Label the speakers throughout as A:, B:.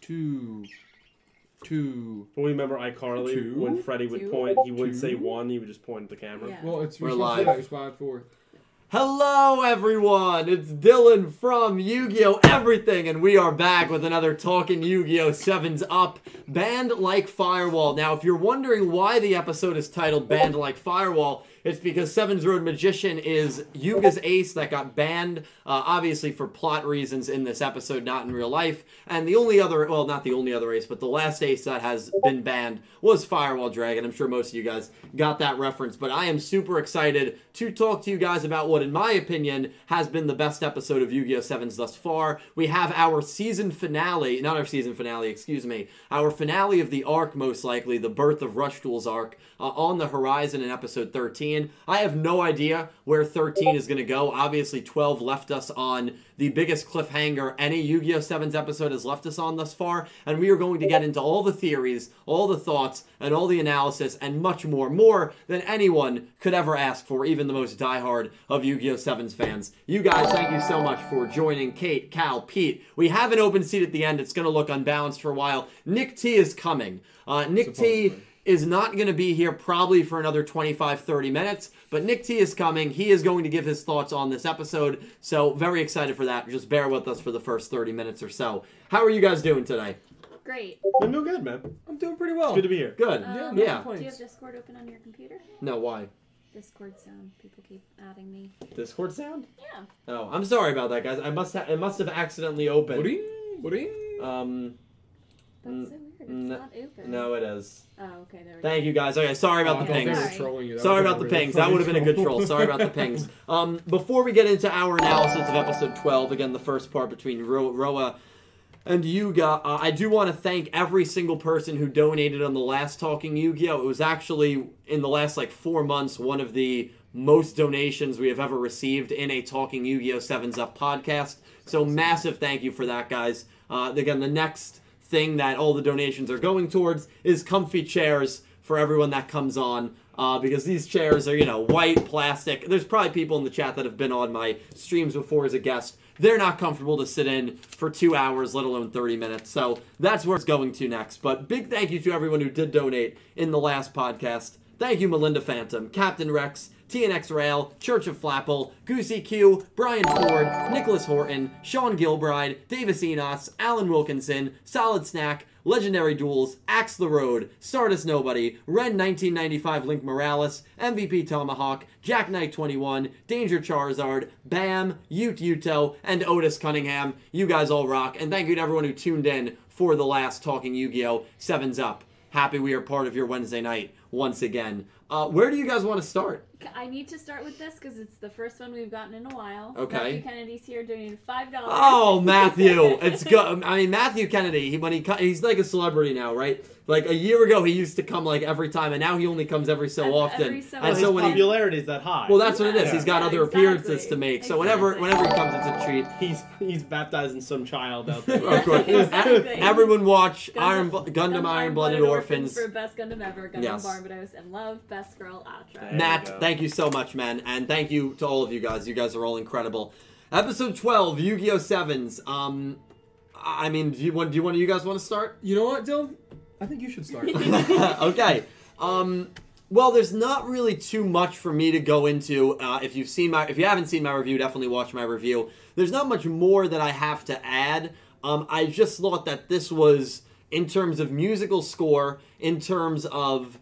A: two, two.
B: Well, remember iCarly
A: Two?
B: when Freddy would
C: Two?
B: point, he wouldn't say
A: Two?
B: one, he would just point at the camera.
C: Yeah.
A: Well, it's
D: We're
A: we're
D: live.
A: live. Spot four.
D: Hello, everyone. It's Dylan from Yu Gi Oh! Everything, and we are back with another Talking Yu Gi Oh! 7's Up Band Like Firewall. Now, if you're wondering why the episode is titled Band Like Firewall, it's because Seven's Road Magician is Yuga's ace that got banned, uh, obviously for plot reasons in this episode, not in real life. And the only other, well, not the only other ace, but the last ace that has been banned was Firewall Dragon. I'm sure most of you guys got that reference, but I am super excited to talk to you guys about what, in my opinion, has been the best episode of Yu Gi Oh! 7s thus far. We have our season finale, not our season finale, excuse me, our finale of the arc, most likely, the birth of Rush Duel's arc, uh, on the horizon in episode 13. I have no idea where 13 is going to go. Obviously, 12 left us on the biggest cliffhanger any Yu Gi Oh! 7's episode has left us on thus far, and we are going to get into all the theories, all the thoughts, and all the analysis, and much more, more than anyone could ever ask for, even the most diehard of Yu Gi Oh! 7's fans. You guys, thank you so much for joining Kate, Cal, Pete. We have an open seat at the end. It's going to look unbalanced for a while. Nick T is coming. Uh, Nick T
A: Supposedly.
D: is not going to be here probably for another 25 30 minutes but nick t is coming he is going to give his thoughts on this episode so very excited for that just bear with us for the first 30 minutes or so how are you guys doing today
C: Great.
B: I'm doing good, man.
A: I'm doing pretty well.
B: It's good to be here.
D: good
A: Yeah,
C: Um,
A: no
D: yeah.
C: Do you have
A: complaints.
C: Discord open on your computer?
D: no why
C: Discord sound. People keep adding me.
D: discord sound
C: Yeah.
D: oh i'm sorry about that guys i must have it must have accidentally opened
A: Ba-ding, ba-ding.
B: Uh,
D: um
C: That's
D: Mm,
C: so weird. It's
D: no-
C: not open.
D: no it is
C: Oh, okay. There we go.
D: thank you guys okay sorry about
A: Oh, I
D: the
A: thought they
D: pings
A: were
C: Sorry.
A: trolling you. That
D: Sorry
A: would've
D: about the
A: been really
D: pings. That
A: funny
D: would have been a good troll. Sorry about the pings. Um, before we get into our analysis of episode 12, again, the first part between Ro- Roa and Yuga, uh, I do want to thank every single person who donated on the last Talking Yu Gi Oh! It was actually, in the last like four months, one of the most donations we have ever received in a Talking Yu Gi Oh! 7's Up podcast. So, massive thank you for that, guys. Uh, again, the next thing that all the donations are going towards is comfy chairs for everyone that comes on uh, because these chairs are you know white plastic there's probably people in the chat that have been on my streams before as a guest they're not comfortable to sit in for two hours let alone 30 minutes so that's where it's going to next but big thank you to everyone who did donate in the last podcast Thank you, Melinda Phantom, Captain Rex, TNX Rail, Church of Flapple, Goosey Q, Brian Ford, Nicholas Horton, Sean Gilbride, Davis Enos, Alan Wilkinson, Solid Snack, Legendary Duels, Axe the Road, Stardust Nobody, Ren 1995 Link Morales, MVP Tomahawk, Jack Knight 21, Danger Charizard, Bam, Ute Uto, and Otis Cunningham. You guys all rock, and thank you to everyone who tuned in for the last Talking Yu-Gi-Oh! 7's Up happy we are part of your Wednesday night once again. Uh, where do you guys want to start?
C: Ca- I need to start with this because it's the first one we've gotten in a while.
D: Okay.
C: Matthew Kennedy's here donated five dollars.
D: Oh, Matthew, it's good. I mean, Matthew Kennedy. He, when he co- he's like a celebrity now, right? Like a year ago, he used to come like every time, and now he only comes every so
C: Every-
D: often.
C: every so
D: and
C: often.
D: so
C: His
D: when he,
B: popularity is that high.
D: well, that's what it is.
B: Yeah.
D: He's got
C: Yeah,
D: other
C: exactly.
D: appearances to make. So whenever
C: Exactly.
D: whenever he comes, it's a treat.
B: he's he's baptizing some child out there.
D: Of course,
C: Exactly.
D: E- everyone watch
C: Gundam-
D: Iron Bu- Gundam, Iron Blooded Orphans.
C: for best Gundam ever. Gundam
D: Yes.
C: Barbados and love best girl outro.
B: There
D: Matt,
B: you go.
D: thank you so much, man, and thank you to all of you guys. You guys are all incredible. Episode twelve, Yu-Gi-Oh Sevens. Um, I I mean, do you want? Do you want? You guys want to start?
A: You know what, Dylan? I think you should start.
D: okay. Um, well, there's not really too much for me to go into. Uh, if you've seen my, if you haven't seen my review, definitely watch my review. There's not much more that I have to add. Um, I just thought that this was, in terms of musical score, in terms of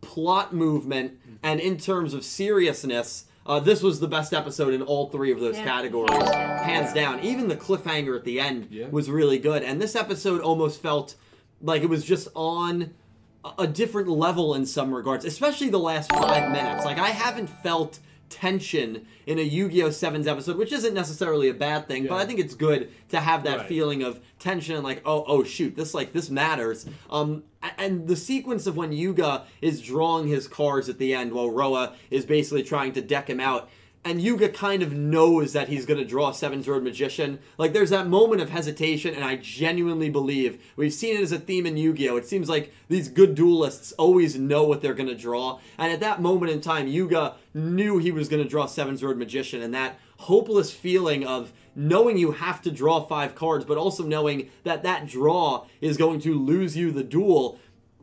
D: plot movement, and in terms of seriousness, uh, this was the best episode in all three of those
C: Yeah.
D: categories, hands down. Even the cliffhanger at the end
A: Yeah.
D: was really good, and this episode almost felt like it was just on a- a different level in some regards, especially the last five minutes. Like I haven't felt tension in a Yu-Gi-Oh! 7's episode, which isn't necessarily a bad thing, but
A: Yeah.
D: I think it's good to have that
B: Right.
D: feeling of tension and like, oh, oh shoot, this like this matters. Um a- and the sequence of when Yuga is drawing his cards at the end while Roa is basically trying to deck him out and Yuga kind of knows that he's going to draw Seven's Road Magician. Like, there's that moment of hesitation, and I genuinely believe we've seen it as a theme in Yu Gi Oh! It seems like these good duelists always know what they're going to draw. And at that moment in time, Yuga knew he was going to draw Seven's Road Magician, and that hopeless feeling of knowing you have to draw five cards, but also knowing that that draw is going to lose you the duel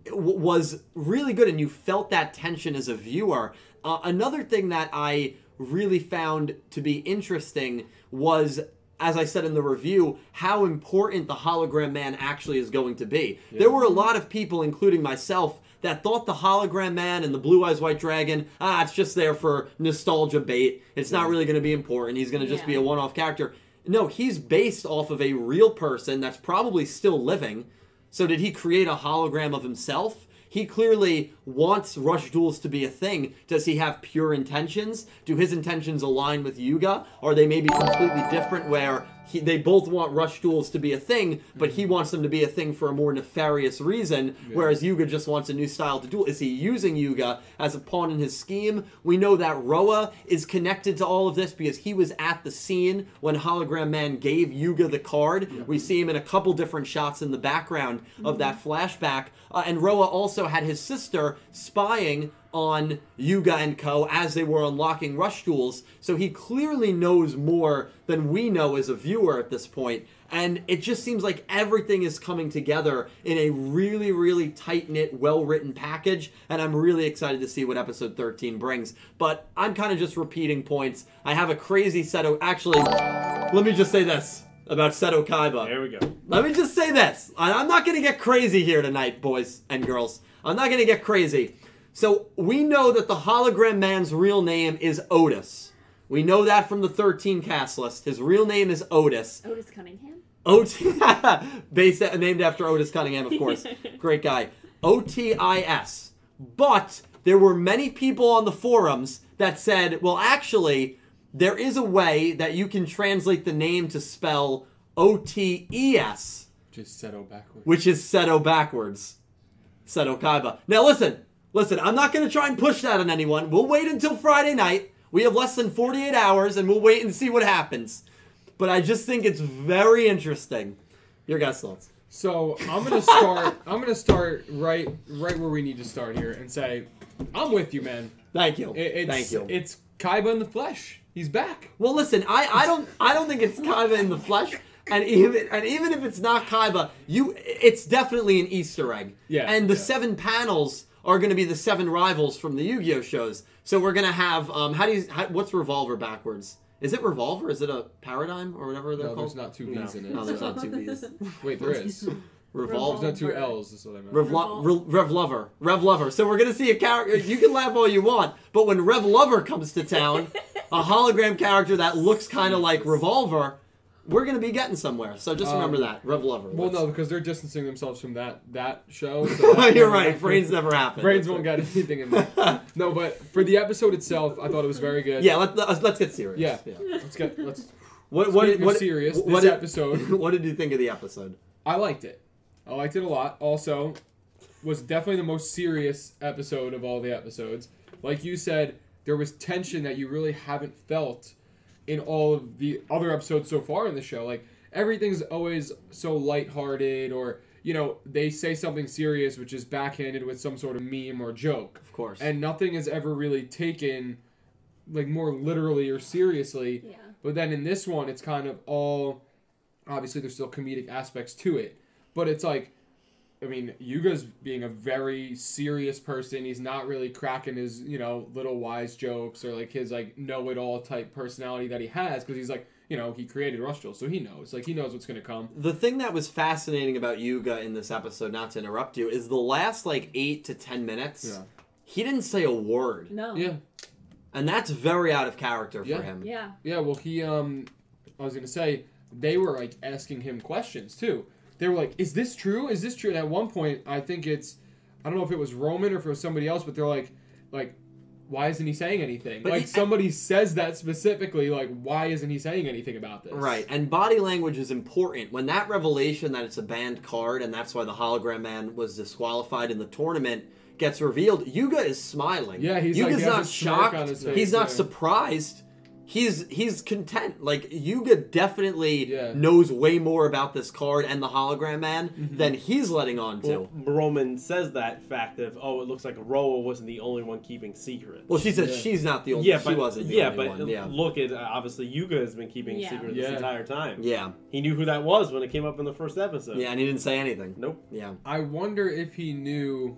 D: w- was really good and you felt that tension as a viewer. Uh, another thing that I really found to be interesting was as I said in the review, how important the hologram man actually is going to be. There were a lot of people, including myself, that thought the hologram man and the blue eyes white dragon, ah, it's just there for nostalgia bait. It's not really going to be important. He's going to just be
C: Yeah.
D: a one off character. No, he's based off of a real person that's probably still living. So did he create a hologram of himself? He clearly wants rush duels to be a thing. Does he have pure intentions? Do his intentions align with Yuga? Are they maybe completely different where he, they both want rush duels to be a thing, but he wants them to be a thing for a more nefarious reason, whereas Yuga just wants a new style to duel? Is he using Yuga as a pawn in his scheme? We know that Roa is connected to all of this because he was at the scene when Hologram Man gave Yuga the card. We see him in a couple different shots in the background of that flashback. Uh, and Roa also had his sister spying on Yuga and co as they were unlocking rush duels. So he clearly knows more than we know as a viewer at this point. And it just seems like everything is coming together in a really, really tight knit, well written package. And I'm really excited to see what episode 13 brings. But I'm kind of just repeating points. I have a crazy set of. Actually, let me just say this about Seto Kaiba.
B: There we go.
D: Let me just say this. I- I'm not going to get crazy here tonight, boys and girls. I'm not going to get crazy. So, we know that the hologram man's real name is Otis. We know that from the 13 cast list. His real name is Otis.
C: Otis Oh, Cunningham.
D: OT based named after Otis Cunningham, of course. Great guy. OTIS. But there were many people on the forums that said, well, actually, there is a way that you can translate the name to spell E OTES,
A: Just set it backwards.
D: which is Seto backwards. Seto Kaiba. Now listen, listen, I'm not going to try and push that on anyone. We'll wait until Friday night. We have less than 48 hours and we'll wait and see what happens. But I just think it's very interesting. Your guess, thoughts?
A: So I'm gonna start. I'm gonna start right, right where we need to start here, and say, I'm with you, man.
D: Thank you.
A: It, it's,
D: Thank you.
A: It's Kaiba in the flesh. He's back.
D: Well, listen, I, I don't I don't think it's Kaiba in the flesh, and even and even if it's not Kaiba, you it's definitely an Easter egg.
A: Yeah,
D: And the
A: yeah.
D: seven panels are going to be the seven rivals from the Yu-Gi-Oh shows. So we're going to have um how do you how, what's revolver backwards? Is it revolver? Is it a paradigm or whatever they're
A: No, there's
D: called?
A: not two
B: No.
A: V's in it.
D: No, there's not two B's.
A: Wait, there is. There's
D: Revolver.
A: not two L's. Is what I meant.
D: Rev, lo- Re- Rev Lover. Rev Lover. So we're going to see a character. You can laugh all you want, but when Rev Lover comes to town, a hologram character that looks kind of like Revolver, we're going to be getting somewhere. So just remember
A: Um,
D: that. Rev Lover.
A: well, no, because they're distancing themselves from that that show. so that-
D: You're right. Brains never happen.
A: Brains won't got anything in there. No, but for the episode itself, I thought it was very good.
D: Yeah, let, let's, let's get serious.
A: Yeah. Let's get let's.
D: What, what,
A: Speaking of
D: what,
A: serious,
D: what,
A: this
D: did-
A: episode.
D: what did you think of the episode?
A: I liked it. I liked it a lot. Also, was definitely the most serious episode of all the episodes. Like you said, there was tension that you really haven't felt in all of the other episodes so far in the show. Like everything's always so lighthearted or you know, they say something serious which is backhanded with some sort of meme or joke.
D: Of course.
A: And nothing is ever really taken like more literally or seriously.
C: Yeah.
A: But then in this one, it's kind of all. Obviously, there's still comedic aspects to it, but it's like, I mean, Yuga's being a very serious person. He's not really cracking his, you know, little wise jokes or like his like know-it-all type personality that he has because he's like, you know, he created Rustral, so he knows. Like he knows what's gonna come.
D: the thing that was fascinating about Yuga in this episode, not to interrupt you, is the last like eight to ten minutes.
A: Yeah.
D: He didn't say a word.
C: No.
A: Yeah,
D: And that's very out of character
A: Yeah.
D: for him.
C: Yeah.
A: yeah. Well, he um, I was gonna say they were like asking him questions too. They were like, "Is this true? Is this true?" And at one point, I think it's, I don't know if it was Roman or if it was somebody else, but they're like, like, why isn't he saying anything?
D: But
A: like
D: he-
A: somebody says that specifically, like, why isn't he saying anything about this?
D: Right. And body language is important. When that revelation that it's a banned card and that's why the hologram man was disqualified in the tournament gets revealed, Yuga is smiling.
A: Yeah, he's like-
D: Yuga's
A: he has
D: not
A: a smirk
D: shocked.
A: on his
D: he's
A: face,
D: not
A: yeah.
D: surprised. he's he's content. Like Yuga definitely
A: Yeah.
D: knows way more about this card and the hologram man
A: Mm-hmm.
D: than he's letting on to.
B: Well,
D: Well,
B: Roman says that fact of oh, it looks like Roa wasn't the only one keeping secrets.
D: she said
A: Yeah.
D: she's not the only.
B: yeah,
D: she
B: but
D: wasn't the
B: yeah,
D: only
B: but
D: one. Yeah,
B: look at uh, obviously Yuga has been keeping
C: Yeah.
B: secret
A: Yeah.
B: this entire time.
D: yeah,
B: He knew who that was when it came up in the first episode.
D: yeah, and he didn't say anything.
B: Nope.
D: Yeah,
A: I wonder if he knew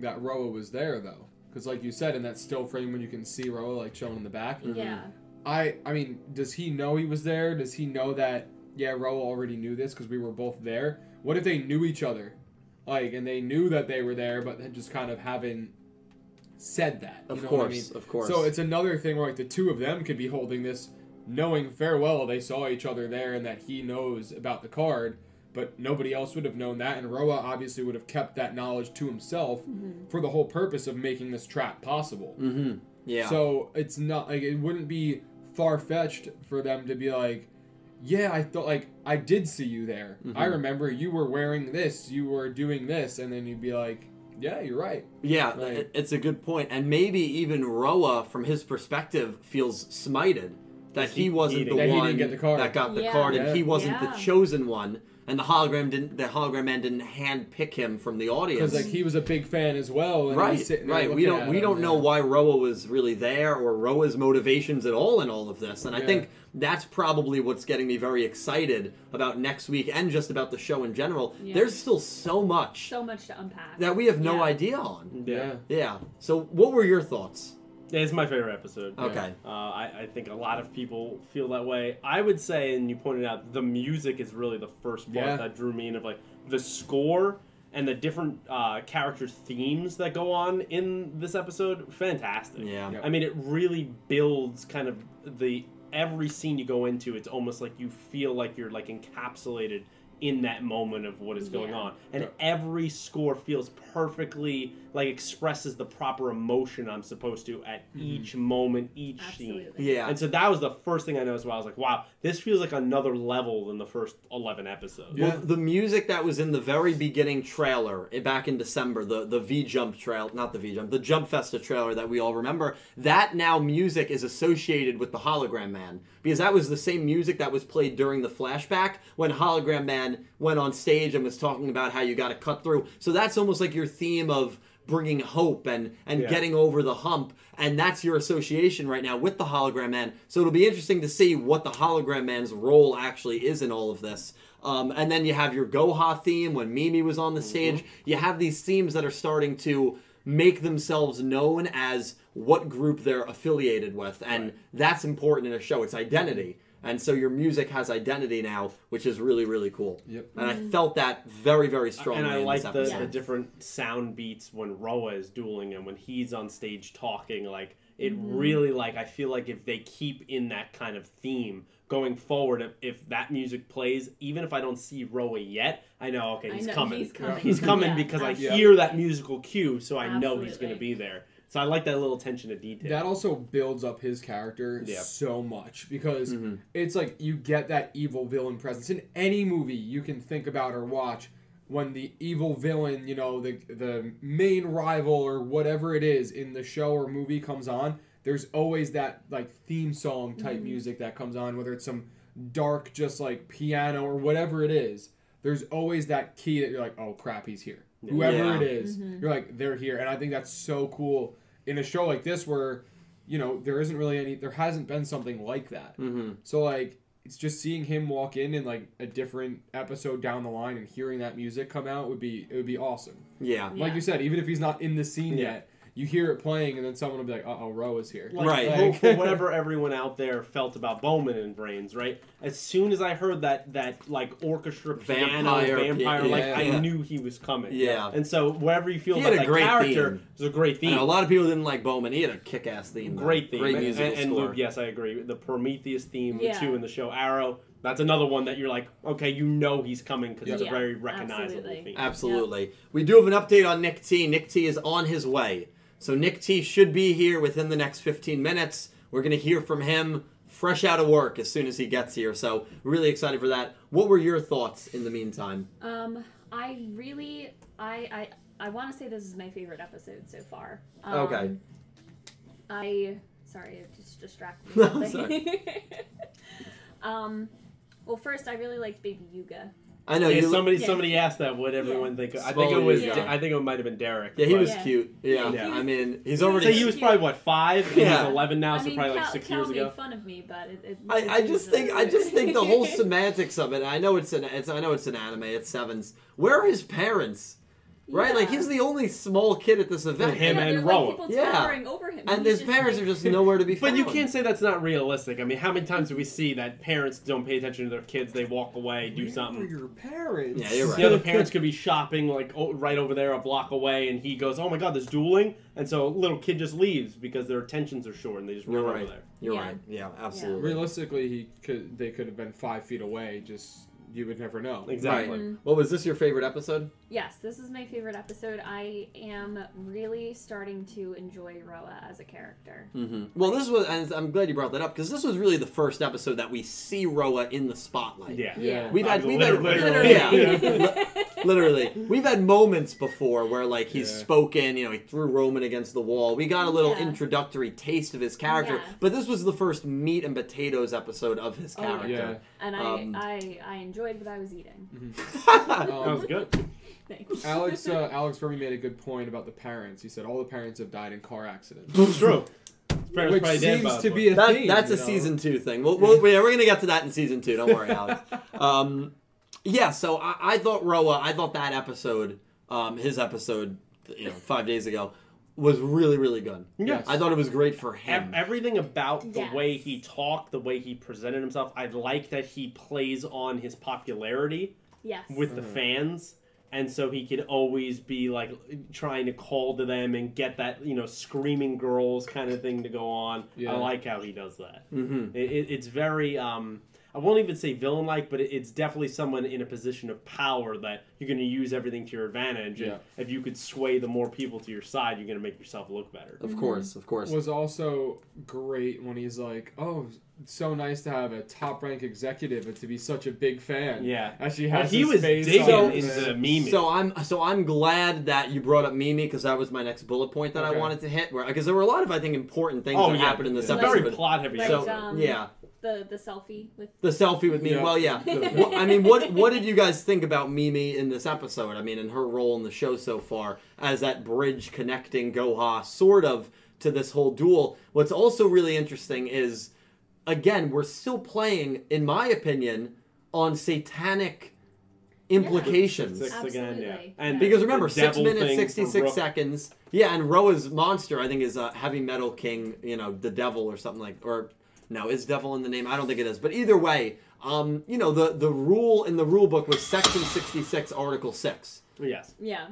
A: that Roa was there though, because like you said, in that still frame when you can see Roa like shown in the back.
D: Mm-hmm.
C: Yeah.
A: I I mean, does he know he was there? Does he know that yeah, Roa already knew this because we were both there? What if they knew each other, like, and they knew that they were there, but had just kind of haven't said that? you
D: of
A: know what I
D: course,
A: mean?
D: of course.
A: So it's another thing where like the two of them could be holding this, knowing farewell they saw each other there and that he knows about the card, but nobody else would have known that, and Roa obviously would have kept that knowledge to himself for the whole purpose of making this trap possible.
D: hmm yeah.
A: So it's not like it wouldn't be far fetched for them to be like, yeah, I thought like I did see you there.
D: Mm-hmm.
A: I remember you were wearing this, you were doing this, and then you'd be like, yeah, you're right.
D: Yeah,
A: Right.
D: it- it's a good point, and maybe even Roa, from his perspective, feels smited that
B: He-
D: he wasn't
B: he
D: the
B: didn't-
A: that he
D: one
A: didn't get the card.
D: that got the
C: Yeah.
D: card, and he
A: Yeah.
D: wasn't
C: Yeah.
D: the chosen one, and the hologram didn't. The hologram man didn't hand pick him from the audience.
A: Because like he was a big fan as well. And he's
D: right,
A: sitting there
D: right. We
A: looking
D: don't
A: at
D: we
A: him,
D: don't
A: yeah.
D: know why Roa was really there or Roa's motivations at all in all of this, and I
A: Yeah.
D: think that's probably what's getting me very excited about next week and just about the show in general.
C: Yeah.
D: There's still so much
C: So much to unpack.
D: that we have no
C: Yeah.
D: idea on.
A: Yeah.
D: Yeah. So, what were your thoughts?
B: Yeah, It's my favorite episode.
A: Yeah.
D: Okay.
B: Uh, I, I think a lot of people feel that way. I would say, and you pointed out, the music is really the first part
A: Yeah.
B: that drew me in of like the score and the different uh, characters' themes that go on in this episode. Fantastic.
D: Yeah.
A: Yeah.
B: I mean, it really builds kind of the every scene you go into. It's almost like you feel like you're like encapsulated in that moment of what is going
C: Yeah.
B: on, and
A: Yeah.
B: every score feels perfectly like expresses the proper emotion I'm supposed to at
A: Mm-hmm.
B: each moment, each scene.
C: Absolutely.
D: Yeah.
B: And so that was the first thing I noticed. Where I was like, "Wow, this feels like another level than the first eleven episodes."
A: Yeah.
D: Well, the music that was in the very beginning trailer eh, back in December, the, the V Jump trail, not the V Jump, the Jump Festa trailer that we all remember, that now music is associated with the Hologram Man because that was the same music that was played during the flashback when Hologram Man went on stage and was talking about how you got to cut through. So that's almost like your theme of bringing hope and and
B: Yeah.
D: getting over the hump and that's your association right now with the hologram man so it'll be interesting to see what the hologram man's role actually is in all of this um, and then you have your goha theme when mimi was on the
B: Mm-hmm.
D: stage you have these themes that are starting to make themselves known as what group they're affiliated with and that's important in a show it's identity and so your music has identity now which is really really cool
A: Yep.
D: and i felt that very very strongly
B: and I
D: in
B: like
D: this
B: the,
D: episode.
B: the
C: Yes.
B: different sound beats when Roa is dueling and when he's on stage talking. Like it
C: Mm-hmm.
B: really like I feel like if they keep in that kind of theme going forward, if, if that music plays, even if I don't see Roa yet, I know okay
C: I
B: he's
C: know,
B: coming.
C: He's coming.
B: He's coming
C: Yeah,
B: because I
C: absolutely.
B: hear that musical cue, so I know he's
C: Absolutely.
B: going to be there. So I like that little attention to detail.
A: That also builds up his character
B: Yeah. Mm-hmm.
A: so much because it's like you get that evil villain presence in any movie you can think about or watch. When the evil villain, you know, the the main rival or whatever it is in the show or movie comes on, there's always that like theme song type music that comes on, whether it's some dark just like piano or whatever it is. There's always that key that you're like, oh crap, he's here. Whoever
D: Yeah.
A: it is,
B: Mm-hmm.
A: you're like they're here, and I think that's so cool in a show like this where you know there isn't really any there hasn't been something like that
B: Mm-hmm.
D: Mhm.
A: so like it's just seeing him walk in and like a different episode down the line and hearing that music come out would be it would be awesome
D: yeah
A: like
C: Yeah.
A: you said even if he's not in the scene
B: Yeah.
A: yet you hear it playing and then someone will be like uh-oh roe is here
B: like,
D: Right.
B: for-
A: Like-
B: for whatever everyone out there felt about Bowman and Brains, right? As soon as I heard that that like orchestra piano,
D: Vampire
B: vampire,
D: pi-
B: like
A: yeah.
B: I knew he was coming.
D: Yeah.
B: and so wherever you feel
D: He
B: about
D: had a
B: that
D: great
B: character,
D: theme.
B: it's a great
D: I
B: theme.
D: know, a lot of people didn't like Bowman. He had a kick-ass theme. though.
B: great theme,
D: Great
B: And-
D: musical
B: and, and
D: score.
B: Luke, yes, I agree. The Prometheus theme
C: Yeah.
B: too in the show Arrow. That's another one that you're like, okay, you know he's coming because it's a
C: Yeah.
B: very recognizable
C: Absolutely.
B: theme.
D: Absolutely. We do have an update on Nick T. Nick T is on his way. So Nick T should be here within the next 15 minutes. We're going to hear from him fresh out of work as soon as he gets here. So really excited for that. What were your thoughts in the meantime?
C: Um, I really, I, I, I want to say this is my favorite episode so far. Um,
D: Okay.
C: I Sorry, it just distracted
D: No,
C: me.
D: I'm
C: um, well, first, I really liked Baby Yuga.
D: I know
B: yeah,
D: you.
B: somebody
C: yeah.
B: somebody asked that. What everyone think? I think it
D: Small
B: was.
C: years
B: De-
C: ago.
B: I think it might have been Derek.
D: yeah, he
B: but-
D: was
C: Yeah.
D: cute. Yeah,
C: Yeah, he
D: I
C: was-
D: mean, he's
C: he was-
D: already.
B: So he was probably what five? and
D: Yeah.
B: He's eleven now,
C: I
B: so
C: mean,
B: probably like
C: Cal-
B: six
C: Cal
B: years
C: made
B: ago.
C: fun of me, but it, it
D: I, I just think I just think the whole semantics of it. I know it's an it's I know it's an anime. It's sevens. Where are his parents? Right, like he's the only small kid at this event,
B: him
D: and,
B: and
C: there are,
B: Roa.
C: Like, people
D: Yeah.
C: towering over him,
D: and
C: he's
D: his parents are
C: like-
D: just nowhere to be found.
B: But you can't say that's not realistic. I mean, how many times do we see that parents don't pay attention to their kids? They walk away, do something.
A: Your parents.
D: Yeah, you're right.
B: The other parents could be shopping like o right over there, a block away, and he goes, "Oh my God, there's dueling!" And so little kid just leaves because their attentions are short and they just run
D: You're
B: over
D: right.
B: there.
D: You're
C: Yeah.
D: right. Yeah, absolutely.
A: Realistically, he could. They could have been five feet away. Just you would never know.
B: Exactly.
D: Right. Well, was this your favorite episode?
C: Yes, this is my favorite episode. I am really starting to enjoy Roa as a character.
D: Mm-hmm. Well, this was, and I'm glad you brought that up because this was really the first episode that we see Roa in the spotlight.
B: Yeah.
C: Yeah.
D: We've had-
B: Uh,
D: we've had-
B: literally.
D: Yeah.
B: Yeah.
D: Literally, we've had moments before where like he's
A: Yeah.
D: spoken, you know, he threw Roman against the wall. We got a little
C: Yeah.
D: introductory taste of his character,
C: Yeah.
D: but this was the first meat and potatoes episode of his
C: Oh, yeah.
D: character.
C: and I,
D: Um,
C: I I enjoyed what I was eating.
B: That was good.
C: Thanks.
A: Alex uh, Alex Fermi made a good point about the parents. He said all the parents have died in car accidents,
B: It's true. His parents
A: which
B: probably dead by
A: seems
B: this
A: to
B: point.
A: be a
D: That,
A: theme,
D: that's a
A: you know?
D: season two thing. We'll, we'll, yeah, we're gonna get to that in season two. Don't worry, Alex. um, yeah, so I, I thought Roa, I thought that episode, um, his episode, you know, five days ago, was really really good.
A: Yes.
D: I thought it was great for
B: Ev-
D: him.
B: everything about the
C: Yes.
B: way he talked, the way he presented himself, I like that he plays on his popularity
C: Yes.
B: with the fans, and so he could always be like trying to call to them and get that you know screaming girls kind of thing to go on.
A: Yeah.
B: I like how he does that.
D: Mm-hmm.
B: It, it, it's very um, I won't even say villain like, but it, it's definitely someone in a position of power that you're going to use everything to your advantage. And
A: Yeah.
B: if you could sway the more people to your side, you're going to make yourself look better.
D: Of course, of course.
A: mm-hmm. was also great when he's like, "Oh, it's so nice to have a top rank executive and to be such a big fan."
B: Yeah.
A: as she
B: Well,
A: has.
B: he
A: his
B: was
A: face
B: digging
A: on
B: into
A: his-
B: Mimi.
D: So I'm so I'm glad that you brought up Mimi because that was my next bullet point that I
A: Okay. Oh,
D: wanted to hit. Where because there were a lot of I think important things that happened in this
B: it's a
D: episode.
B: very
D: but-
B: plot heavy
C: Like,
D: so
B: episode.
C: um,
D: yeah,
C: the the selfie with
D: the selfie with Mimi.
A: Yeah.
D: Well, yeah.
A: Yeah.
D: Wha- I mean, what what did you guys think about Mimi in this episode? I mean, in her role in the show so far as that bridge connecting Goha sort of to this whole duel. What's also really interesting is again we're still playing, in my opinion, on satanic implications.
B: Six again, yeah.
C: Absolutely.
B: And
D: Because
B: the
D: remember, six
B: devil
D: minutes,
B: thing for
D: sixty-six
B: Rook-
D: seconds. Yeah, and Roa's monster, I think, is uh, heavy metal king. You know, the devil or something like, or no, is devil in the name? I don't think it is. But either way, um, you know, the the rule in the rule book was section sixty-six, article six.
B: Yes.
C: yeah.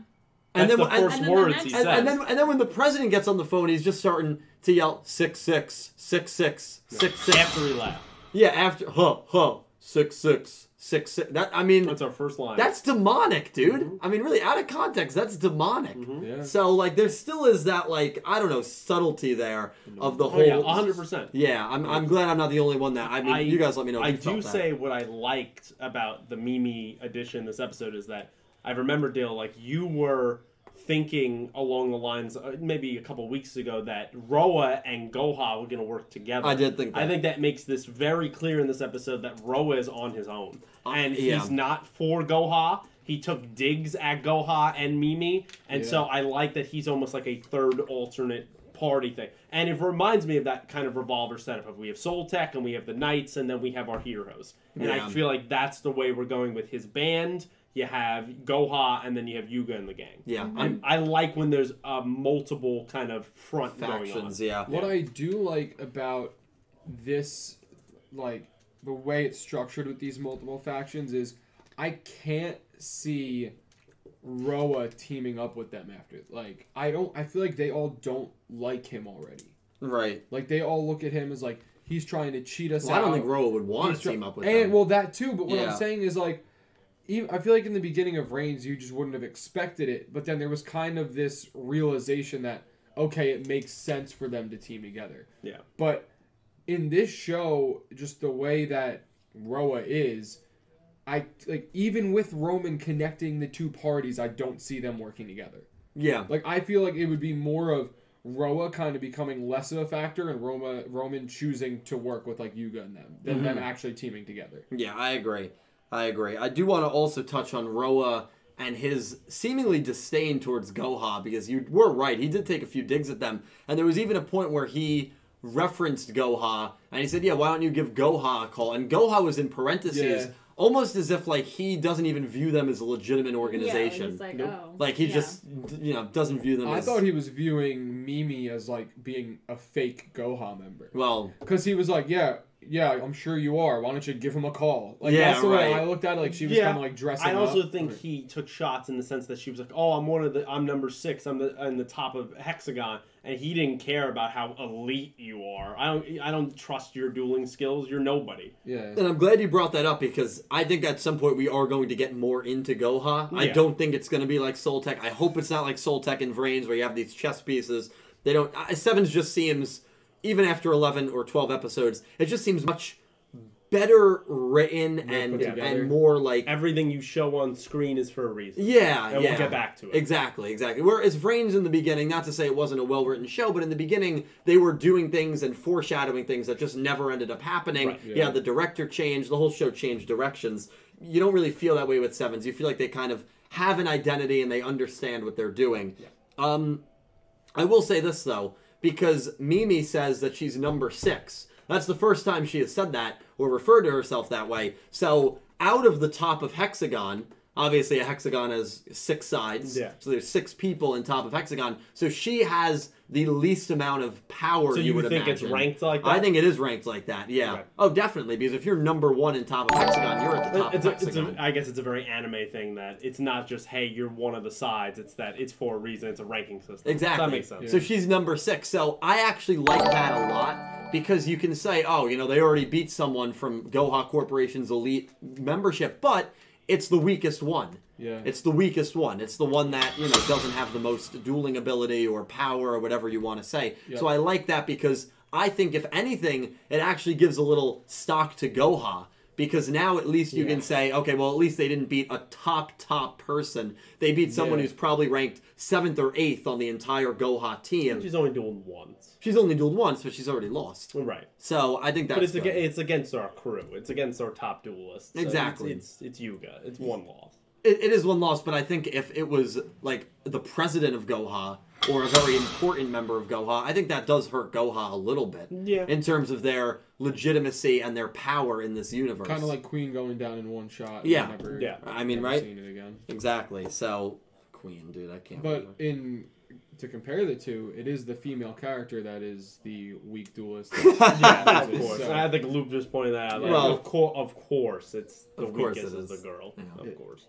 D: And
B: That's
D: then
B: the
D: and-
B: first
C: and then the
B: words
C: next-
B: he
D: And,
B: says.
D: and then and then when the president gets on the phone, he's just starting to yell six six six six six six.
B: after he left.
D: Yeah, after huh huh six six six six. That I mean,
B: That's our first line.
D: that's demonic, dude.
B: Mhm.
D: I mean, really, out of context, that's demonic.
B: Mhm.
A: Yeah.
D: So like there still is that like I don't know subtlety there of the
B: Oh,
D: whole.
B: yeah, 100%.
D: Yeah, I'm, I'm glad I'm not the only one that I mean
B: I-
D: you guys let me know. If
B: I
D: you
B: do
D: felt that.
B: say what I liked about the Mimi edition this episode is that I remember Dale like you were thinking along the lines uh, maybe a couple weeks ago that Roa and Goha were going to work together.
D: I did think that.
B: I think that makes this very clear in this episode that Roa is on his own
D: Uh,
B: and
D: yeah.
B: he's not for Goha. He took digs at Goha and Mimi, and so I like that he's almost like a third alternate party thing. And it reminds me of that kind of revolver setup of we have Soul Tech and we have the Knights and then we have our heroes. And
D: Yeah.
B: I feel like that's the way we're going with his band. You have Goha and then you have Yuga and the gang.
D: yeah,
B: And
D: I'm
B: I like when there's a multiple kind of front going on.
D: factions. Yeah,
A: What I do like about this, like the way it's structured with these multiple factions, is I can't see Roa teaming up with them after. Like I don't. I feel like they all don't like him already.
D: right.
A: Like they all look at him as like he's trying to cheat us
D: Well, I
A: out.
D: don't think Roa would want
A: He's
D: to
A: try-
D: team up with
A: and
D: them.
A: well that too. But what
D: Yeah.
A: I'm saying is like, even, I feel like in the beginning of Reigns, you just wouldn't have expected it. But then there was kind of this realization that okay, it makes sense for them to team together.
B: Yeah.
A: But in this show, just the way that Roa is, I like even with Roman connecting the two parties, I don't see them working together.
D: yeah,
A: Like I feel like it would be more of Roa kind of becoming less of a factor and Roma Roman choosing to work with like Yuga and them than
D: Mm-hmm.
A: them actually teaming together.
D: Yeah, I agree. I agree. I do want to also touch on Roa and his seemingly disdain towards Goha because you were right. He did take a few digs at them, and there was even a point where he referenced Goha and he said, "Yeah, why don't you give Goha a call?" And Goha was in parentheses,
A: Yeah.
D: almost as if like he doesn't even view them as a legitimate
C: Yeah,
D: organization.
C: he's like,
A: Nope.
C: oh,
D: like he
C: yeah.
D: just you know doesn't view them
A: I
D: as
A: thought he was viewing Mimi as like being a fake Goha member.
D: well.
A: Because he was like, yeah, yeah, I'm sure you are. Why don't you give him a call? Like
D: Yeah,
A: that's the way
D: right.
A: I looked at it. Like she was
B: Yeah.
A: kind of like dressing.
B: I also
A: up.
B: think he took shots in the sense that she was like, "Oh, I'm one of the, I'm number six, I'm the, I'm the top of hexagon," and he didn't care about how elite you are. I don't, I don't trust your dueling skills. You're nobody.
A: yeah.
D: And I'm glad you brought that up because I think at some point we are going to get more into Goha. I
B: Yeah.
D: don't think it's going to be like Soul Tech. I hope it's not like Soul Tech and Vrains where you have these chess pieces. They don't. I, Sevens just seems, even after 11 or 12 episodes, it just seems much better written and
A: put together.
D: and more like.
B: Everything you show on screen is for a reason.
D: Yeah,
B: and
D: yeah.
B: we'll get back to it.
D: Exactly, exactly. Whereas Vrains in the beginning, not to say it wasn't a well written show, but in the beginning they were doing things and foreshadowing things that just never ended up happening.
B: Right,
D: yeah.
A: yeah.
D: the director changed, the whole show changed directions. You don't really feel that way with Sevens. You feel like they kind of have an identity and they understand what they're doing. Um, I will say this though, because Mimi says that she's number six. That's the first time she has said that or referred to herself that way. So out of the top of hexagon, obviously a hexagon has six sides.
B: Yeah.
D: So there's six people in top of hexagon. So she has the least amount of power.
B: So
D: you,
B: you
D: would
B: think
D: imagine.
B: it's ranked like that?
D: I think it is ranked like that. Yeah.
B: Right.
D: Oh, definitely. Because if you're number one in top of hexagon, you're at the top
B: It's
D: of
B: a, it's
D: hexagon.
B: a, I guess it's a very anime thing that it's not just hey you're one of the sides. It's that it's for a reason. It's a ranking system.
D: Exactly.
B: So that makes sense.
D: So she's number six. So I actually like that a lot because you can say, oh, you know, they already beat someone from Goha Corporation's elite membership, but it's the weakest one.
A: Yeah.
D: It's the weakest one. It's the one that, you know, doesn't have the most dueling ability or power or whatever you want to say.
A: Yeah.
D: So I like that because I think, if anything, it actually gives a little stock to Goha. Because now at least you
A: Yeah.
D: can say, okay, well, at least they didn't beat a top, top person. They beat someone
A: Yeah.
D: who's probably ranked seventh or eighth on the entire Goha team.
B: She's only doing once.
D: She's only dueled once, but she's already lost.
B: Right.
D: So I think that's
B: But it's
D: good.
B: against, it's against our crew. It's against our top duelists. So it's-
D: Exactly.
B: It's, it's Yuga. It's one loss.
D: It, it is one loss, but I think if it was like the president of Goha or a very important member of Goha, I think that does hurt Goha a little bit.
B: Yeah.
D: In terms of their legitimacy and their power in this universe.
A: Kind of like Queen going down in one shot.
D: Yeah.
A: I've never-
B: Yeah.
D: I mean,
A: never
D: right?
A: Seen it again.
D: Exactly. So Queen, dude, I can't.
A: But
D: remember.
A: in to compare the two, it is the female character that is the weak duelist.
B: yeah, of
A: So-
B: course. I think Luke just pointed that out. Like,
D: Well-
B: of, cour of course, it's the
D: Of course
B: weakest
D: it
B: is the
D: is.
B: girl.
D: Yeah.
B: Of course.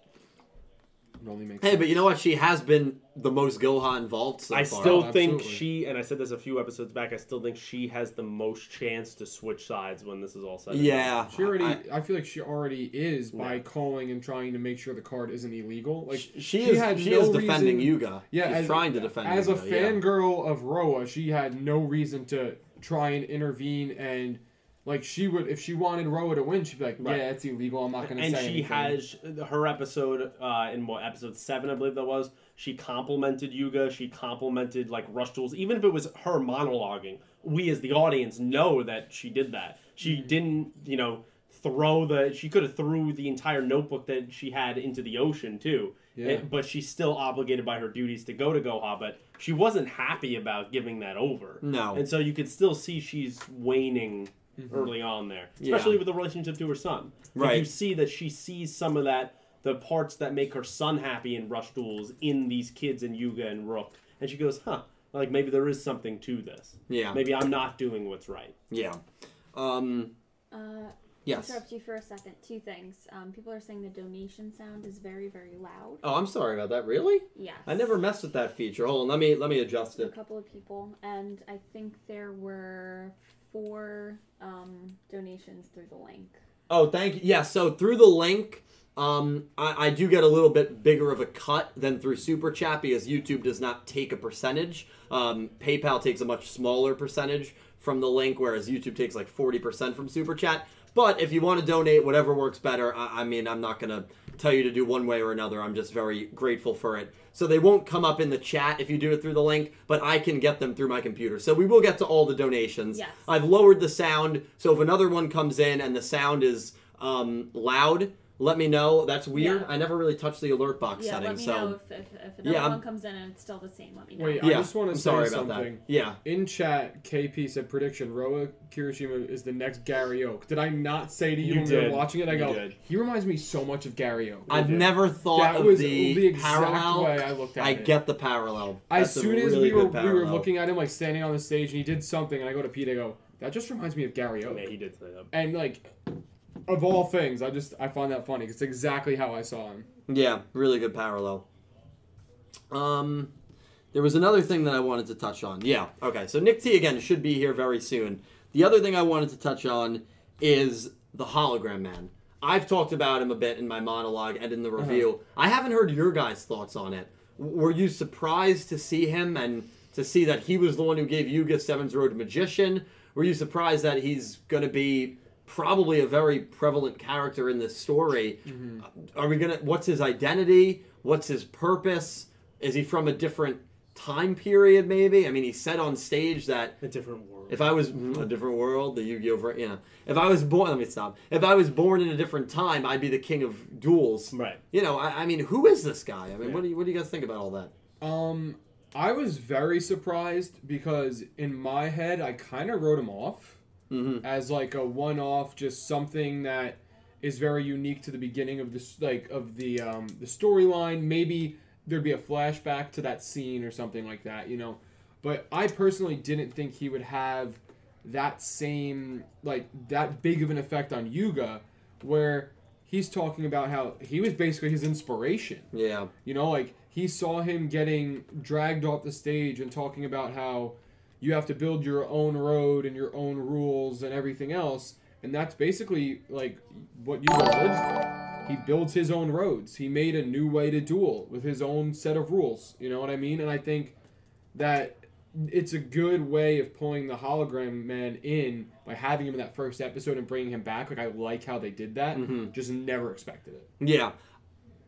A: It only makes
D: hey,
A: sense.
D: but you know what? She has been the most Goha involved so
B: I
D: far.
B: still
A: Oh,
B: think
A: absolutely.
B: she, and I said this a few episodes back. I still think she has the most chance to switch sides when this is all said. and done.
D: Yeah.
A: She already,
D: I-
A: I, feel like she already is by calling and trying to make sure the card isn't illegal. Like
D: she, is.
A: had
D: she
A: no
D: is defending
A: reason-
D: Yuga.
A: Yeah,
D: She's
A: as,
D: trying to defend.
A: As a
D: Yuga, yeah.
A: fangirl of Roa, she had no reason to try and intervene and. Like she would, if she wanted Roa to win, she'd be like,
B: Right.
A: "Yeah, it's illegal. I'm not going to
B: and
A: say
B: she
A: anything."
B: has her episode uh, in what episode seven i believe that was she complimented yuga she complimented like rush tools even if it was her monologuing we as the audience know that she did that she
A: Mm-hmm.
B: didn't you know throw the she could have threw the entire notebook that she had into the ocean too
A: Yeah.
B: It- but she's still obligated by her duties to go to goha but she wasn't happy about giving that over
A: Mm-hmm.
D: No.
B: and so you could still see she's waning early on there
D: Yeah.
B: especially with the relationship to her son like,
D: Right.
B: You see that she sees some of that, the parts that make her son happy in Rush Duels in these kids in Yuga and Rook. And she goes, huh, like maybe there is something to this.
D: Yeah.
B: Maybe I'm not doing what's right.
D: Yeah. Um.
C: Uh,
D: Yes.
C: interrupt you for a second. Two things. Um, people are saying the donation sound is very, very loud.
D: Oh, I'm sorry about that. Really?
C: Yes.
D: I never messed with that feature. Hold on, let me let me adjust
C: A
D: it.
C: couple of people, and I think there were four um, donations through the link.
D: Oh, thank you. Yeah, so through the link, um, I, I do get a little bit bigger of a cut than through Super Chat because YouTube does not take a percentage. Um, PayPal takes a much smaller percentage from the link, whereas YouTube takes like 40% from Super Chat. But if you want to donate, whatever works better, I, I mean, I'm not going to tell you to do one way or another. I'm just very grateful for it. So they won't come up in the chat if you do it through the link, but I can get them through my computer. So we will get to all the donations.
C: Yes.
D: I've lowered the sound, so if another one comes in and the sound is um, loud, let me know. That's weird.
C: Yeah.
D: I never really touched the alert box
C: yeah,
D: setting,
C: let me
D: so
C: know if, if, if another
D: Yeah, I'm-
C: one comes in and it's still the same. Let me know.
A: Wait, I
D: yeah.
A: just want
D: I'm
A: to say
D: sorry about
A: something.
D: that. Yeah.
A: In chat, KP said prediction: Roa Kirishima is the next Gary Oak. Did I not say to you,
B: You
A: when we were
B: did.
A: watching it? I
B: You
A: go,
B: did.
A: he reminds me so much of Gary Oak.
D: I've
B: did.
D: never thought
A: that
D: of
A: was
D: the,
A: exact
D: parallel.
A: way I looked at
D: I
A: it.
D: get the parallel.
A: as
D: That's a
A: soon as
D: really
A: we were
D: good
A: we were
D: parallel.
A: looking at him like standing on the stage and he did something, and I go to Pete, I go, that just reminds me of Gary Oak.
B: Yeah, he did say that.
A: And like, of all things, I just I find that funny. 'cause It's exactly how I saw him.
D: Yeah, really good parallel. Um, there was another thing that I wanted to touch on. Yeah, okay. So Nick T again should be here very soon. The other thing I wanted to touch on is the hologram man. I've talked about him a bit in my monologue and in the review. I haven't heard your guys' thoughts on it. W- Were you surprised to see him and to see that he was the one who gave Yuga Seven's Road Magician? Were you surprised that he's going to be probably a very prevalent character in this story? Are we gonna? What's his identity? What's his purpose? Is he from a different time period? Maybe. I mean, he said on stage that
B: A different world.
D: if I was mm, a different world, the Yu-Gi-Oh, ver- yeah. If I was born, let me stop. If I was born in a different time, I'd be the king of duels.
B: right.
D: You know, I, I mean, who is this guy? I mean,
B: Yeah.
D: what do you what do you guys think about all that?
A: Um, I was very surprised because in my head I kind of wrote him off
D: Mhm.
A: as like a one-off, just something that is very unique to the beginning of this, like of the um, the storyline. Maybe there'd be a flashback to that scene or something like that, you know. But I personally didn't think he would have that same like that big of an effect on Yuga, where he's talking about how he was basically his inspiration.
D: Yeah.
A: You know, like he saw him getting dragged off the stage and talking about how you have to build your own road and your own rules and everything else. And that's basically like what Yugo lives for. He builds his own roads. He made a new way to duel with his own set of rules. You know what I mean? And I think that it's a good way of pulling the hologram man in by having him in that first episode and bringing him back. Like I like how they did that.
D: Mhm.
A: Just never expected it.
D: Yeah.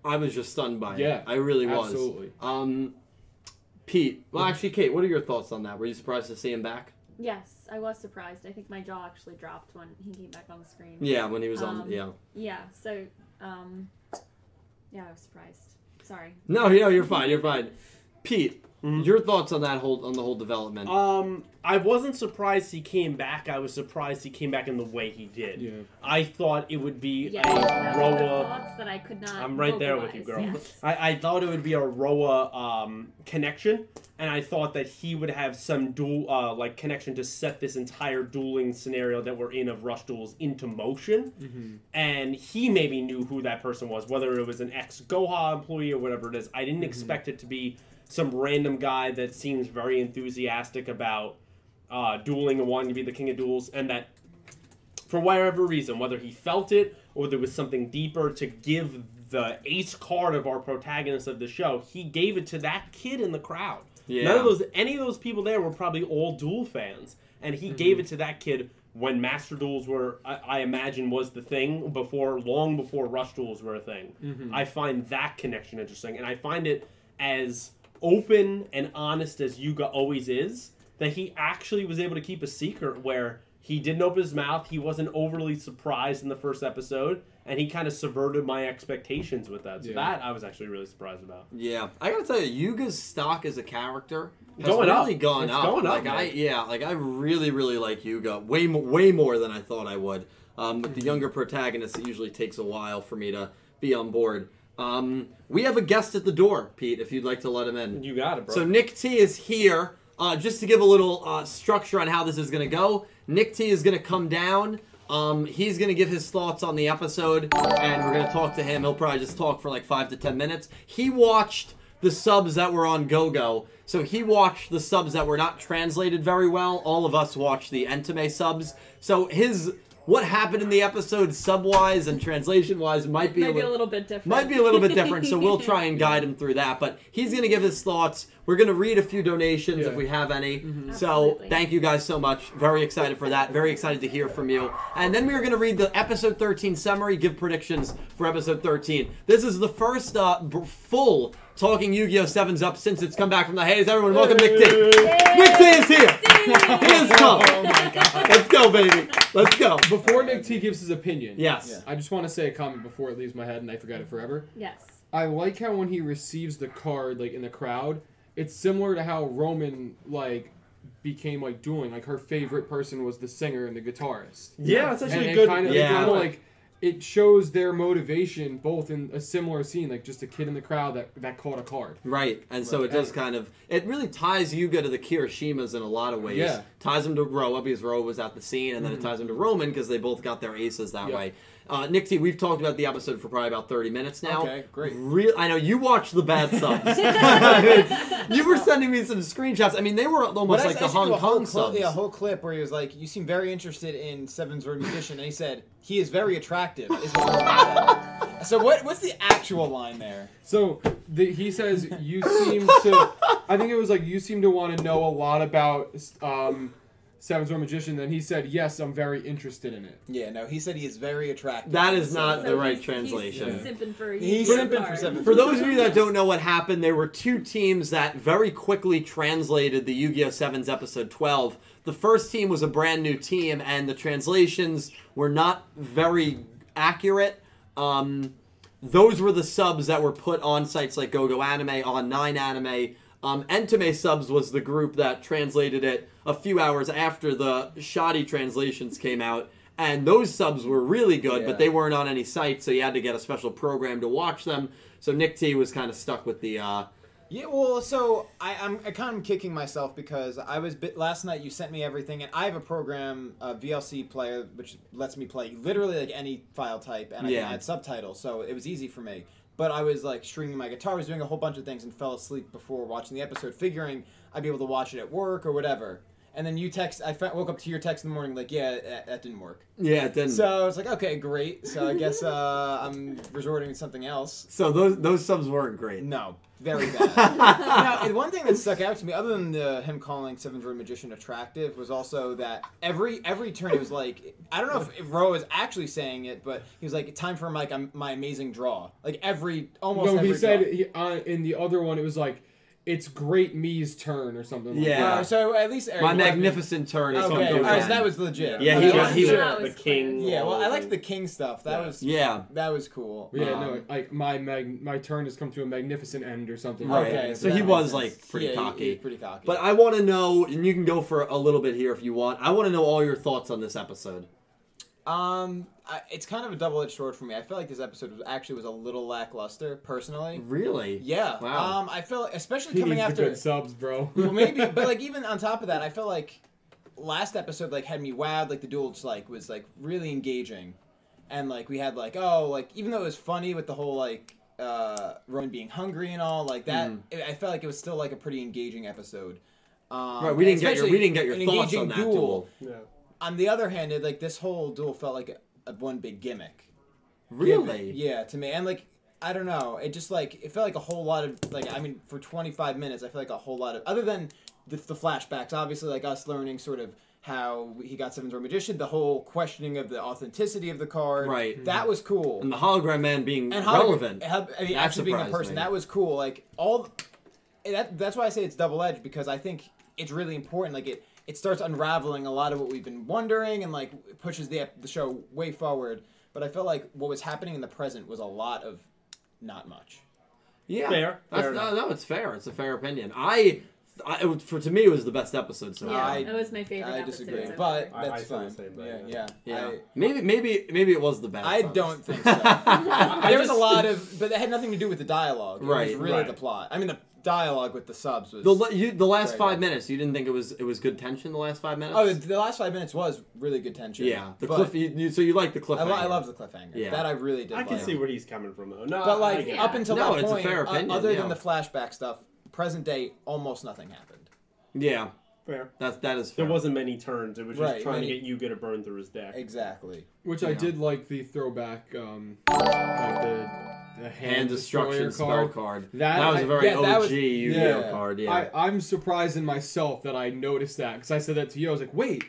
D: I was just stunned by
A: Yeah,
D: it. I really was.
A: Absolutely.
D: Um, Pete. Well, actually, Kate, what are your thoughts on that? Were you surprised to see him back?
C: Yes, I was surprised. I think my jaw actually dropped when he came back on the screen.
D: Yeah, when he was on.
C: Um,
D: yeah.
C: Yeah, so, um, yeah, I was surprised. Sorry.
D: No, no, you're fine. You're fine. Pete, your thoughts on that whole on the whole development?
B: Um, I wasn't surprised he came back. I was surprised he came back in the way he did.
A: Yeah.
B: I thought it would be
C: Yeah,
B: a
C: those are the
B: Roa.
C: thoughts that I could not.
B: I'm right there with you, girl.
C: vocalize, yes.
B: I, I thought it would be a Roa um, connection, and I thought that he would have some dual uh, like connection to set this entire dueling scenario that we're in of rush duels into motion. And he maybe knew who that person was, whether it was an ex Goha employee or whatever it is. I didn't expect it to be some random guy that seems very enthusiastic about uh, dueling and wanting to be the king of duels, and that for whatever reason, whether he felt it or there was something deeper to give the ace card of our protagonist of the show, he gave it to that kid in the crowd.
D: Yeah.
B: None of those, any of those people there were probably all Duel fans, and he gave it to that kid when Master Duels were, I, I imagine, was the thing before, long before Rush Duels were a thing. I find that connection interesting, and I find it as open and honest as Yuga always is, that he actually was able to keep a secret where he didn't open his mouth, he wasn't overly surprised in the first episode, and he kind of subverted my expectations with that. So
A: Yeah.
B: that I was actually really surprised about.
D: yeah, I gotta tell you, Yuga's stock as a character has
B: Going up.
D: really gone
B: It's
D: up.
B: going up,
D: like I,
B: man.
D: yeah, like I really, really like Yuga way, mo- way more than I thought I would. Um, with the
B: Mm-hmm.
D: younger protagonist, it usually takes a while for me to be on board. Um, we have a guest at the door, Pete. If you'd like to let him in.
B: You got it, bro.
D: So Nick T is here. Uh, just to give a little uh, structure on how this is going to go, Nick T is going to come down. Um, he's going to give his thoughts on the episode, and we're going to talk to him. He'll probably just talk for like five to ten minutes. He watched the subs that were on GoGo, so he watched the subs that were not translated very well. All of us watched the Entame subs, so his what happened in the episode sub-wise and translation-wise might be
C: Might be a little bit different.
D: might be a little bit different, so we'll try and guide him through that. But he's going to give his thoughts. We're gonna read a few donations if
A: Yeah.
D: we have any. So
C: Absolutely.
D: thank you guys so much. Very excited for that. Very excited to hear from you. And then we are gonna read the episode 13 summary, give predictions for episode 13. This is the first uh, b- full talking Yu-Gi-Oh! Sevens up since it's come back from the haze. Everyone, welcome Nick D. Nick D is here. He has come.
A: Oh my god.
D: Let's go, baby. Let's go.
A: Before Nick T gives his opinion,
D: Yes.
E: Yeah.
A: I just want to say a comment before it leaves my head and I forgot it forever.
C: Yes.
A: I like how when he receives the card, like in the crowd, it's similar to how Roman like became like dueling. Like her favorite person was the singer and the guitarist.
B: Yeah, it's
A: And
B: actually a
A: it
B: good.
A: kind of
D: Yeah.
A: kind of like it shows their motivation both in a similar scene, like just a kid in the crowd that that caught a card.
D: Right, and so it does kind of it really ties Yuga to the Kirishimas in a lot of ways.
A: Yeah.
D: Ties him to Roa because Roa was at the scene, and then it
E: Mm-hmm.
D: ties him to Roman because they both got their aces that
A: Yeah.
D: way. Uh, Nick T, we've talked about the episode for probably about thirty minutes now.
E: Okay, great.
D: Real, I know you watched the bad subs. I mean, you were sending me some screenshots. I mean, they were almost
E: But I-
D: like
E: I
D: the
E: sent you
D: Hong
E: a whole
D: Kong
E: cli-
D: subs.
E: Yeah, a whole clip where he was like, "You seem very interested in Seven's Word Musician," and he said, "He is very attractive." Is what Roman said. so what? What's the actual line there?
A: So the, he says, "You seem to." I think it was like you seem to want to know a lot about um, Seven Sword Magician. Then he said, "Yes, I'm very interested in it."
E: Yeah, no, he said he is very attractive.
D: That is
E: So-
D: not the
C: So
D: right
C: he's-
D: translation.
C: He's simping for a
E: He's
C: Yu-Gi-Oh
E: simping for
C: card.
E: seven.
D: For those of you that don't know what happened, there were two teams that very quickly translated the Yu Gi Oh! 7's episode 12. The first team was a brand new team, and the translations were not very accurate. Um, those were the subs that were put on sites like GoGo Anime, on 9 Anime. Um, Entame Subs was the group that translated it a few hours after the shoddy translations came out. And those subs were really good, but
E: Yeah.
D: they weren't on any site, so you had to get a special program to watch them. So Nick T was kind of stuck with the. Uh,
E: Yeah, well, so I, I'm I kind of kicking myself because I was bit, last night. You sent me everything, and I have a program, a VLC player, which lets me play literally like any file type, and I
D: Yeah.
E: can add subtitles, so it was easy for me. But I was like stringing my guitar, was doing a whole bunch of things, and fell asleep before watching the episode, figuring I'd be able to watch it at work or whatever. And then you text. I fe- woke up to your text in the morning, like, yeah, that, that didn't work.
D: yeah, it didn't.
E: So
D: So,
E: I was like, okay, great. So I guess uh, I'm resorting to something else.
D: those those subs weren't great.
E: No, very bad. now, and one thing that stuck out to me, other than the, him calling Seventh Road Magician attractive, was also that every every turn he was like, I don't know if, if Ro is actually saying it, but he was like, "Time for my um, my amazing draw." Like every almost.
A: no,
E: every
A: he said
E: draw.
A: he, uh, in the other one it was like, "It's Great Me's turn" or something. Like
D: Yeah.
A: that.
E: Uh, so at least
D: My magnificent turn is
E: Okay,
D: what
E: okay.
D: goes
E: All right,
D: on.
E: so that was legit.
D: Yeah, he
E: Okay,
D: was- he was-
E: sure.
B: the king.
E: Yeah, well, I liked the king stuff. That
B: Yeah.
E: was
D: yeah.
E: that was cool.
A: Yeah,
E: Um,
A: no, like my mag- my turn has come to a magnificent end or something.
D: Right.
A: like that.
E: Okay,
D: So
E: that
D: he
E: makes
D: was,
E: sense.
D: like, pretty
E: Yeah, he- he
D: cocky.
E: was pretty cocky.
D: But I want to know, and you can go for a little bit here if you want. I want to know all your thoughts on this episode.
E: Um, I, it's kind of a double edged sword for me. I feel like this episode was actually was a little lackluster, personally.
D: Really?
E: Yeah.
D: Wow.
E: Um, I feel especially
A: he
E: coming
A: needs the
E: after.
A: good subs, bro.
E: well, maybe, but like even on top of that, I feel like last episode like had me wowed. Like the duel just, like was like really engaging, and like we had like oh like even though it was funny with the whole like uh Roman being hungry and all like that,
D: Mm-hmm.
E: it, I felt like it was still like a pretty engaging episode. Um,
D: Right, we didn't get your
E: especially
D: we didn't get your
E: an
D: thoughts on
E: engaging
D: that duel.
B: Yeah.
E: On the other hand, it, like this whole duel felt like a, a one big gimmick.
D: Really?
E: Yeah, to me. And like I don't know, it just like it felt like a whole lot of like I mean for 25 minutes, I feel like a whole lot of other than the, the flashbacks, obviously like us learning sort of how he got Seven's Row Magician, the whole questioning of the authenticity of the card.
D: Right.
E: That was cool.
D: And the hologram man being
E: And how
D: relevant.
E: how- I mean, actually being a
D: surprised me.
E: person, that was cool. Like all and that that's why I say it's double edged because I think it's really important. Like it it starts unraveling a lot of what we've been wondering and like pushes the ep- the show way forward. But I felt like what was happening in the present was a lot of not much.
D: yeah.
B: Fair,
D: That's,
B: fair
D: no,
B: enough.
D: no, it's fair. It's a fair opinion. I, I it was, for to me, it was the best episode so
C: Yeah,
D: far.
E: I-
C: that was my favorite.
E: I
C: episode
E: disagree,
C: so far.
E: but
B: I- I
E: that's
B: feel the
E: fine.
B: same, but
E: yeah, yeah.
B: yeah.
D: Yeah.
E: I-
D: maybe maybe maybe it was the best.
E: I
D: of us.
E: don't think so. there was a lot of, but that had nothing to do with the dialogue. It
D: Right,
E: was really
B: right.
E: the plot. I mean, the dialogue with the subs was.
D: the la- you, the last
E: Right,
D: five
E: right.
D: minutes. You didn't think it was it was good tension the last five minutes.
E: oh, the, the last five minutes was really good tension.
D: yeah. The
E: but
D: cliff. You, you, so you like the cliff?
E: I, lo- I love the cliffhanger.
D: Yeah.
E: That I really did.
B: I can
E: like.
B: see where he's coming from though. No,
E: But like
B: I,
C: Yeah.
E: up until
D: No,
E: that
D: it's a
E: point,
D: fair
E: o-
D: opinion,
E: other
D: yeah.
E: than the flashback stuff, present day almost nothing happened.
D: Yeah.
B: fair.
D: That's that is. Fair.
B: There wasn't many turns. It was just
E: Right,
B: trying
E: many-
B: to get you get a burn through his deck.
E: Exactly.
A: Which I
D: Yeah.
A: did like the throwback, um, like the the
D: Hand destruction spell card.
A: That-
D: was a very
E: yeah, that
D: OG
E: was-
D: Yu-Gi-Oh
E: yeah.
D: card. Yeah.
A: I, I'm surprised in myself that I noticed that because I said that to you. I was like, wait,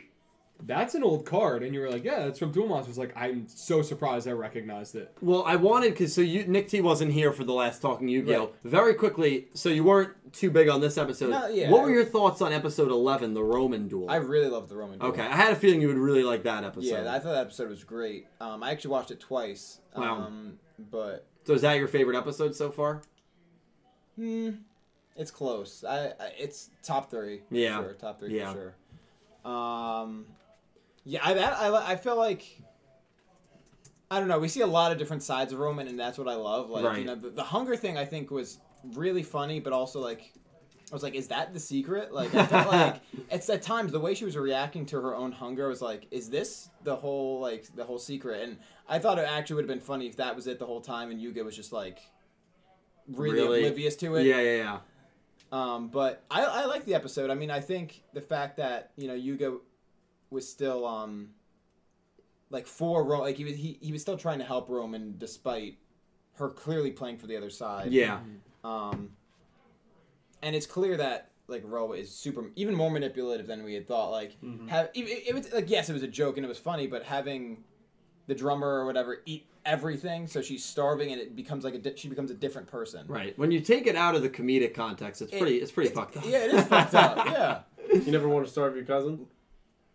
A: that's an old card. And you were like, yeah, that's from Duel Monsters. Like, I'm so surprised I recognized it.
D: Well, I wanted because so you Nick T wasn't here for the last talking Yu-Gi-Oh.
A: Right.
D: Very quickly, so you weren't too big on this episode.
E: No, yeah.
D: What were your thoughts on episode eleven, the Roman duel?
E: I really loved the Roman. Duel.
D: okay, I had a feeling you would really like that episode.
E: Yeah, I thought that episode was great. Um, I actually watched it twice.
D: Wow.
E: Um, but
D: so is that your favorite episode so far?
E: hmm, it's close. I, I it's top three. for
D: Yeah.
E: sure. top three
D: Yeah.
E: for sure. Um, yeah, I that I li- I feel like. I don't know. We see a lot of different sides of Roman, and that's what I love. Like
D: Right.
E: you know, the, the hunger thing I think was really funny, but also like I was like, is that the secret? Like, I felt like it's at times the way she was reacting to her own hunger I was like, is this the whole like the whole secret? And I thought it actually would have been funny if that was it the whole time, and Yuga was just like really,
D: Really?
E: oblivious to it.
D: yeah, yeah, yeah.
E: Um, but I, I like the episode. I mean, I think the fact that you know Yuga was still um like for Rome, like he was he, he was still trying to help Roman despite her clearly playing for the other side.
D: Yeah,
E: Um, and it's clear that like Roa is super, even more manipulative than we had thought. Like, have it, it- it was like yes, it was a joke and it was funny, but having the drummer or whatever eat everything, so she's starving and it becomes like a di- she becomes a different person.
D: right. When you take it out of the comedic context, it's
E: It-
D: pretty, it's pretty fucked up.
E: Yeah, it is fucked up. Yeah.
B: You never want to starve your cousin?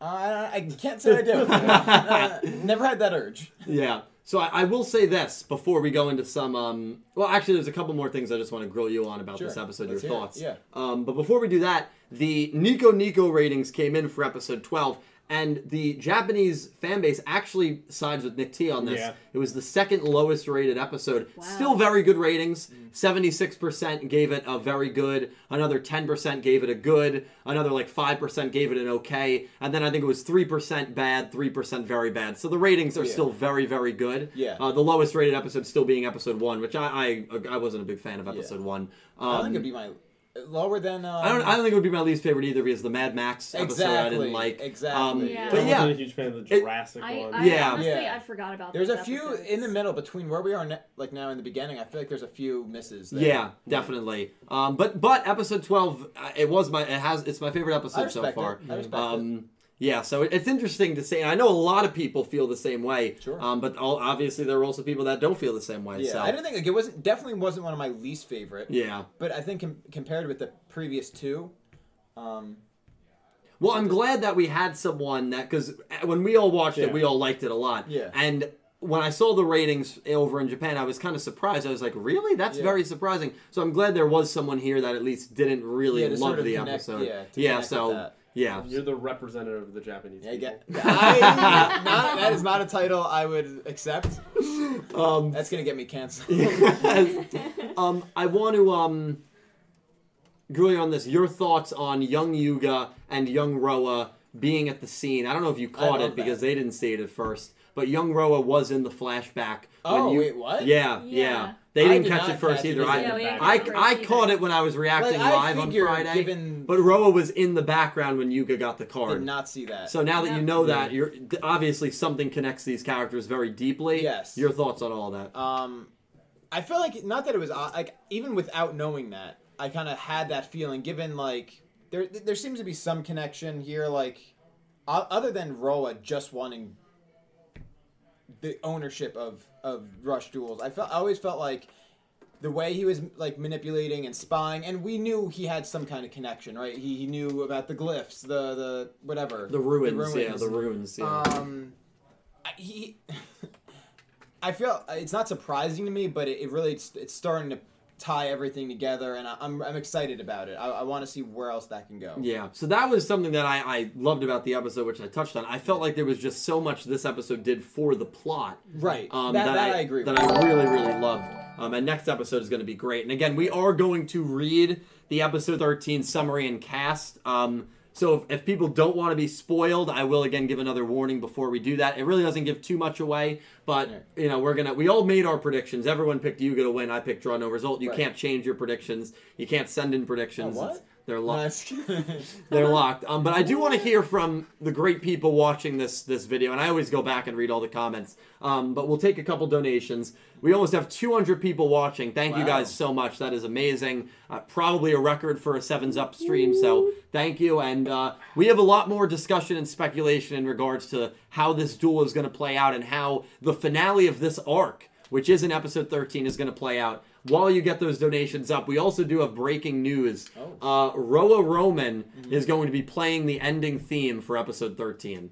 E: Uh, I, I can't say I do. Uh, never had that urge.
D: Yeah. So I, I will say this before we go into some. Um, well, actually, there's a couple more things I just want to grill you on about
E: Sure.
D: this episode.
E: Let's
D: your
E: hear it.
D: thoughts.
E: Yeah.
D: Um, but before we do that, the Nico Nico ratings came in for episode 12, and the Japanese fan base actually sides with Nick T on this.
B: Yeah.
D: It was the second lowest rated episode.
C: Wow.
D: Still very good ratings. 76% gave it a very good. Another 10% gave it a good. Another like 5% gave it an okay. And then I think it was 3% bad, 3% very bad. So the ratings are
E: Yeah.
D: still very, very good.
E: Yeah.
D: Uh, the lowest rated episode still being episode one, which I I, I wasn't a big fan of episode one. Um,
E: I think it'd be my lower than. Um,
D: I don't. I don't think it would be my least favorite either because the Mad Max episode I
E: Exactly,
D: didn't like. Um,
E: exactly.
C: Yeah.
D: But
B: I
D: yeah,
B: wasn't a huge fan of the Jurassic
C: I,
B: one.
C: I
D: Yeah.
C: honestly,
E: Yeah.
C: I forgot about
E: There's
C: those
E: a few
C: episodes.
E: in the middle between where we are ne- like now in the beginning. I feel like there's a few misses. There.
D: yeah, definitely. Um, but but episode twelve, uh, it was my it has it's my favorite
E: I
D: episode so
E: respect
D: far.
E: it. I respect it.
D: Um, yeah, so it, it's interesting to say. And I know a lot of people feel the same way.
E: Sure.
D: Um, but all, obviously there are also people that don't feel the same way.
E: Yeah,
D: so
E: I don't think like it wasn't definitely wasn't one of my least favorite.
D: yeah.
E: But I think com- compared with the previous two, um,
D: Well, I'm glad that we had someone that because when we all watched it,
B: Yeah.
D: we all liked it a lot.
E: Yeah.
D: And when I saw the ratings over in Japan, I was kind of surprised. I was like, "Really? That's
E: Yeah.
D: very surprising." So I'm glad there was someone here that at least didn't really
E: Yeah, to
D: love
E: sort of
D: the
E: connect-
D: episode.
E: yeah, to connect with
D: so
E: that.
D: yeah.
B: You're the representative of the Japanese
E: I
B: people.
E: get I, not, that is not a title I would accept.
D: Um,
E: That's gonna get me canceled.
D: um, I want to um, Julia, on this. Your thoughts on young Yuga and young Roa being at the scene? I don't know if you caught
E: love
D: it because they didn't see it at first, but young Roa was in the flashback.
E: Oh,
D: when you,
E: wait, what?
D: Yeah, yeah.
C: Yeah.
D: They
E: I
D: didn't
E: did
D: catch
E: not
D: it first
E: catch it
D: either. I,
B: either.
C: we didn't
D: I,
C: catch it
D: I
C: either.
D: caught it when I was reacting
E: Like, I
D: live on
E: figured
D: Friday.
E: given-
D: But Roa was in the background when Yuga got the card.
E: Did not see that.
D: so now that
C: Yeah.
D: you know that, you're th- obviously something connects these characters very deeply.
E: Yes.
D: Your thoughts on all that?
E: um, I feel like not that it was uh, like even without knowing that, I kind of had that feeling. Given like there, there seems to be some connection here. Like o- other than Roa just wanting the ownership of of Rush duels, I felt I always felt like the way he was like manipulating and spying, and we knew he had some kind of connection, right? He, he knew about the glyphs, the the whatever,
D: the ruins, Uh, yeah, the ruins, yeah.
E: um, I- he, I feel it's not surprising to me, but it, it really it's, it's starting to tie everything together, and I, I'm I'm excited about it. I, I want to see where else that can go.
D: Yeah, so that was something that I, I loved about the episode, which I touched on. I felt like there was just so much this episode did for the plot.
E: Right.
D: Um,
E: that, that, I, agree.
D: That
E: with.
D: I really, really loved. Um, and next episode is going to be great. And again, we are going to read the episode 13 summary and cast. Um, so if, if people don't want to be spoiled, I will again give another warning before we do that. It really doesn't give too much away, but
E: Right.
D: you know we're gonna we all made our predictions. Everyone picked Yuga to win. I picked draw no result. You
E: Right.
D: can't change your predictions. You can't send in predictions.
E: Oh, what?
D: It's- They're locked.
E: Nice.
D: They're locked. Um, but I do want to hear from the great people watching this this video, and I always go back and read all the comments. Um, but we'll take a couple donations. We almost have 200 people watching. Thank you
E: Wow.
D: guys so much. That is amazing. Uh, probably a record for a Sevens Up stream. So thank you. And uh, we have a lot more discussion and speculation in regards to how this duel is going to play out and how the finale of this arc which is in episode 13, is going to play out. While you get those donations up, we also do have breaking news.
E: Oh.
D: Uh, Roa Roman is going to be playing the ending theme for episode 13.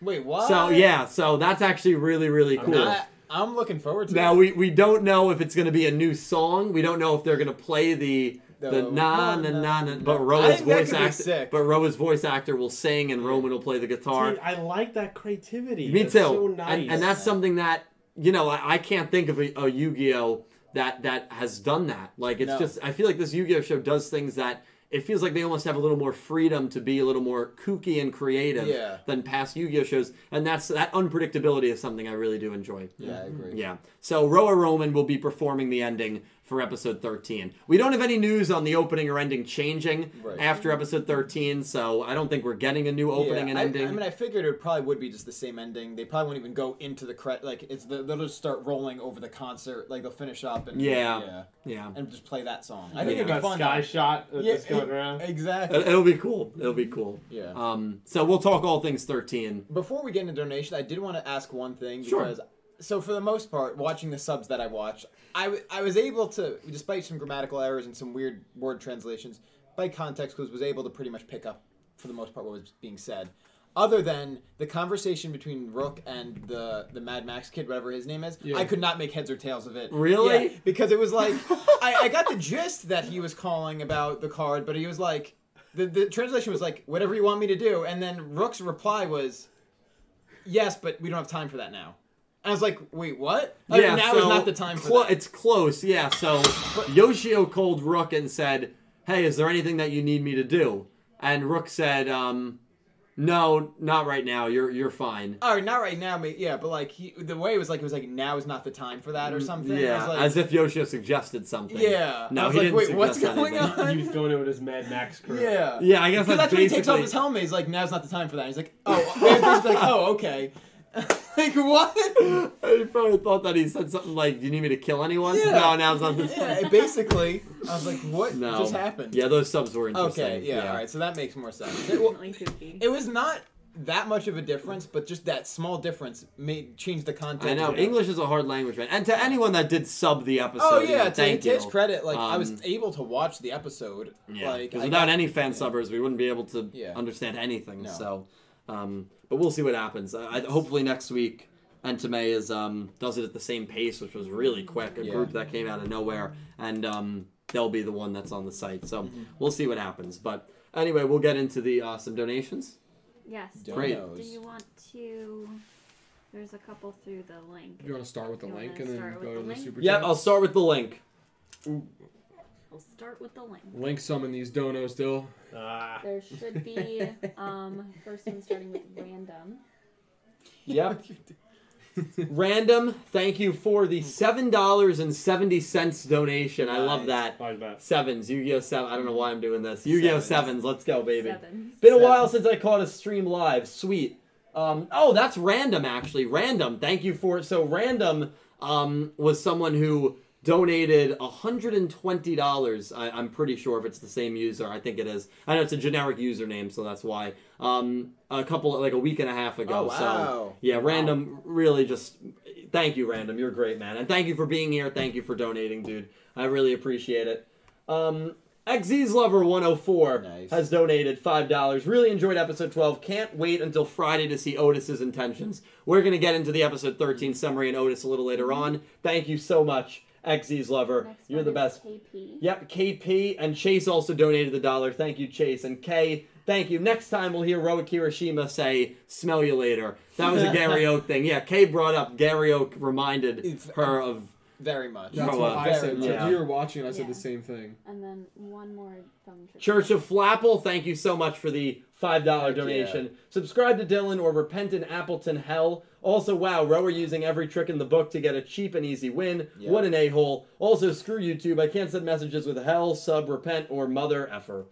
E: Wait, what?
D: So, yeah, so that's actually really, really cool.
E: I, I'm looking forward to
D: Now,
E: that.
D: we, we don't know if it's going to be a new song. We don't know if they're going to play the. The
E: No.
D: na na na na, but Roa's
E: think that
D: voice
E: could be
D: actor,
E: sick.
D: but Roa's voice actor will sing and Roman will play the guitar.
B: Dude, I like that creativity.
D: Me
B: That's
D: too.
B: So
D: And-
B: nice.
D: and, that's something that you know I, I can't think of a, a Yu-Gi-Oh that that has done that. Like it's
E: No.
D: just I feel like this Yu-Gi-Oh show does things that it feels like they almost have a little more freedom to be a little more kooky and creative
E: Yeah.
D: than past Yu-Gi-Oh shows, and that's that unpredictability is something I really do enjoy.
E: yeah, I agree.
D: Yeah. So Roa Roman will be performing the ending for episode 13. We don't have any news on the opening or ending changing
E: Right.
D: after episode 13, so I don't think we're getting a new opening
E: Yeah,
D: and
E: I,
D: ending.
E: I mean, I figured it probably would be just the same ending. They probably won't even go into the credit. Like it's the, they'll just start rolling over the concert. Like they'll finish up and
D: Yeah.
E: yeah,
D: yeah.
E: and just play that song. I
B: I think
E: think it'd be
B: got a
E: fun.
B: sky
E: though.
B: shot that's
E: Yeah, e-
B: going around.
E: exactly.
D: It- It'll be cool. It'll be cool.
E: Yeah.
D: Um. So we'll talk all things thirteen.
E: Before we get into donation, I did want to ask one thing
D: Sure.
E: because so for the most part, watching the subs that I watched, I, w- I was able to, despite some grammatical errors and some weird word translations, by context clues, was able to pretty much pick up for the most part what was being said. Other than the conversation between Rook and the the Mad Max kid, whatever his name is,
A: Yeah.
E: I could not make heads or tails of it.
D: Really?
E: Yeah, because it was like I, I got the gist that he was calling about the card, but he was like the, the translation was like whatever you want me to do, and then Rook's reply was yes, but we don't have time for that now. And I was like, wait, what? Like, now is
D: so
E: not the time for
D: clo-
E: that.
D: It's close. Yeah. So Yoshio called Rook and said, "Hey, is there anything that you need me to do?" And Rook said, "Um, no, not right now. You're you're fine."
E: All right, not right now, ma- yeah, but like he, the way it was like it was like now is not the time for that or something. I
D: Mm, Yeah,
E: was like,
D: as if Yoshio suggested something.
E: Yeah.
D: No,
E: I was
D: he
E: like,
D: didn't
E: wait, what's
D: suggest
E: going
D: anything.
E: on?
B: he was going in with his Mad Max crew.
E: yeah,
D: Yeah, I guess
E: Because
D: that's
E: that's when he takes off
D: basically-
E: his helmet. He's like, now's not the time for that. He's like, oh, he's basically like, oh, okay. like what?
D: I probably thought that he said something like, "Do you need me to kill anyone?"
E: Yeah.
D: No, now's not the
E: yeah, it basically, I was like, what
D: No.
E: just happened?
D: Yeah, those subs were interesting.
E: Okay, yeah, all right, so that makes more sense. It, well,
C: Definitely kooky.
E: it was not that much of a difference, but just that small difference made change the content.
D: I know
E: Yeah.
D: English is a hard language, man. And to anyone that did sub the episode,
E: Oh
D: you know,
E: yeah, to,
D: thank
E: to his
D: you.
E: credit, like I was
D: Um,
E: able to watch the episode.
D: yeah,
E: like
D: 'cause
E: I
D: without
E: got-
D: any fan subbers, we wouldn't be able to
E: Yeah.
D: understand anything.
E: No.
D: So, um, but we'll see what happens. I, I, hopefully next week, Entame is um, does it at the same pace, which was really quick. A
E: Yeah.
D: group that came out of nowhere, and um, they'll be the one that's on the site. So
E: Mm-hmm.
D: we'll see what happens. But anyway, we'll get into the uh, some donations.
C: yes.
D: Great.
E: Donos.
C: Do you want to? There's a couple through the link.
A: You want to start with the
C: You wanna
A: link and then
C: start with
A: go
C: the
A: to the
C: link?
A: super
D: Yeah,
A: chat?
D: I'll start with the link.
C: We'll start with the link.
A: Link some in these donos still.
B: Ah,
C: There should be um first one starting with random.
D: Yep. Random, thank you for the
E: Mm-hmm.
D: seven dollars and seventy cents donation. I love that.
B: like that.
D: Sevens, Yu-Gi-Oh! Seven. I don't know why I'm doing this. Yu-Gi-Oh!
E: Sevens.
D: Sevens, let's go, baby.
C: Sevens.
D: Been a while since I caught a stream live. Sweet. Um, oh, that's random actually. Random. Thank you for so random um, was someone who donated hundred and twenty dollars. I'm pretty sure if it's the same user. I think it is. I know it's a generic username, so that's why. Um, a couple like a week and a half ago.
E: Oh,
D: So
E: wow.
D: yeah, random really just thank you, random. You're great, man, and thank you for being here. Thank you for donating, dude. I really appreciate it. Um, XZ's Lover 104
E: Nice.
D: has donated $5. Really enjoyed episode 12. Can't wait until Friday to see Otis's intentions. We're going to get into the episode 13 summary and Otis a little later on. Thank you so much, XZ's Lover.
C: Mm-hmm. Next
D: You're
C: one
D: the
C: is
D: best.
C: KP.
D: Yep, KP and Chase also donated the dollar. Thank you, Chase and Kay. Thank you. Next time we'll hear Roa Kirishima say "Smell you later." That was a Gary Oak thing. Yeah, Kay brought up Gary Oak reminded
E: It's-
D: her of
E: very much.
A: That's
D: Bro,
A: what
D: uh,
A: I said.
E: Very
A: So
D: yeah.
E: much.
A: you were watching, I said
C: Yeah.
A: the same thing.
C: And then one more from Church.
D: Church of Flapple, thank you so much for the five dollar
E: Heck yeah.
D: donation. Subscribe to Dylan or repent in Appleton hell. Also, wow, rower using every trick in the book to get a cheap and easy win.
E: Yeah.
D: What an a hole. Also, screw YouTube. I can't send messages with hell, sub, repent, or mother effer.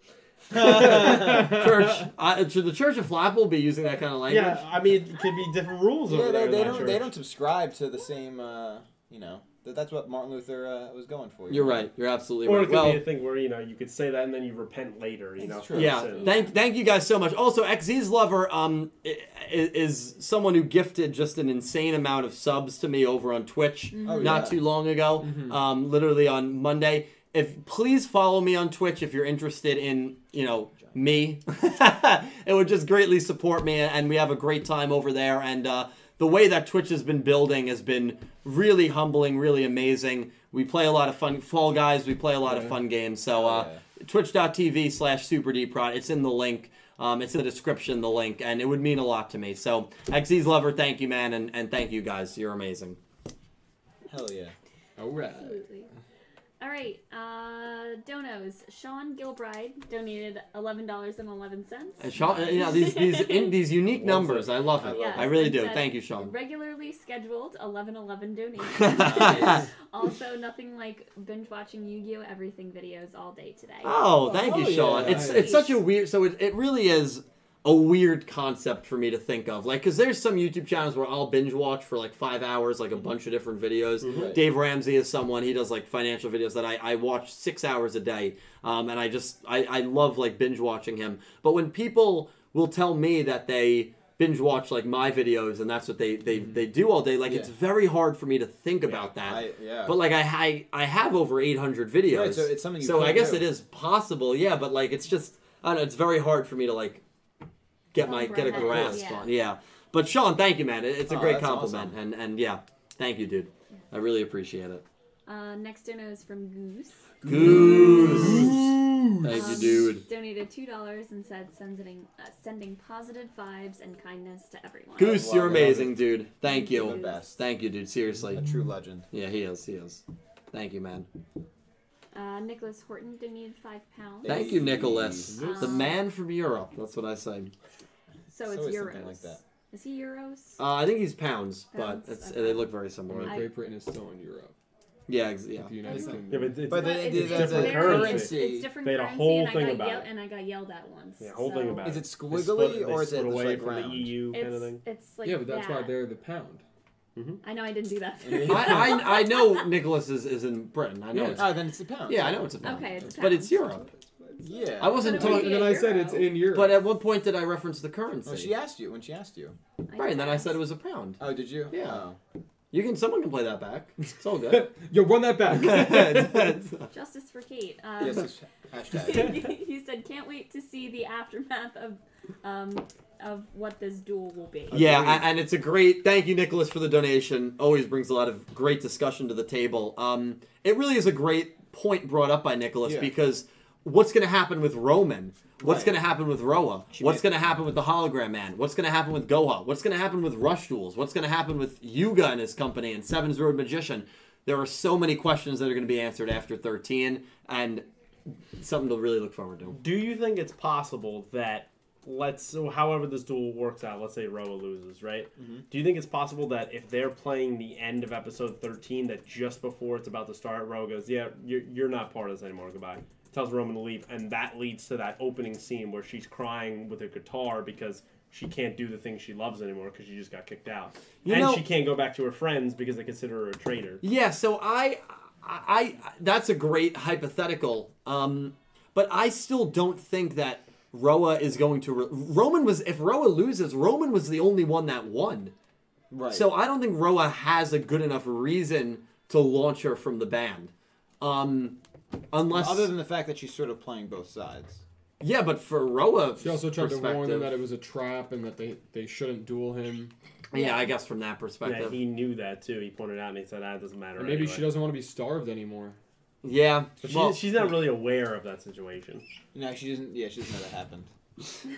D: church I, should the church of flap will be using that kind of language
B: Yeah, I mean, it could be different rules
E: yeah,
B: over there.
E: they,
B: in
E: they
B: that
E: don't
B: church.
E: they don't subscribe to the same. Uh, you know, th- that's what Martin Luther uh, was going for. you
D: you're
E: know?
D: right you're absolutely
B: Or it
D: right
B: could
D: well
B: be a thing where you know you could say that and then you repent later. You
E: It's
B: know.
E: true.
D: yeah
B: So-
D: thank thank you guys so much also xz's lover um i- i- is someone who gifted just an insane amount of subs to me over on twitch
E: Oh,
D: not
E: yeah.
D: too long ago um literally on monday if please follow me on twitch if you're interested in you know me it would just greatly support me and we have a great time over there and uh the way that Twitch has been building has been really humbling, really amazing. We play a lot of fun Fall Guys. We play a lot of fun games. So uh,
E: Yeah.
D: twitch.tv slash superdprod. It's in the link. Um, it's in the description, the link, and it would mean a lot to me. So, XZ's Lover, thank you, man, and, and thank you guys. You're amazing.
E: Hell yeah.
A: All right.
C: Absolutely. All right, uh, donos. Sean Gilbride donated eleven dollars and eleven cents.
D: And Sean, you know, uh, these these in, these unique
E: Love
D: numbers, I love it.
E: I love
D: I really
C: it.
D: do.
C: Yes,
D: Thank you, Sean.
C: Regularly scheduled eleven eleven donation.
E: Nice.
C: also, nothing like binge watching Yu-Gi-Oh everything videos all day today.
D: Oh, thank
E: Oh,
D: you, Sean.
E: yeah.
D: It's it's such a weird. So it, it really is a weird concept for me to think of. Like, because there's some YouTube channels where I'll binge watch for like five hours, like a bunch of different videos.
E: Mm-hmm. Right.
D: Dave Ramsey is someone he does like financial videos that I, I watch six hours a day, um, and I just I, I love like binge watching him. But when people will tell me that they binge watch like my videos and that's what they they, they do all day, like it's
E: Mm-hmm. Yeah.
D: very hard for me to think about that.
E: I, yeah.
D: But like I, I I have over 800 videos.
E: Right, so it's something you
D: So
E: could
D: I guess
E: do.
D: it is possible. Yeah, but like it's just I don't know, it's very hard for me to like get my get a
C: Umbrella,
D: grasp
C: yeah.
D: on. Yeah. But Sean, thank you man. It- It's a
E: Oh,
D: great
E: that's
D: compliment and and yeah. Thank you, dude. I really appreciate it.
C: Uh, next dono is from Goose.
D: Goose. Thank you,
C: Um,
D: dude.
C: Donated two dollars and said sending uh, sending positive vibes and kindness to everyone.
D: Goose,
E: Love
D: you're
E: it.
D: amazing, dude. Thank
E: The
D: you.
E: best.
D: Thank you, dude.
E: A
D: Seriously.
E: true legend.
D: Yeah, he is. He is. Thank you, man.
C: Uh, Nicholas Horton donated five pounds.
D: Thank you, Nicholas.
C: Nice.
D: The man from Europe. That's what I say.
C: So
E: It's
C: it's,
E: always
C: euros.
E: something like that.
C: Is he euros?
D: Uh, I think he's pounds, but
C: Pounds,
D: it's,
C: okay.
D: they look very similar.
A: Well,
C: I-
A: Great Britain is still in Europe.
D: Yeah, ex- yeah.
A: The United
E: Yeah,
A: Kingdom.
B: Yeah, but it's,
E: But
C: But
E: they
C: it's-
E: did
C: it's
B: different
C: very-
E: currency.
C: It's different
B: They had a
C: currency,
B: whole
C: and I
B: thing
C: got
B: about
C: yelled,
B: it.
C: and I got yelled at once.
B: yeah, whole
C: so
B: thing about
E: Is
B: it.
E: it
B: They split-
E: squiggly
B: they
E: or is it
B: split
E: just
B: away
E: like
B: from
E: round?
B: the E EU kind of
C: It's,
B: thing?
C: it's like
A: yeah, but that's
C: that.
A: why they're the pound.
C: I know I didn't do that.
E: Yeah.
D: I, I, I know Nicholas is, is in Britain. I know
A: Yeah.
D: it's
E: Ah, then it's a pound.
D: yeah, I know it's a pound.
C: Okay, it's a
D: but it's
C: pound.
D: Europe.
E: Yeah.
D: I wasn't
C: But it would
D: talking.
C: be-
A: And then I said it's in Europe.
D: But at what point did I reference the currency?
E: Well, Oh, she asked you when she asked you.
D: right, and then I said it was a pound.
E: Oh, did you?
D: Yeah.
E: Oh.
D: You can someone can play that back. It's all good.
A: Yo, run that back.
C: Justice for Kate.
E: Yes,
C: Um,
E: it's- hashtag.
C: he said, "Can't wait to see the aftermath of, um, of what this duel will be."
D: yeah, a- and it's a great. Thank you, Nicholas, for the donation. Always brings a lot of great discussion to the table. Um, it really is a great point brought up by Nicholas
E: Yeah.
D: because what's going to happen with Roman? What's
E: Right.
D: going to happen with Roa? What's
E: made-
D: going to happen with the Hologram Man? What's going to happen with Goha? What's going to happen with Rush Duels? What's going to happen with Yuga and his company and Seven's Road Magician? There are so many questions that are going to be answered after 13 and something to really look forward to.
B: Do you think it's possible that let's so however this duel works out, let's say Roa loses, right?
D: Mm-hmm.
B: Do you think it's possible that if they're playing the end of episode thirteen, that just before it's about to start, Roa goes, "Yeah, you're, you're not part of this anymore. Goodbye." Tells Roman to leave, and that leads to that opening scene where she's crying with a guitar because she can't do the thing she loves anymore because she just got kicked out,
D: You
B: and
D: know-
B: she can't go back to her friends because they consider her a traitor.
D: Yeah, so I, I, I that's a great hypothetical. Um, but I still don't think that Roa is going to. Re- Roman was if Roa loses, Roman was the only one that won.
E: Right.
D: So I don't think Roa has a good enough reason to launch her from the band. Um, unless
E: other than the fact that she's sort of playing both sides.
D: yeah, but for Roa,
A: she also tried to warn them
D: perspective-
A: that it was a trap and that they, they shouldn't duel him.
D: Yeah, I guess from that
B: Yeah,
D: perspective. Yeah,
B: he knew that too. He pointed out and he said, "Ah, it doesn't matter."
A: And maybe
B: anyway."
A: she doesn't want to be starved anymore.
B: But she-
D: well,
B: she's not really aware of that situation.
E: No, she doesn't. Yeah, she doesn't know that happened.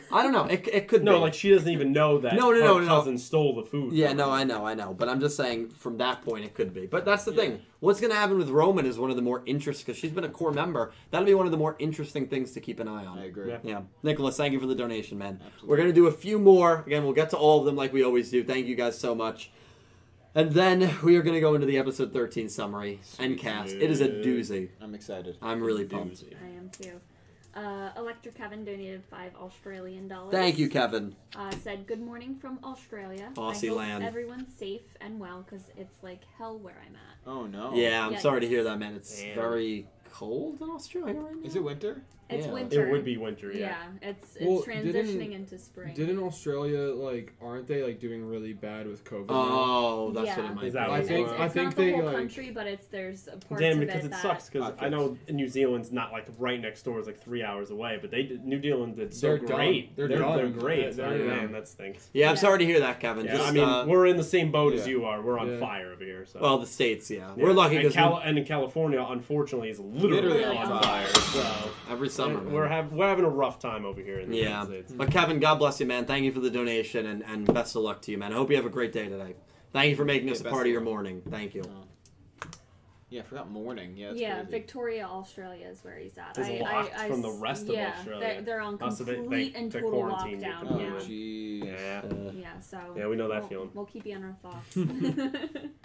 D: I don't know. It, it could
B: No,
D: be.
B: like she doesn't even know that.
D: No, no,
B: her
D: no, no.
B: Cousin stole the food.
D: Yeah,
B: from
D: no,
B: her.
D: I know, I know. But I'm just saying, from that point, it could be. But that's the thing. What's going to happen with Roman is one of the more interesting, because she's been a core member. That'll be one of the more interesting things to keep an eye on.
E: I agree.
B: Yeah.
D: Yeah. Nicholas, thank you for the donation, man.
E: Absolutely.
D: We're going to do a few more. Again, we'll get to all of them like we always do. Thank you guys so much. And then we are going to go into the episode 13 summary and cast. It is a
B: Sweet.
D: doozy.
E: I'm excited.
D: I'm really pumped.
B: Doozy.
C: I am too. Uh, Electric Kevin donated five Australian dollars.
D: Thank you, Kevin.
C: Uh, said good morning from Australia.
D: Aussie
C: I hope
D: land."
C: Everyone's safe and well because it's like hell where I'm at.
E: Oh no.
D: Yeah, I'm
C: Yikes.
D: sorry to hear that, man. It's
B: Damn.
D: very cold in Australia right now.
E: Is it winter?
C: It's
D: Yeah. It
C: winter.
B: It would be winter, yeah.
C: Yeah, it's it's
A: Well, didn't-
C: transitioning into spring.
A: Didn't Australia like aren't they like doing really bad with COVID? now?
D: Oh, that's what
C: Yeah.
D: it might
B: Is that
D: be.
A: I
C: It's-
A: think-
C: it's,
A: I think
C: not the
A: they,
C: whole
A: like-
C: country, but it's there's a parts
B: Damn,
C: of
B: because it
C: that
B: sucks. Because I
E: Okay.
B: know New Zealand's not like right next door; it's like three hours away. But they did, New Zealand did so
A: They're done.
B: great.
A: They're
B: they're,
A: done.
B: they're great.
A: They're-
B: so,
A: they're
B: man,
A: done.
B: that stinks.
D: Yeah, I'm
C: Yeah.
D: sorry to hear that, Kevin.
B: Yeah,
D: Just,
B: I mean,
D: uh,
B: we're in the same boat as
A: yeah.
B: you are. We're on
A: Yeah.
B: fire over here. So.
D: well, the states. Yeah,
B: Yeah.
D: we're lucky
B: And,
D: because
B: Cali- and in California, unfortunately, is literally,
E: Literally
B: on,
E: on
B: fire. So
D: every summer man.
B: we're, hav- we're having a rough time over here in the
D: Yeah,
B: United States.
D: but Kevin, God bless you, man. Thank you for the donation and, and best of luck to you, man. I hope you have a great day today. Thank you for making
E: Yeah,
D: us a
E: best
D: part of
E: of
D: your morning. Thank you.
E: Oh. Yeah, I forgot morning. Yeah. That's
C: Yeah,
E: crazy.
C: Victoria, Australia is where he's at.
B: Is
C: I,
B: locked
C: I, I,
B: from the
C: s-
B: rest of
C: yeah,
B: Australia.
C: They're, they're on
B: Oh, so they-
C: complete
B: they-
C: and
B: they're
C: total
B: quarantined you
E: Oh
C: lockdown. Yeah.
B: completely.
E: jeez.
B: Yeah,
D: Uh,
C: yeah, so
B: Yeah, we know that
C: we'll,
B: feeling.
C: We'll keep you in our thoughts.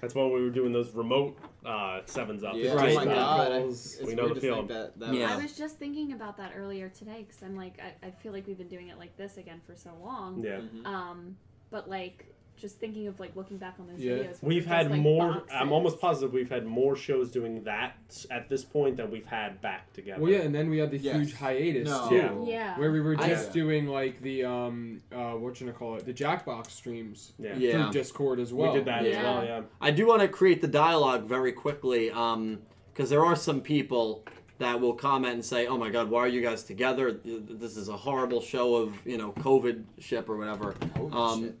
B: that's why we were doing those remote uh, sevens up.
E: Yeah,
D: Right.
E: Oh my
D: Yeah.
E: god. I-
B: Calls.
E: it's
B: we know
E: weird
B: the
E: to think
B: feeling.
E: That, that
D: Yeah.
C: I was just thinking about that earlier today because I'm like, I, I feel like we've been doing it like this again for so long.
B: Yeah.
E: Mhm.
C: Um, but like, just thinking of like looking back on those
A: Yeah.
C: videos. where
B: We've
C: just,
B: had
C: like,
B: more.
C: boxes.
B: I'm almost positive we've had more shows doing that at this point than we've had back together.
A: Well, yeah, and then we had the
E: Yes.
A: huge hiatus
E: No.
A: too,
B: Yeah.
C: Yeah.
A: where we were
D: I-
A: just
E: Yeah.
A: doing like the um uh what you gonna call it the Jackbox streams
B: yeah.
D: yeah.
A: through Discord as
B: We
A: well.
B: did that as
C: Yeah.
B: well. Yeah.
D: I do want to create the dialogue very quickly because there are some people that will comment and say, "Oh my God, why are you guys together? This is a horrible show of you know COVID ship or whatever."
E: Holy
D: Um,
E: shit.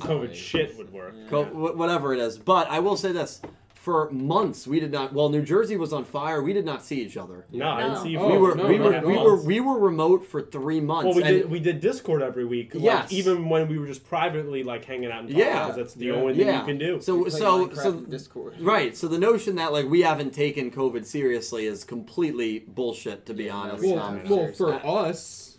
B: COVID
E: I-
B: shit would work.
E: Yeah.
D: Co- wh- whatever it is. But I will say this: for months, we did not. While New Jersey was on fire, we did not see each other.
B: No, I didn't
C: No.
B: see. you
A: Oh,
D: we
B: for-
D: were
A: no,
D: we
A: not
D: were
A: at
D: we
A: all.
D: were we were remote for three months.
B: Well, we
D: and-
B: did we did Discord every week. Like,
D: Yes.
B: Even when we were just privately like hanging out and talking,
D: Yeah.
B: 'cause that's the
A: Yeah.
B: only thing
D: Yeah.
B: you can do.
D: So
E: We play
D: so
E: Minecraft
D: so
E: in Discord.
D: right. So the notion that like we haven't taken COVID seriously is completely bullshit. To be
E: Yeah, no,
D: honest, uh,
E: we
A: Well,
E: Um,
A: well, for
D: I-
A: us,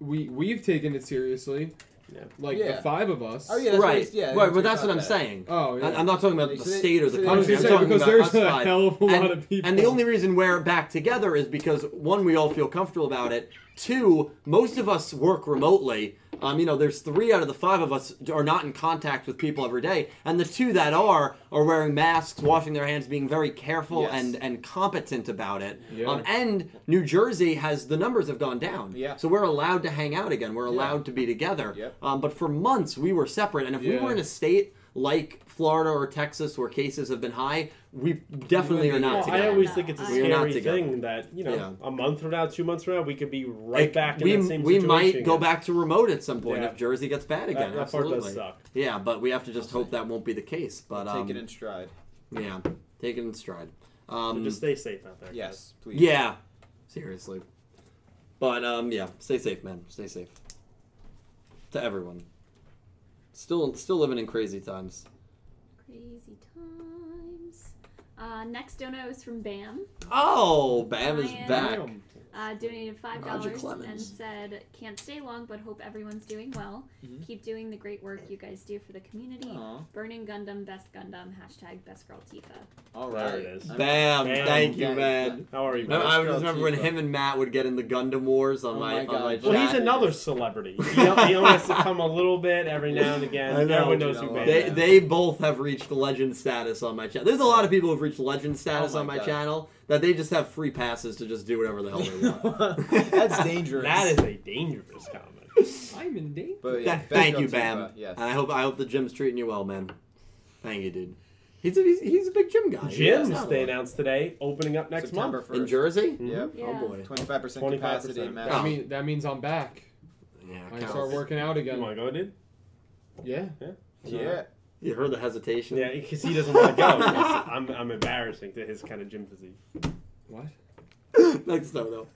A: we we've taken it seriously.
B: Yeah.
A: Like the
E: Yeah.
A: five of us.
E: Oh yeah. That's what
D: right,
E: it's- yeah.
D: right. But
E: what
D: that's
E: it's
D: what I'm
E: about.
D: saying.
A: Oh yeah.
D: I- I'm not talking about the
E: So they-
D: state or the
E: so they-
A: I was
D: country.
A: gonna
D: I'm
A: say
D: talking
A: because
D: about
A: there's
D: us
A: a
D: five.
A: hell of a
D: and,
A: lot of people.
D: and the only reason we're back together is because one, we all feel comfortable about it. Two, most of us work remotely. Um, you know, there's three out of the five of us are not in contact with people every day, and the two that are are wearing masks, washing their hands, being very careful
E: Yes.
D: and and competent about it.
A: Yeah.
D: Um, and New Jersey has the numbers have gone down.
E: Yeah.
D: So we're allowed to hang out again. We're allowed to be together.
E: Yep.
D: Um, but for months we were separate, and if we
A: Yeah.
D: were in a state like Florida or Texas where cases have been high, we definitely are not
B: Well,
D: together.
B: I always think it's a
C: We
D: are not
B: scary
D: together.
B: thing that you know
D: Yeah.
B: a month from now, two months from now, we could be right
D: Like,
B: back in
D: we,
B: that same
D: we
B: situation.
D: might go
B: again.
D: back to remote at some point
B: Yeah.
D: if Jersey gets bad again.
B: That, that part
D: absolutely.
B: does suck.
D: Yeah, but we have to just hope that won't be the case. But um,
E: Take it in stride.
D: yeah, take it in stride.
B: So
D: Um,
B: just stay safe out there. guys.
E: Yes, please.
D: yeah, seriously. But um, yeah, stay safe, man. Stay safe to everyone. Still, still living in crazy times.
C: Crazy times. Uh, next dono is from Bam.
D: Oh, Bam is
C: Ryan.
D: back.
A: Damn.
C: Uh, donated five
D: Roger
C: dollars and
D: Clemens.
C: said, "Can't stay long, but hope everyone's doing well.
D: Mm-hmm.
E: Mhm.
C: Keep doing the great work you guys do for the community.
D: Oh.
E: Aw,
C: Burning Gundam, best Gundam. Hashtag best girl Tifa.
D: Oh,
E: all right.
B: There it is.
E: I'm-
D: Bam,
B: Bam.
D: thank you,
E: Yeah.
D: man.
B: How are you?
D: No,
B: Bam?
D: I
E: Best
D: just
E: girl
D: remember when
E: Tifa.
D: him and Matt would get in the Gundam wars on
E: Oh
D: my,
E: my
D: on my
E: God.
B: Well, he's
D: chat.
B: another celebrity. He, he only has to come a little bit every now and again.
D: I know,
B: Everyone
E: you
B: knows who
E: know,
B: Bam
E: uh,
D: They,
B: is.
D: they both have reached legend status on my channel. There's a lot of people who've reached legend status
E: my
D: on my
E: God.
D: channel that they just have free passes to just do whatever the hell they want.
E: That's dangerous.
B: That is a dangerous comment.
A: I'm in danger.
E: But yeah,
D: Th-
E: best
D: thank
E: girl
D: you,
E: Tifa,
D: Bam.
E: Yes.
D: And I hope I hope the gym's treating you well, man. Thank you, dude. He's a, he's, he's a big gym guy. He has
B: Gyms
D: not
B: they
D: a lot.
B: announced today, opening up next
E: September
B: month. Mm-hmm.
E: first.
D: in Jersey.
E: Yep.
C: Yeah.
D: Oh boy.
E: Twenty-five percent
B: 25%.
E: capacity. max.
A: I mean that means I'm back.
D: Yeah,
A: I
D: counts.
A: start working out
B: You
A: again.
B: want to go, dude?
A: Yeah.
E: yeah.
D: You heard the hesitation.
B: Yeah, because he doesn't want to go. 'cause I'm, I'm embarrassing to his kind of gym physique.
A: What?
D: Next photo.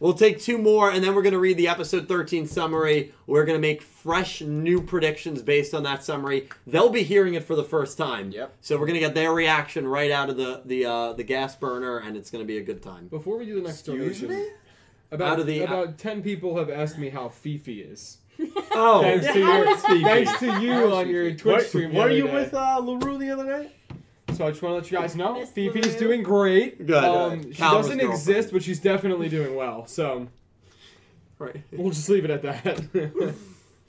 D: We'll take two more, and then we're going to read the episode 13 summary. We're going to make fresh new predictions based on that summary. They'll be hearing it for the first time.
E: Yep.
D: So we're going to get their reaction right out of the the uh, the gas burner, and it's going to be a good time.
A: Before we do the next
E: Excuse
A: donation,
E: me?
A: about
D: Out of the-
A: about ten people have asked me how Fifi is.
D: Oh,
A: Thanks to your,
B: Fifi?
A: thanks to you
E: How is
A: on
E: Fifi?
A: your Twitch
B: Were
A: stream. the
B: were
A: other
B: you
A: day.
B: with uh, LaRue the other night?
A: So I just want to let you guys know,
C: Miss
A: Fifi's
C: Lulu.
A: doing great.
D: Good.
A: Um, she
D: Calvin's
A: doesn't
D: girlfriend.
A: exist, but she's definitely doing well. So
D: Right.
A: we'll just leave it at that.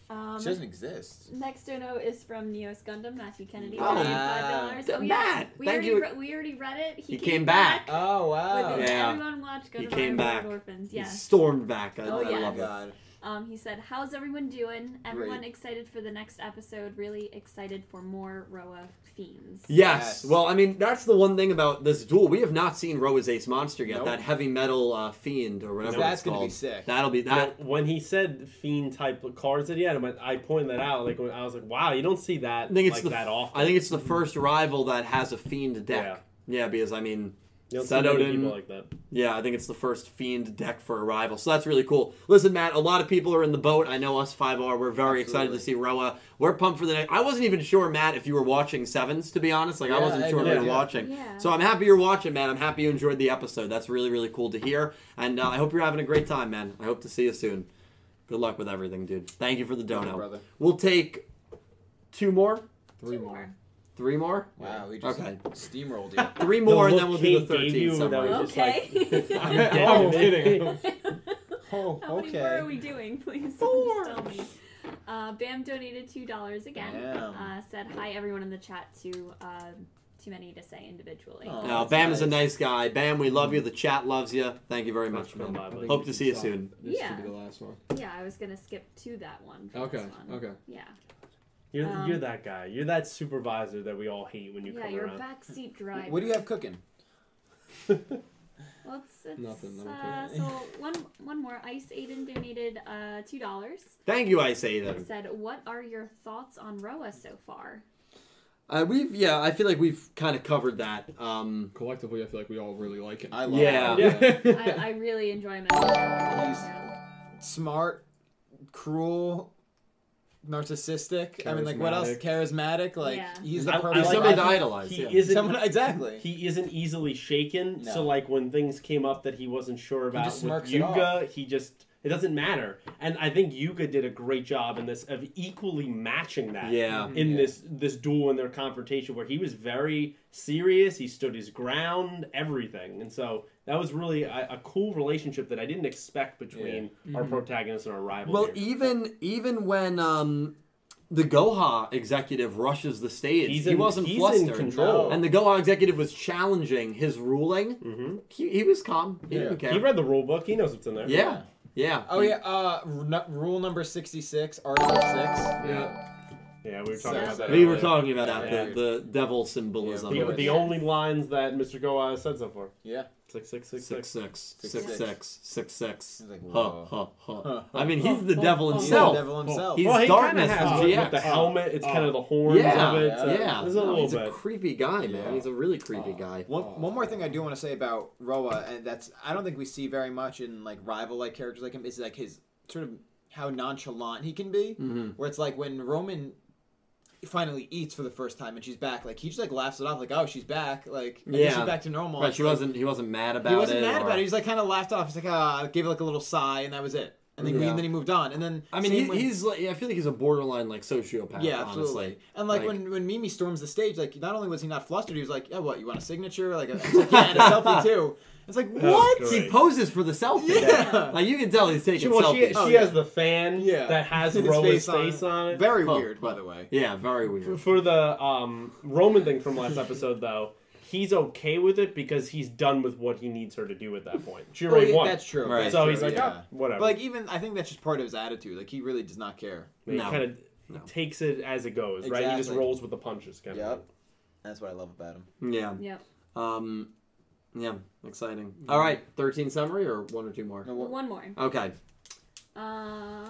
C: Um,
E: She doesn't exist.
C: Next dono is from Neos Gundam, Matthew Kennedy.
D: Oh,
C: $5.
D: uh,
C: we,
D: Matt,
C: we
D: thank
C: already
D: you.
C: re- we already read it. He,
D: He came back.
E: Oh wow.
C: With
D: Yeah.
C: Everyone watched Gundam
D: He came
C: Iron
D: back.
C: Orphans.
D: He
C: Yes.
D: stormed back. I,
C: Oh,
D: I
C: yeah.
D: love it.
E: God.
C: Um, he said, "How's everyone doing? Everyone excited for the next episode? Really excited for more Roa fiends."
D: Yes.
E: Yes.
D: Well, I mean, that's the one thing about this duel. We have not seen Roa's Ace Monster yet.
E: Nope.
D: That heavy metal uh, fiend or whatever
E: That's
D: it's
E: gonna
D: called.
E: be sick.
D: That'll be
B: Now,
D: that.
B: when he said fiend type of cards that he had, I went- I pointed that out. Like when I was like, wow, you don't see that
D: I think it's
B: like
D: the
B: that often.
D: I think it's the first rival that has a fiend deck. Yeah, because I mean,
B: you don't see
D: Said
B: many
D: Odin-
B: people like that.
D: yeah, I think it's the first fiend deck for a rival. So that's really cool. Listen, Matt, a lot of people are in the boat. I know us five are. We're very excited to
E: Absolutely.
D: see Roa. We're pumped for the next. I wasn't even sure, Matt, if you were watching Sevens. To be honest, like I
E: Yeah,
D: wasn't
E: I
D: sure if
B: had
D: you
B: no
D: were
E: idea.
D: watching.
C: Yeah.
D: So I'm happy you're watching, man. I'm happy you enjoyed the episode. That's really, really cool to hear. And uh, I hope you're having a great time, man. I hope to see you soon. Good luck with everything, dude. Thank you for the
E: you,
D: dono.
E: brother.
D: We'll take two more,
A: Three
C: Two
A: more.
D: three more,
E: Wow, we just
D: Okay.
E: steamrolled you.
D: three more, and
B: look
D: then we'll do the
B: Kate gave you,
D: thirteen
B: that
D: somewhere.
B: was just like-
C: Okay.
A: I'm I'm kidding.
E: Oh,
C: How many more are we doing, please? Four. Tell me. Uh, Bam donated two dollars again.
E: Damn.
C: Uh, said hi everyone in the chat to uh, too many to say individually.
E: Aw.
D: Now,
E: That's
D: Oh, Bam is a
E: nice.
D: nice guy. Bam, we
B: Mm.
D: love you. The chat loves you. Thank you very much, man.
B: Come by, buddy.
D: Hope to see you soon.
A: This
C: Yeah.
A: should be the last one.
C: Yeah, I was gonna skip to that one. For
A: Okay.
C: This one.
A: Okay.
C: Yeah.
B: You're,
C: Um,
B: you're that guy. You're that supervisor that we all hate when you
C: yeah,
B: come
C: your
B: around.
C: backseat driver.
E: What do you have cooking?
C: Well, it's, it's
A: Nothing, nothing.
C: Uh, so one one more. Ice Aiden donated uh, two dollars.
D: Thank you, I say them.
C: Said, "What are your thoughts on Roa so far?"
D: Uh, we've yeah, I feel like we've kind of covered that. Um,
A: Collectively, I feel like we all really like it.
E: I love
D: Yeah.
E: him.
C: I, I really enjoy him. Yeah.
E: Smart, cruel, narcissistic. I mean, like what else? Charismatic. Like
C: Yeah.
E: he's
B: I-
E: the
B: I
E: perfect.
D: he's
B: like
D: somebody
B: that.
D: to idolize.
B: He
D: yeah.
B: isn't
E: Someone- exactly.
B: he isn't easily shaken.
E: No.
B: So like when things came up that he wasn't sure about
E: just
B: with
E: smirks it off.
B: Yuga, he just it doesn't matter. And I think Yuga did a great job in this of equally matching that.
D: Yeah.
B: In
E: Yeah.
B: this this duel and their confrontation where he was very serious, he stood his ground, everything. And so that was really a, a cool relationship that I didn't expect between
E: Mm-hmm.
B: our protagonist and our rival.
D: Well,
B: here.
D: even even when um, the Goha executive rushes the stage,
B: He's
D: he
B: in-
D: wasn't
B: he's in
D: flustered.
B: control.
D: And the Goha executive was challenging his ruling. Mm-hmm. He, he was calm. He
E: Yeah.
D: didn't care.
B: he read the rule book, he knows what's in there.
D: yeah, yeah.
E: Oh yeah. Uh, r- nu- rule number sixty-six, article six.
A: Yeah.
B: Yeah, we were talking about that.
D: We were
B: earlier.
D: talking about that
E: Yeah.
D: the, the devil symbolism.
B: The,
E: Yeah.
B: the only lines that Mr. Goa said so far.
E: Yeah.
B: Six six six
D: Six
B: six.
D: six six
E: Six, six.
D: six six six.
E: He's like,
D: Huh,
E: whoa.
D: huh, huh.
E: Huh,
D: I mean, he's the devil
E: He's
D: himself.
E: the devil himself.
D: He's-
B: well, he kind
D: darkness
B: of has
D: from
B: it
D: GX.
B: with the helmet. It's
A: Oh.
B: kind of the horns
D: yeah,
B: of it.
D: yeah.
B: uh, There's a
D: No,
B: little
D: he's
B: bit.
D: a creepy guy, man.
E: Yeah.
D: He's a really creepy guy.
E: One, one more thing I do want to say about Roa, and that's I don't think we see very much in like rival like characters like him is like his sort of how nonchalant he can be,
D: Mm-hmm.
E: where it's like when Roman finally eats for the first time and she's back, like he just like laughs it off, like oh she's back, like I guess
D: Yeah.
E: she's back to normal.
D: Right,
E: It's
D: she
E: like-
D: wasn't. He wasn't mad about
E: He wasn't
D: it.
E: mad
D: or-
E: about it. He was like kind of laughed off. He's like ah, gave like a little sigh, and that was it. And then,
D: Yeah.
E: and then he moved on. And then
D: I mean,
E: same
D: he,
E: with-
D: he's like. I feel like he's a borderline like sociopath.
E: yeah, absolutely.
D: honestly.
E: And like, when when Mimi storms the stage, like not only was he not flustered, he was like, "Yeah, what? You want a signature? Like, a, it's like, yeah, and a selfie too." It's like
B: was
E: what?
B: great.
D: he poses for the selfie.
E: Yeah.
D: like you can tell he's taking
B: well,
D: selfies.
B: she, she
E: Oh,
B: has the fan
E: Yeah.
B: that has
E: His
B: Roa's face,
E: face on it.
B: on it.
E: Very
D: Huh.
E: weird, by the way.
D: yeah, very weird.
B: For the um, Roman thing from last episode, though, he's okay with it because he's done with what he needs her to do at that point. She already
E: Well,
B: won.
E: Oh, That's true.
D: Right.
E: that's
B: So
E: true,
B: he's like,
E: yeah.
B: "Ah, whatever.
E: But like, even I think that's just part of his attitude. Like, he really does not care.
B: he
D: No.
B: kind of
D: No.
B: takes it as it goes, right? He just
E: Exactly.
B: rolls with the punches. Kind of.
E: Yep. That's what I love about him.
D: Yeah.
C: Yep.
D: Um. Yeah. Exciting.
E: Mm-hmm.
D: All right. Thirteen summary or one or two more.
E: No, what-
C: One more.
D: Okay.
C: Uh,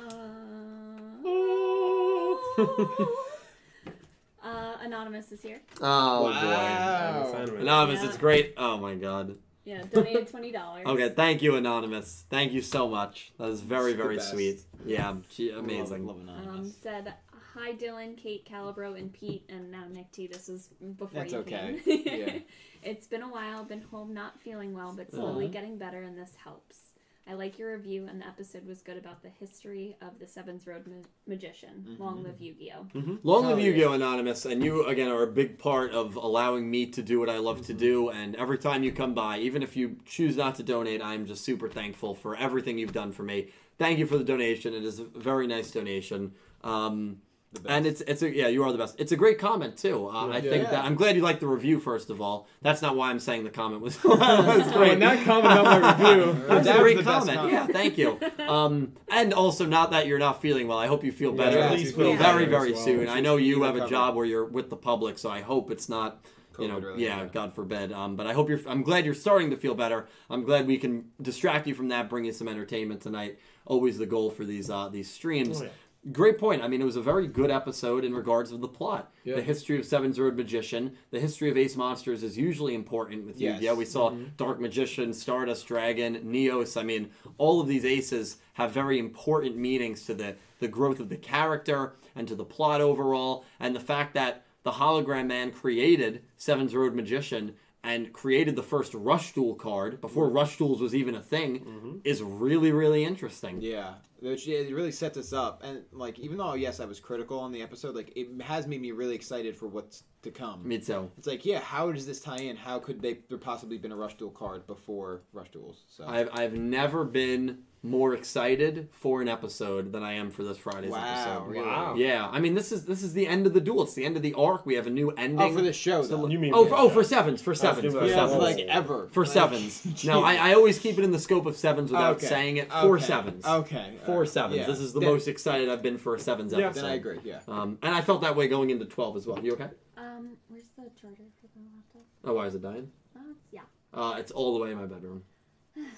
C: uh, Anonymous is here.
D: Oh
E: Wow.
D: boy.
B: Anonymous.
D: Anonymous,
C: Yeah.
D: it's great. Oh my god.
C: Yeah, donated twenty dollars.
D: Okay, thank you, Anonymous. Thank you so much. That is very,
E: She's the
D: very
E: best.
D: sweet. Yeah, she
E: Love-
D: amazing.
E: Love,
C: Um,
E: anonymous.
C: said hi, Dylan, Kate, Calibro, and Pete, and now Nick T. This is before
E: That's
C: you
E: okay.
C: came.
E: Yeah.
C: Uh-huh. it's been a while. Been home, not feeling well, but slowly getting better, and this helps. I like your review, and the episode was good about the history of the Seventh Road ma- Magician.
E: Mm-hmm.
C: Long live Yu Gi Oh!
D: Mm-hmm. Long live
E: Hell
D: Yu Gi Oh! Anonymous, and you, again, are a big part of allowing me to do what I love
E: Mm-hmm.
D: to do. And every time you come by, even if you choose not to donate, I'm just super thankful for everything you've done for me. Thank you for the donation. It is a very nice donation. Um, and it's it's a yeah you are the best. It's a great comment too. Uh, I think
E: Yeah.
D: that I'm glad you liked the review first of all. That's not why I'm saying the comment was, was great.
A: When that comment on my review,
D: That was
E: That
D: a
E: was
D: great
E: the best
D: comment.
E: comment.
C: Oh,
D: Yeah, thank you. Um, and also, not that you're not feeling well. I hope you feel
A: Yeah,
D: better.
E: yeah,
D: Please
E: please
D: feel
C: feel
D: very,
A: better
D: very
A: as well.
D: soon. I know you
E: Keep it
D: have a
E: covered.
D: job where you're with the public, so I hope it's not. You know,
E: COVID-related,
D: yeah,
E: yeah.
D: God forbid. Um, but I hope you're. I'm glad you're starting to feel better. I'm glad we can distract you from that, bring you some entertainment tonight. Always the goal for these uh, these streams.
B: Oh, yeah.
D: Great point. I mean, it was a very good episode in regards of the plot.
A: Yeah.
D: The history of Seven's Road Magician, the history of Ace Monsters is usually important with
E: Yes.
D: Yu-Gi-Oh. We saw Dark Magician, Stardust Dragon, Neos. I mean, all of these aces have very important meanings to the the growth of the character and to the plot overall, and the fact that the hologram man created Seven's Road Magician and created the first Rush Duel card before Rush Duels was even a thing is really really interesting.
E: Yeah, which yeah, it really sets us up, and like even though yes, I was critical on the episode, like it has made me really excited for what's to come.
D: Me too.
E: It's like, yeah, how does this tie in? How could they there possibly been a rush duel card before rush duels? So
D: I've, I've never been more excited for an episode than I am for this Friday's
E: wow,
D: episode.
E: really?
B: Wow.
D: Yeah, I mean this is this is the end of the duel. It's the end of the arc. We have a new ending.
E: Oh, for this show,
D: So
E: though.
D: look-
B: You mean
D: oh, for,
B: for this
D: oh,
B: show.
D: for sevens, for
B: I was
D: sevens, for
B: thinking
E: yeah,
B: about
D: sevens,
E: like
B: Seven.
E: ever
D: for
E: Like,
D: sevens. No, I, I always keep it in the scope of sevens without
E: okay,
D: saying it. For
E: okay,
D: sevens,
E: Okay,
D: for
E: alright,
D: sevens.
E: yeah.
D: This is the
E: Then-
D: most excited I've been for a sevens
B: Yeah.
D: episode.
E: Then I agree. Yeah.
D: Um, and I felt that way going into twelve as well. You okay?
C: Um, where's the charger for the laptop?
D: Oh, why is it dying?
C: Oh, it's- yeah.
D: Uh, it's all the way in my bedroom.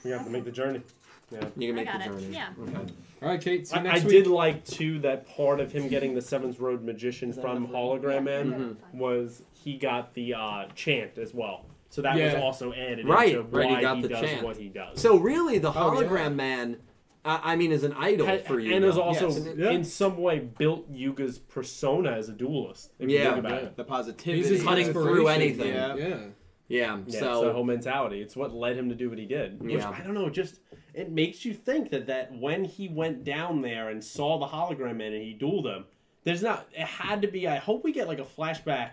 B: We have to make the journey.
D: You can
C: I
D: make
C: got
D: the
C: it,
D: journey.
C: yeah.
D: Okay.
A: all right, Kate. See you
B: I, I
A: next week.
B: did like too that part of him getting the Seventh Road Magician
E: that
B: from
E: enough?
B: Hologram Man
C: Yeah, that's
D: Mm-hmm.
C: fine.
B: was he got the uh, chant as well. So that was
A: Yeah.
B: also added
D: Right,
B: into
D: right, he
B: why
D: got
B: he
D: the
B: does
D: chant.
B: what he does.
D: So really, the
E: Oh, yeah.
D: hologram man, I, I mean, is an idol
B: and,
D: for you.
B: and is also
E: Yes.
A: Yeah.
B: in some way built Yuga's persona as a duelist. If you
D: Yeah.
B: think about
A: Yeah.
B: it.
E: The positivity.
A: He's just
D: cutting
E: the
D: through
E: inspiration,
D: anything.
E: Yeah.
A: yeah.
D: yeah.
B: Yeah, it's that
D: so
B: whole mentality. It's what led him to do what he did. Which
D: Yeah.
B: I don't know, just it makes you think that that when he went down there and saw the hologram man and he dueled him, there's not it had to be I hope we get like a flashback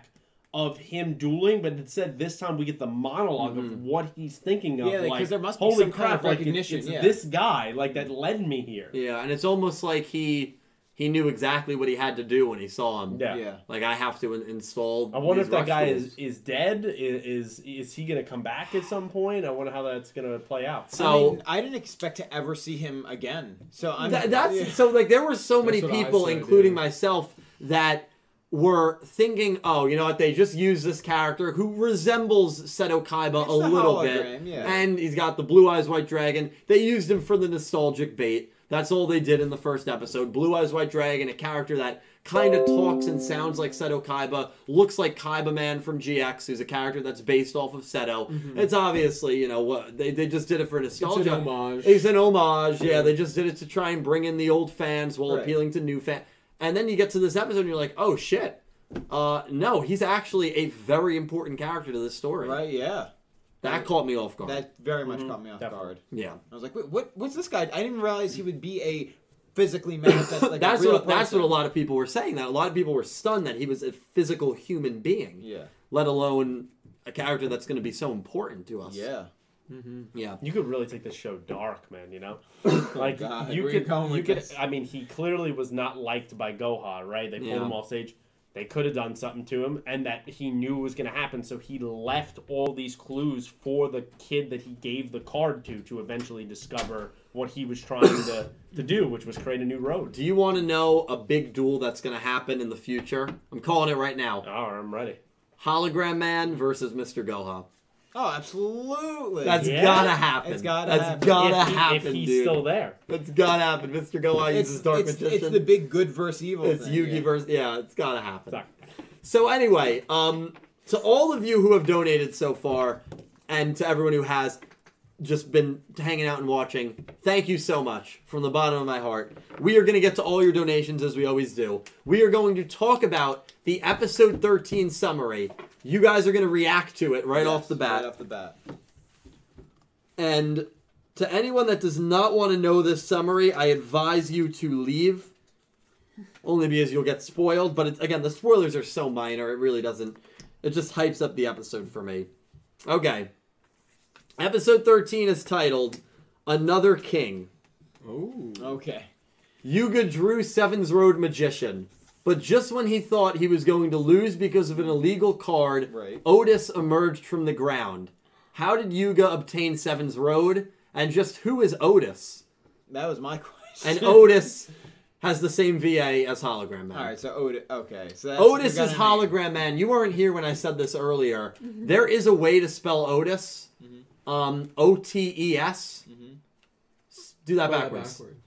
B: of him dueling, but instead this time we get the monolog of what he's thinking of.
E: Mm-hmm. Yeah, like,
B: like
E: 'cause there must be
B: holy
E: some kind
B: crap,
E: of
B: like, it-
E: recognition,
B: it's
E: yeah.
B: this guy like that led me here.
D: yeah, and it's almost like he he knew exactly what he had to do when he saw him.
B: Yeah.
E: Yeah.
D: Like I have to in- install.
B: I wonder
D: these
B: if that
D: rush
B: guy
D: tools.
B: is, is dead. I- Is, is is he gonna come back at some point? I wonder how that's gonna play out.
D: So-
E: I, mean, I didn't expect to ever see him again. So I'm.
D: Tha- that's
E: yeah.
D: so like there were so many
A: That's what I
D: people,
A: said,
D: including
A: yeah.
D: myself, that were thinking, "Oh, you know what? They just used this character who resembles Seto Kaiba
E: It's
D: a
E: the
D: little bit,
E: hologram, yeah.
D: and he's got the blue eyes white dragon. They used him for the nostalgic bait. That's all they did in the first episode. Blue eyes white dragon, a character that." Kind of talks and sounds like Seto Kaiba, looks like Kaiba Man from GX, who's a character that's based off of Seto.
E: Mm-hmm.
D: It's obviously, you know, what they, they just did it for nostalgia.
A: homage.
D: It's an homage. Yeah, they just did it to try and bring in the old fans while
E: Right.
D: appealing to new fans. And then you get to this episode and you're like, oh shit. Uh, no, he's actually a very important character to this story.
E: right. Yeah.
D: That caught me off guard.
E: That very much caught me
B: Mm-hmm.
E: off
B: definitely.
E: guard.
D: yeah.
E: I was like, wait, what? What's this guy? I didn't realize he would be a physically manifest. Like
D: that's
E: a real
D: what that's what a
E: person.
D: lot of people were saying. That a lot of people were stunned that he was a physical human being,
E: Yeah.
D: let alone a character that's going to be so important to us.
E: Yeah.
D: yeah.
B: You could really take this show dark, man. You know,
D: Oh,
B: like
E: God,
B: you
E: where you
B: could,
E: going
B: you
E: with
B: could.
E: this?
B: I mean, he clearly was not liked by Goha, right? They pulled
D: Yeah.
B: him off stage. They could have done something to him, and that he knew was going to happen. So he left all these clues for the kid that he gave the card to to eventually discover what he was trying to to do, which was create a new road.
D: Do you want to know a big duel that's going to happen in the future? I'm calling it right now.
B: Oh, I'm ready.
D: Hologram Man versus Mr. Goha.
E: Oh, absolutely.
D: That's
B: Yeah.
D: gotta happen.
E: It's gotta
D: That's
E: happen.
D: gotta
B: if, he- if
D: happen,
B: he's
D: dude.
B: still there,
D: That's gotta happen. Mr. Goai
E: it's,
D: uses Dark
E: it's,
D: Magician.
E: it's the big good versus evil.
D: It's
E: thing,
D: Yugi
E: yeah.
D: versus. Yeah, it's gotta happen.
B: Sorry.
D: So anyway, um, to all of you who have donated so far, and to everyone who has just been hanging out and watching, thank you so much from the bottom of my heart. We are gonna get to all your donations as we always do. We are going to talk about the episode 13 summary. You guys are gonna react to it right
E: Yes,
D: off the bat.
E: Right off the bat.
D: and To anyone that does not want to know this summary, I advise you to leave. Only because you'll get spoiled, but it's, again, the spoilers are so minor, it really doesn't. It just hypes up the episode for me. Okay. Episode 13 is titled Another King.
A: Oh.
E: Okay.
D: Yuga drew Seven's Road Magician, but just when he thought he was going to lose because of an illegal card,
E: Right.
D: Otis emerged from the ground. How did Yuga obtain Seven's Road? And just who is Otis?
E: That was my question.
D: And Otis has the same VA as Hologram Man.
E: All right, so Otis. Okay, so that's,
D: Otis
E: we got
D: is
E: a name.
D: Hologram Man. You weren't here when I said this earlier. There is a way to spell Otis.
E: Mm-hmm.
D: Um, O T E S.
E: Mhm.
D: S- Do that
A: Spell that
D: backwards.
A: backward.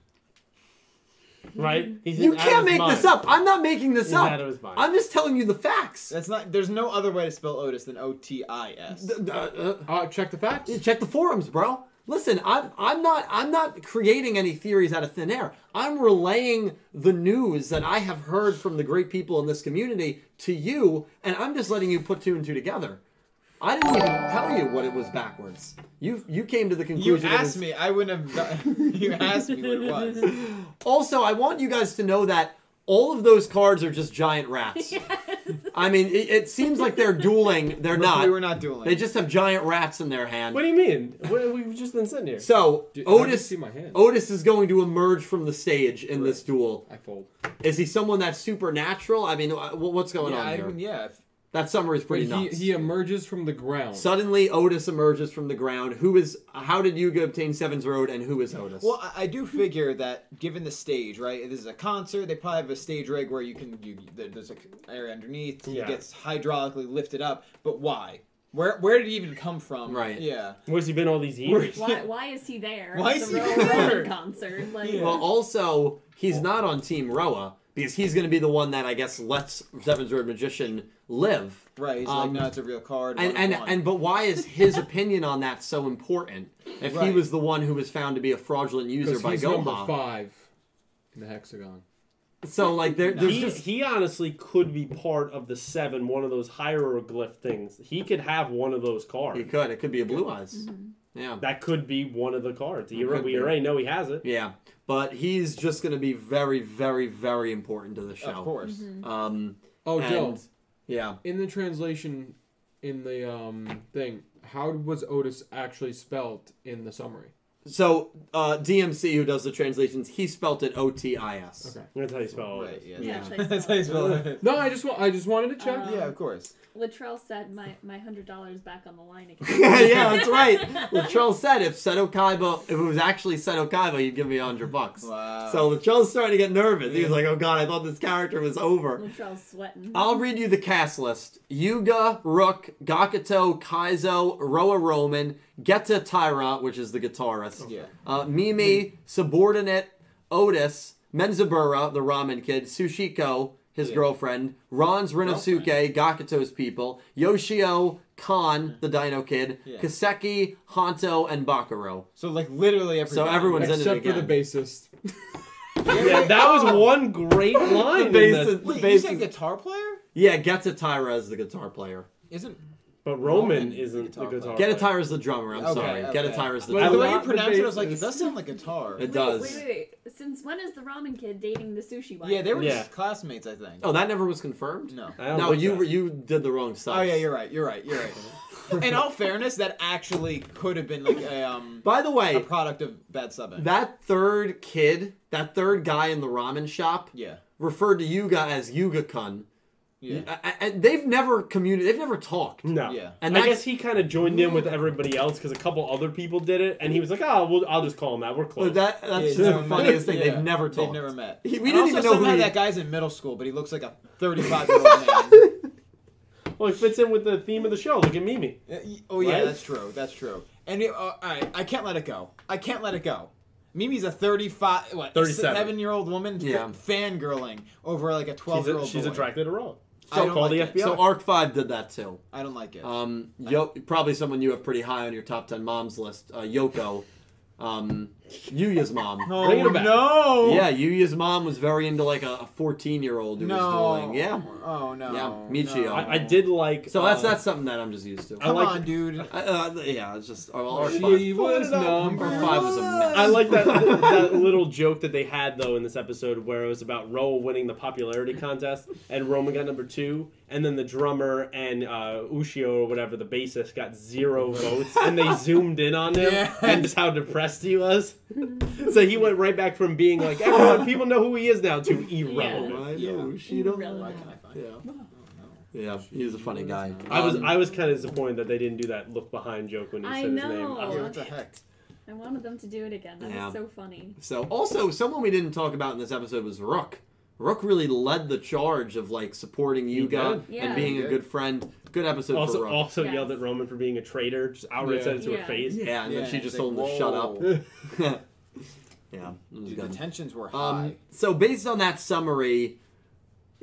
B: right? He's
D: You
B: out of
D: can't
B: his
D: make
B: mind.
D: this up. I'm not making this
B: He's
D: up.
B: out of his mind.
D: I'm just telling you the facts.
E: That's not. There's no other way to spell Otis than O T I S.
D: D- d- uh,
A: Uh, check the facts.
D: uh, check the forums, bro. Listen, I'm I'm not I'm not creating any theories out of thin air. I'm relaying the news that I have heard from the great people in this community to you, and I'm just letting you put two and two together. I didn't even tell you what it was backwards. You you came to the
E: You
D: conclusion. it was-
E: asked me. I wouldn't have. Done, you asked me what it was.
D: Also, I want you guys to know that all of those cards are just giant rats. I mean, it, it seems like they're dueling. They're
E: We
D: not.
E: were not dueling.
D: They just have giant rats in their hand.
B: What do you mean? What, we've just been sitting here.
D: So
A: Dude, how'd you
D: Otis,
A: see my hand.
D: Otis is going to emerge from the stage in this duel.
A: I fold.
D: Is he someone that's supernatural? I mean, uh, wh- what's going
E: yeah,
D: on
E: I
D: here?
E: mean, yeah. if-
D: that summary is pretty
A: Wait, he,
D: nuts.
A: he emerges from the ground.
D: Suddenly, Otis emerges from the ground. Who is? How did Yuga obtain Seven's Road, and who is Otis?
E: Well, I, I do figure that given the stage, right? This is a concert. They probably have a stage rig where you can. You, there- there's an area underneath. He
B: Yeah.
E: gets hydraulically lifted up. But why? Where Where did he even come from?
D: Right.
E: Yeah.
B: Where's he been all these years?
E: Why-
C: Why, why is he there?
E: Why
C: It's
E: is
C: a
E: he
C: real
E: there?
C: Rowan concert. Like,
E: Yeah.
D: Well, also, he's not on Team Roa because he's going to be the one that I guess lets Seven's Road Magician live.
E: Right. He's
D: Um,
E: like, no, it's a real card.
D: And and
E: one-on-one."
D: and but why is his opinion on that so important? If he
E: Right.
D: was the one who was found to be a fraudulent user
A: Because
D: by
A: he's number
D: Gohan,
A: five in the hexagon.
D: so like there, there's
B: He,
D: just
B: he honestly could be part of the seven, one of those hieroglyph things. He could have one of those cards.
D: You could. It could be a blue eyes. Yeah.
B: That could be one of the cards. He,
D: It could
B: we
D: be.
B: already know he has it.
D: Yeah. But he's just going to be very, very, very important to the show.
E: of course.
D: Um,
A: Oh,
D: and-
A: Dill.
D: Yeah.
A: In the translation, in the um thing, how was Otis actually spelled in the summary?
D: So uh, DMC, who does the translations, he spelt it O T I S.
A: Okay.
B: I'm gonna tell you spell
E: Right.
B: it.
E: Yeah.
C: Yeah, it's like
E: That's how you spell it.
A: No, I just want I just wanted to check.
C: Uh,
E: Yeah, of course.
C: Latrell said, "My my hundred dollars back on the line again."
D: yeah, that's right. Latrell said if Seto Kaiba, if it was actually Seto Kaiba, you'd give me a hundred bucks.
E: Wow.
D: So Latrell's starting to get nervous. He was like, "Oh God, I thought this character was over."
C: Latrell's sweating.
D: I'll read you the cast list. Yuga, Rook, Gakuto, Kaizo, Roa Roman, Geta Tyra, which is the guitarist,
E: Yeah.
D: uh, Mimi, Subordinate, Otis, Menzabura, the ramen kid, Sushiko, his
E: Yeah.
D: girlfriend, Ron's Rinosuke, Gakuto's people, Yoshio, Khan, the Dino Kid,
E: Mm. Yeah.
D: Kaseki, Honto, and Bakuro.
E: So like literally everybody.
D: So everyone's in it
A: Except for the
D: again.
A: bassist.
B: Yeah, that was one great line. in
D: bass
B: this.
D: is-
E: Wait,
D: bass
E: you said
D: is-
E: guitar player?
D: yeah, Geta Tyra is the guitar player.
E: Isn't
B: But Roman,
E: Roman is the
B: isn't the
E: guitar
B: guitar.
D: Geta
B: player.
D: Tyra's the drummer. I'm
E: Oh, Okay,
D: sorry.
E: okay.
D: Geta Tyra's the
A: But
E: the
D: drummer.
E: way you
A: love the
E: pronounced it? I was like, it
A: bassist.
E: does sound like guitar.
D: It
C: wait,
D: does.
C: Wait, wait, wait. Since when is the ramen kid dating the sushi wife?
E: Yeah, they were
B: Yeah.
E: just classmates, I think.
D: Oh, that never was confirmed.
E: No.
B: I don't
D: No,
B: like
D: you
B: that.
D: were you did the wrong stuff.
E: Oh yeah, you're right. You're right. You're right. in all fairness, that actually could have been like a um
D: By the
E: a
D: way,
E: product of bad subbing.
D: that third kid, that third guy in the ramen shop,
E: yeah.
D: referred to Yuga as Yuga Kun.
E: Yeah.
D: And they've never communicated. They've never talked.
B: No.
E: Yeah.
D: And
B: I
D: that's-
B: guess he kind of joined in with everybody else because a couple other people did it, and he was like, "Oh, well, I'll just call him that. We're close."
D: But that that's
E: Yeah,
D: just
E: it's
D: the
E: not-
D: funniest thing.
E: yeah.
D: They've never
E: They've
D: talked.
E: never met.
D: He- we
E: And
D: didn't
E: also
D: even know who
E: somehow
D: he-
E: that guy's in middle school, but he looks like a 35 year old man.
B: well, it fits in with the theme of the show. Look at Mimi.
E: Uh, y- Oh yeah,
B: Right?
E: that's true. That's true. And it, uh, all right, I can't let it go. I can't let it go. Mimi's a thirty-five, what,
B: 37.
E: seven-year-old woman f-
D: Yeah.
E: fangirling over like a
B: She's, a,
E: twelve-year-old.
B: she's
E: boy.
B: attracted to Rob.
E: I
B: So
E: don't
B: call the
E: like it.
B: FBI.
D: So Arc Five did that too.
E: I don't like it.
D: Uh, Um, Yo- probably someone you have pretty high on your top ten moms list. Uh, Yoko. Um, Yuya's mom.
E: No,
B: Bring it back.
E: Oh, no.
D: Yeah, Yuya's mom was very into like a 14 year old who was
E: No.
D: dueling. Yeah.
E: Oh no.
D: Yeah, Michio.
E: no.
B: I, I did like.
D: So that's
B: uh,
D: not something that I'm just used to.
B: I
E: Come
B: like-
E: on, dude.
D: I, uh, yeah, it's just oh, well, our
A: She
D: five.
A: was number
D: Our five was a mess.
B: I like that that little joke that they had though in this episode where it was about Roa winning the popularity contest and Roman got number two, and then the drummer and uh, Ushio or whatever the bassist got zero votes, and they zoomed in on him
E: Yeah.
B: and just how depressed he was. so he went right back from being like everyone, people know who he is now, to irrelevant.
D: I
E: Yeah.
D: know, she don't-
E: Why can I find?
D: Yeah.
E: it? Oh,
D: Yeah, he was a funny guy.
B: I was
D: Um,
B: I was kind of disappointed that they didn't do that look behind joke when he
C: I
B: said his name.
C: know.
B: I was like,
E: Yeah, what the heck?
C: I wanted them to do it again. That
D: Yeah.
C: was so funny.
D: So also someone we didn't talk about in this episode was Rook. Rook really led the charge of like supporting
B: He
D: Yuga
C: did.
D: and
C: Yeah.
D: being a
E: He
D: good friend. Good episode for
B: also
D: Rook.
B: also
C: Yes.
B: yelled at Roman for being a traitor, just outright
A: Yeah.
B: said it to
C: Yeah.
B: her face.
D: yeah, and then
E: Yeah,
D: she just
E: it's
D: told him
E: like,
D: to shut up.
E: whoa.
D: yeah, it was
E: Dude, the
D: good.
E: tensions were high.
D: Um, so based on that summary,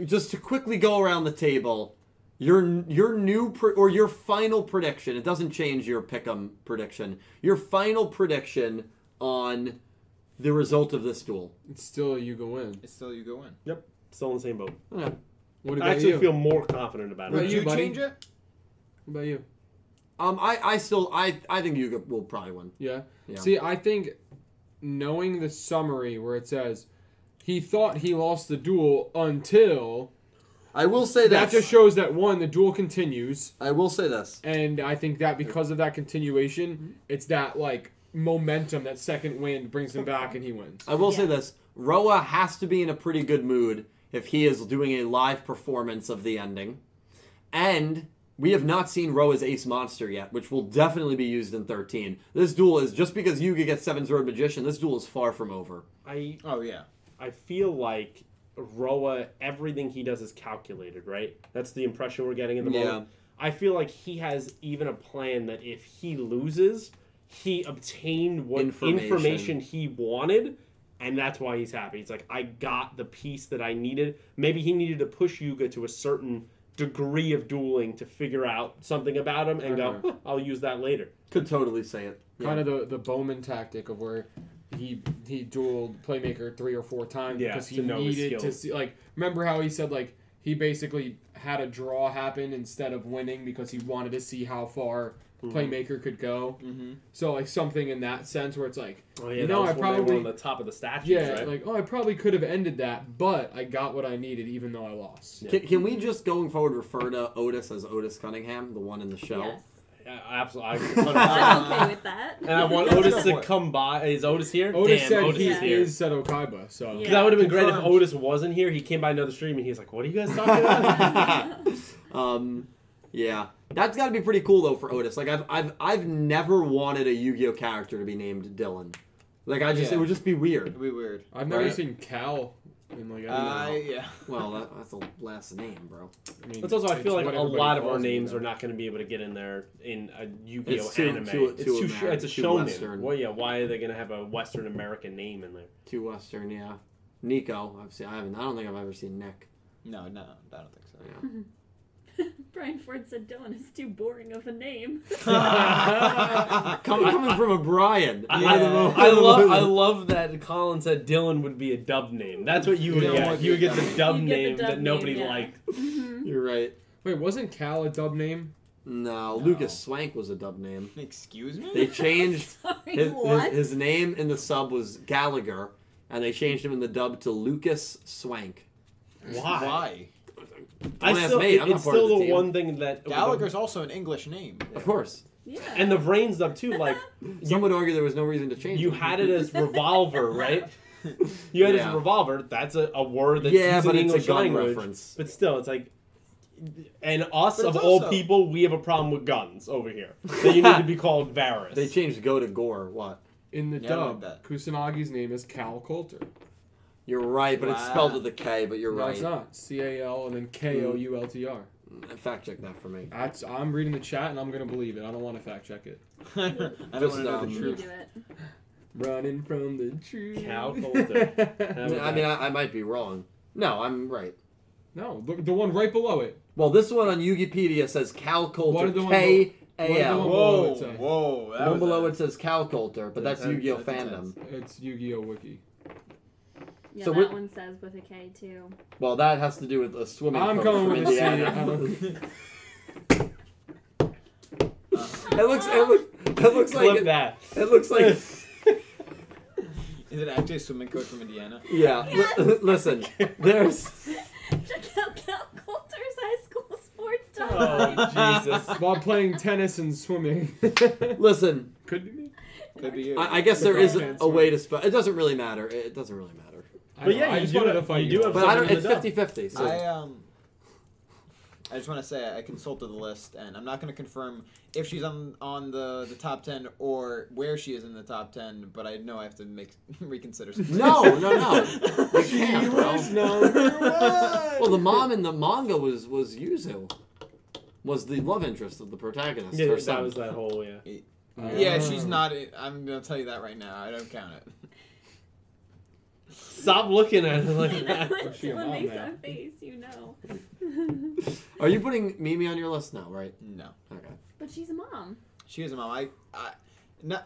D: just to quickly go around the table, your your new pre- or your final prediction. It doesn't change your pick'em prediction. Your final prediction on the result of this duel.
A: It's still a Yuga win.
E: it's still you go in.
B: Yep, still in the same boat.
A: What about
B: I actually
A: you?
B: feel more confident about
A: Right,
B: it.
E: Would
A: you,
E: you
A: buddy?
E: change it?
A: what about you?
D: Um, I, I still I I think Yuga will probably win.
A: Yeah?
D: Yeah.
A: See, I think knowing the summary where it says he thought he lost the duel until
D: I will say
A: that
D: this.
A: just shows that one the duel continues,
D: I will say this.
A: and I think that because of that continuation, it's that like momentum that second wind brings him back, and he wins.
D: I will say
C: Yeah.
D: this. Roa has to be in a pretty good mood if he is doing a live performance of the ending, and we have not seen Roa's Ace Monster yet, which will definitely be used in 13. This duel is just because Yuga gets Seven Sword Magician. This duel is far from over.
B: I
E: Oh yeah.
B: I feel like Roa, everything he does is calculated, right? That's the impression we're getting in the
D: Yeah.
B: moment. I feel like he has even a plan that if he loses, he obtained what
D: Information.
B: information, he wanted, and that's why he's happy. It's like I got the piece that I needed. Maybe he needed to push Yuga to a certain degree of dueling to figure out something about him and go,
A: Uh-huh.
B: "Huh, I'll use that later.
D: Could totally say it.
A: Kind of the the Bowman tactic of where he he dueled playmaker three or four times
B: Yeah,
A: because he
B: to know his
A: needed to
B: skills.
A: see. Like, remember how he said like he basically had a draw happen instead of winning because he wanted to see how far
B: Mm-hmm.
A: playmaker could go.
E: Mm-hmm.
A: So like something in that sense where it's like.
B: Oh
A: You know,
B: when
A: I
B: they were
A: probably-
B: on the top of the statues,
A: Yeah,
B: right?
A: like oh, I probably could have ended that, but I got what I needed, even though I lost.
B: Yeah.
D: Can, can we just going forward refer to Otis as Otis Cunningham, the one in the show?
C: Yes.
B: absolutely.
C: I'm okay with that.
B: And I want
E: That's
B: Otis
E: good
B: to
E: point.
B: come by. Is Otis here?
A: Otis
B: Damn,
A: said
B: Otis
A: he
B: is here.
A: is Seto Kaiba, so
C: Yeah.
B: That would have been great if
E: Confirmed.
B: Otis wasn't here. He came by another stream and he's like, "What are you guys talking about?"
D: um, yeah, that's got to be pretty cool though for Otis. Like I've I've I've never wanted a Yu-Gi-Oh character to be named Dylan. Like I just it
E: Yeah.
D: would just be weird.
E: It'd be weird.
A: I've never
D: Right.
A: seen Cal in like I, don't
E: Uh, yeah.
D: Well, that, that's a last name, bro.
A: know. I mean,
B: That's also, I
A: it's
B: feel like
A: what
B: a
A: everybody
B: lot of our
A: calls me
B: names
A: now.
B: are not going to be able to get in there in a Yu-Gi-Oh
D: It's too-
B: anime.
D: too-
B: it's
D: too
B: too, sh- it's
D: American,
B: a
D: too
B: shonen.
D: Western.
B: Well, yeah. Why are they going to have a Western American name in there?
D: Two Western, yeah. Nico, I've seen. I haven't. I don't think I've ever seen Nick.
E: No, no, I don't think so.
C: Brian Ford said Dylan is too boring of a name.
D: Come, coming from a Brian.
B: I,
D: Yeah.
B: I,
E: Yeah.
B: I love I love that Colin said Dylan would be a dub name. That's what you would
E: You don't
B: get.
E: want
B: You would get
E: the
B: the dub
C: You get the
B: name
C: dub
B: that
C: name,
B: nobody
C: yeah.
B: liked.
D: You're right.
A: Wait, wasn't Cal a dub name?
D: No,
E: No.
D: Lucas Swank was a dub name.
E: Excuse me.
D: They changed
C: Sorry,
D: his, his,
C: what?
D: his name in the sub was Gallagher, and they changed him in the dub to Lucas Swank.
E: Why?
D: Don't
B: I
D: ask
B: still,
D: me, I'm not
B: it's
D: part of
B: still
D: the
B: the,
D: team.
B: one thing that
E: Gallagher's also an English name.
D: Of course.
C: yeah.
B: and the brains up too. Like
D: Some would argue there was no reason to change.
B: you
D: them.
B: had it as revolver, right? You had it
D: Yeah.
B: as revolver. That's a, a word that's
D: yeah,
B: used
D: but
B: in
D: it's
B: English
D: a gun
B: language.
D: reference.
B: But still, it's like, and us
E: But
B: of
E: it's
B: all
E: also-
B: people, we have a problem with guns over here. That you need to be called Varus.
D: They changed go to gore. What?
A: In the
E: Yeah, I
A: dub,
E: like that.
A: Kusanagi's name is Cal Coulter.
D: You're right, but it's
E: Wow.
D: spelled with a K. But you're
A: No,
D: right.
A: it's not. C A L and then K O U L T R.
D: Fact check that for me.
A: That's I'm reading the chat and I'm gonna believe it. I don't want to fact check it.
E: I don't
D: Just,
E: want to know
D: um,
E: the
C: you
E: truth.
C: do it.
A: Running from the truth.
B: Cal Coulter.
D: I mean, I, I might be wrong. No, I'm right.
A: no, look the one right below it.
D: Well, this one on Yugipedia says Cal
A: What
D: Coulter
A: did the one
D: K
A: One
D: AL.
A: below
E: Whoa,
A: it says-
D: One
E: whoa. that was
D: uh, below
E: a-
D: it says Calculter, but that's
E: That-
D: Yu-Gi-Oh
E: that's
D: fandom.
E: intense.
A: It's Yu-Gi-Oh wiki.
C: Yeah,
D: So
C: that
D: we're-
C: one says with a K too.
D: Well, that has to do with a swimming.
A: I'm
D: coach
A: going
D: from
A: with the C. I
D: Indiana.
A: don't-
D: it looks. It looks. It looks
B: Clip
D: like. It,
B: that.
D: it looks like.
E: Is it actually a swimming coach from Indiana?
D: Yeah. li- listen, there's.
C: Check out Cal Coulter's high school sports talk.
B: Oh, Jesus.
A: While playing tennis and swimming.
D: Listen,
A: Could be me.
E: Could be you.
D: I, I guess there is a, a
A: Sorry.
D: way to spell. It doesn't really matter. It, it doesn't really matter.
A: I
B: But
A: know,
B: yeah,
A: I
B: you
A: just
B: do
A: wanted
B: have-
A: to fight
B: you do have
D: But I don't.
B: Something
D: It's
B: in the
D: 50-50, So
E: I um, I just want to say I consulted the list, and I'm not going to confirm if she's on on the the top ten or where she is in the top ten. But I know I have to make reconsider. Something.
D: No, no, no. We
A: She
D: can't, bro.
A: was number
D: Well, the mom in the manga was was Yuzu, was the love interest of the protagonist.
B: yeah,
D: her
B: that
D: son.
B: was that whole yeah.
A: one.
E: Yeah,
D: Mm.
E: she's not. i- I'm going to tell you that right now. I don't count it.
B: Stop looking at it like that.
C: when
A: she a
C: someone
A: mom
C: makes
A: now?
C: that face, you know.
D: Are you putting Mimi on your list now? Right.
E: No,
D: Okay.
C: But she's a mom.
E: she is a mom. I, I, no,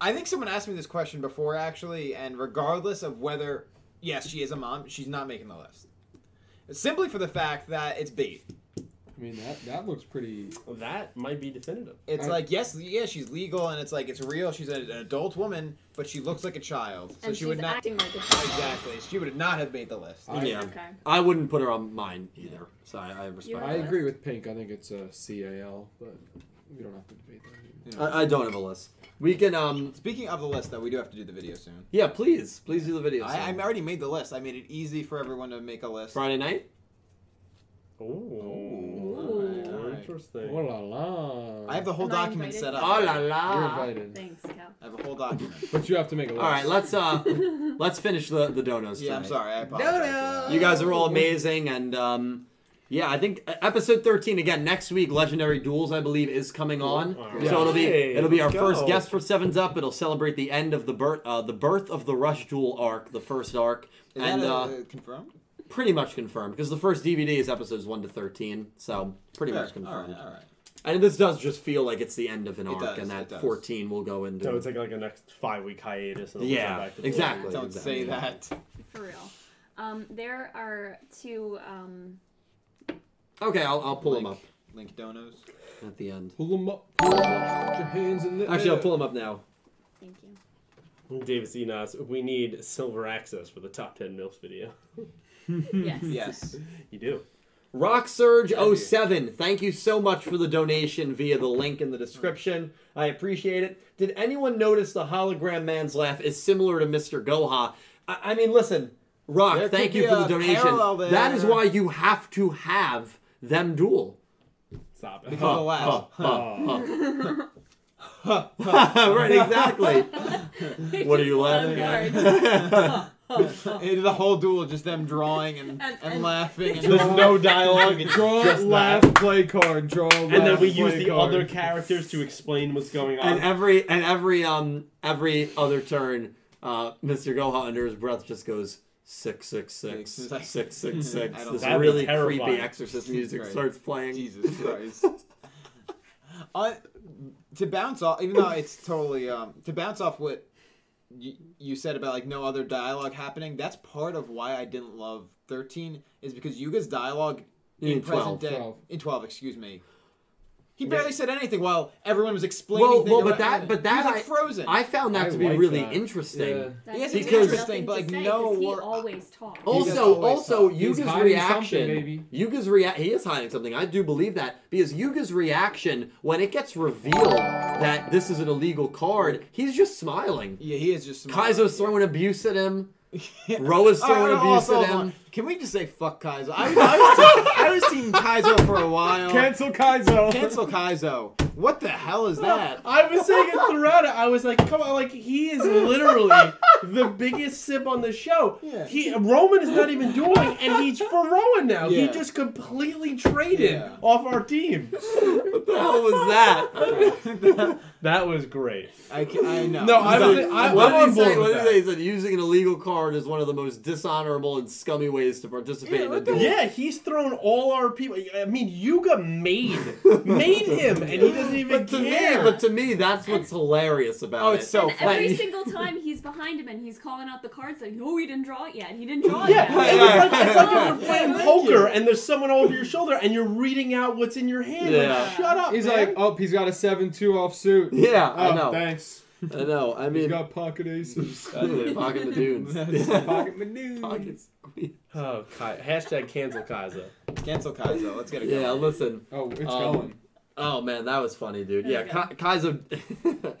E: I think someone asked me this question before actually, and regardless of whether yes she is a mom, she's not making the list. Simply for the fact that it's bait.
A: I mean, that, that looks pretty.
B: That might be definitive.
E: It's
A: I-
E: like yes, yeah, she's legal, and it's like it's real. She's an an adult woman, but she looks like a child, so
C: and
E: she
C: she's
E: would not
C: acting like a child.
E: exactly. She would not have made the list.
A: I,
D: Yeah.
C: Okay.
D: I wouldn't put her on mine either. So I, I respect.
A: I
D: that.
A: agree with Pink. I think it's a C-A-L, but we don't have to debate that anymore.
D: I, I don't have a list. We can um.
E: Speaking of the list, though, we do have to do the video soon.
D: Yeah, please, please do the video. soon.
E: I, I already made the list. I made it easy for everyone to make a list.
D: Friday night.
B: Ooh.
E: Alright, alright.
B: Interesting.
A: Oh la la.
E: I have the whole
C: Am I
E: document set
C: invited?
E: up.
D: Oh la
A: You're
D: la.
A: invited.
C: Thanks, Cal.
E: I have a whole document.
A: But you have to make a list.
D: All right, let's uh, let's finish the the donos.
E: yeah, I'm
D: tonight.
E: sorry. I apologize. for that.
D: You guys are all amazing, and um, yeah, I think uh, episode thirteen again next week. Legendary duels, I believe, is coming on,
B: Alright.
D: so it'll be
B: Hey,
D: it'll be our
B: let's
D: first
B: go.
D: guest for Sevens Up. It'll celebrate the end of the birth uh, the birth of the Rush Duel arc, the first arc,
E: Is
D: and
E: that
D: uh,
E: uh, confirmed?
D: pretty much confirmed because the first DVD is episodes one to thirteen, so pretty
E: All
D: much
E: right,
D: confirmed.
E: All right, all right.
D: And this does just feel like it's the end of an
E: It
D: arc,
E: does,
D: and
E: it
D: that
E: does.
D: fourteen will go into.
B: So it's like like a next five week hiatus. And then we'll come
D: yeah,
B: back to the-
D: exactly.
E: Don't
D: exactly.
E: say that.
C: For real. Um, there are two um,
D: Okay, I'll, I'll pull them up
E: Link- Link donos.
D: at the end.
A: Pull them up. Pull 'em up. Put your hands in
E: uh,
A: the
D: Actually, I'll
A: air.
D: pull them up now.
C: thank you.
B: David Zenas, we need silver access for the top ten milfs video.
C: Yes.
E: Yes.
B: You do.
D: Rock Surge 07, thank you so much for the donation via the link in the description. I appreciate it. Did anyone notice the hologram man's laugh is similar to Mr. Goha? I, I mean, listen, Rock,
E: There
D: thank
E: could
D: you
E: be
D: for the
E: a
D: donation.
E: parallel there.
D: That is why you have to have them duel.
B: Stop it.
E: Because- Oh, wow.
D: Huh, huh, huh. right, exactly. what are you laughing
C: Cards.
D: at?
E: It- the whole duel, just them drawing and, and,
C: And- and-
E: laughing. And
B: There's no dialogue. It's
A: Draw,
B: just
A: laugh,
B: laugh.
A: play card. Draw, laugh,
B: And then we use
A: play
B: the
A: card.
B: other characters to explain what's going on.
D: and every and every um every other turn, uh, Mr. Goha under his breath just goes six six six six six six.
E: I don't-
D: This
E: That'd
B: be
D: really
B: terrifying.
D: creepy exorcist music
E: Right.
D: starts playing.
E: Jesus Christ. uh, to bounce off, even though it's totally um, to bounce off what you, you said about like no other dialogue happening. That's part of why I didn't love thirteen is because Yuga's dialogue in,
D: In 12,
E: present day
A: 12.
E: in twelve, excuse me. He barely said anything while everyone was explaining.
D: Well,
E: things
D: well, but
E: about-
D: that but that
E: he was, like
D: I,
E: frozen.
D: I found that
A: I
D: to be
A: like
D: really
A: that.
D: interesting.
A: Yeah.
C: That's
E: Yes,
D: it's interesting,
C: nothing
E: but,
C: to
E: like,
C: say,
E: no
C: 'cause he
E: wor-
C: always talks.
D: Oh,
E: He does
D: Also,
E: always
D: also
E: talk.
A: He's
D: Yuga's
A: hiding
D: reaction.
A: something, maybe.
D: Yuga's rea- he is hiding something. I do believe that because Yuga's reaction when it gets revealed that this is an illegal card, he's just smiling.
E: yeah, he is just smiling.
D: Kaizo's throwing abuse at him. Roa's
E: All right,
D: throwing
E: no,
D: abuse
E: also,
D: at
E: hold on.
D: him.
E: Can we just say fuck Kaizo? I, I, was, I was seeing Kaizo for a while.
A: Cancel Kaizo.
E: Cancel Kaizo. What the hell is that?
B: I was saying it throughout it. I was like, come on, like he is literally the biggest sip on the show.
E: Yeah.
B: He, Roman is not even doing, and he's for Rowan now. He
E: Yeah.
B: just completely traded
E: Yeah.
B: off our team.
D: What the hell was that?
B: That was great.
E: I, ca- I know.
A: No, I
E: He's
A: was-
E: like-
A: I-
D: what did he
A: I'm on board
D: say?
A: with
D: What did
A: that.
D: he say? He said using an illegal card is one of the most dishonorable and scummy ways to participate in
E: Yeah,
D: a
E: what the
D: duel.
B: Yeah, he's thrown all our people. I mean, Yuga made made him, and he doesn't even
D: But to
B: care.
D: me, but to me, that's what's hilarious about
E: Oh,
D: it.
E: it's so
C: and every
D: funny.
C: single time he's behind him and he's calling out the cards like, oh, he didn't draw it yet. He didn't draw it
D: Yeah,
B: Yeah,
C: yet. Oh,
B: it
D: yeah,
B: was like, it's like
E: yeah,
B: if you're playing
E: yeah, thank
B: poker
E: you.
B: and there's someone over your shoulder and you're reading out what's in your hand. Like,
D: Yeah.
B: shut up.
A: He's
B: man.
A: like, oh, he's got a seven-two off suit.
D: yeah,
A: Oh,
D: I know.
A: Thanks.
D: I know. I
A: He's
D: mean,
A: got pocket aces.
D: pocket the dudes.
A: pocket manews.
D: Pockets.
B: oh, Kai- hashtag cancel Kaiser.
E: Cancel Kaizo. Let's get it
D: Yeah,
E: going.
D: listen.
A: Oh, it's
D: Um,
A: going.
D: Oh man, that was funny, dude. Yeah,
C: There
D: Ka- Kaizo.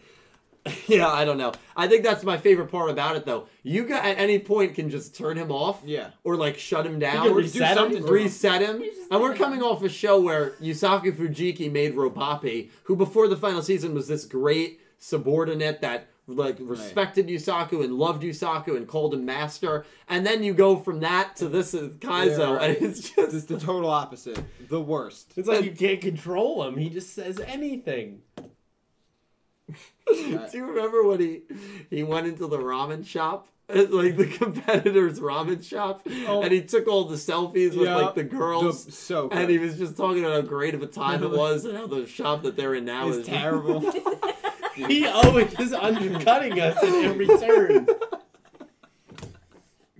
D: yeah, I don't know. I think that's my favorite part about it, though. Yuga at any point can just turn him off.
E: Yeah.
D: Or like shut him down.
B: can
D: or
B: reset
D: do
B: him.
D: something to Reset him.
C: He's just
D: And we're
C: like-
D: coming off a show where Yusaku Fujiki made Robapi, who before the final season was this great subordinate that like respected Yusaku and loved Yusaku and called him master. And then you go from that to this is Kaizo,
E: Yeah, right.
D: and it's just
E: It's the total opposite. The worst.
B: It's like you can't control him. He just says anything.
D: Do you remember when he he went into the ramen shop? at, Like the competitor's ramen shop,
E: Oh.
D: and he took all the selfies with
E: Yeah.
D: like the girls,
E: The- so
D: and he was just talking about how great of a time it was and how the shop that they're in now
E: was
D: is
E: terrible.
B: He always is undercutting us at every turn.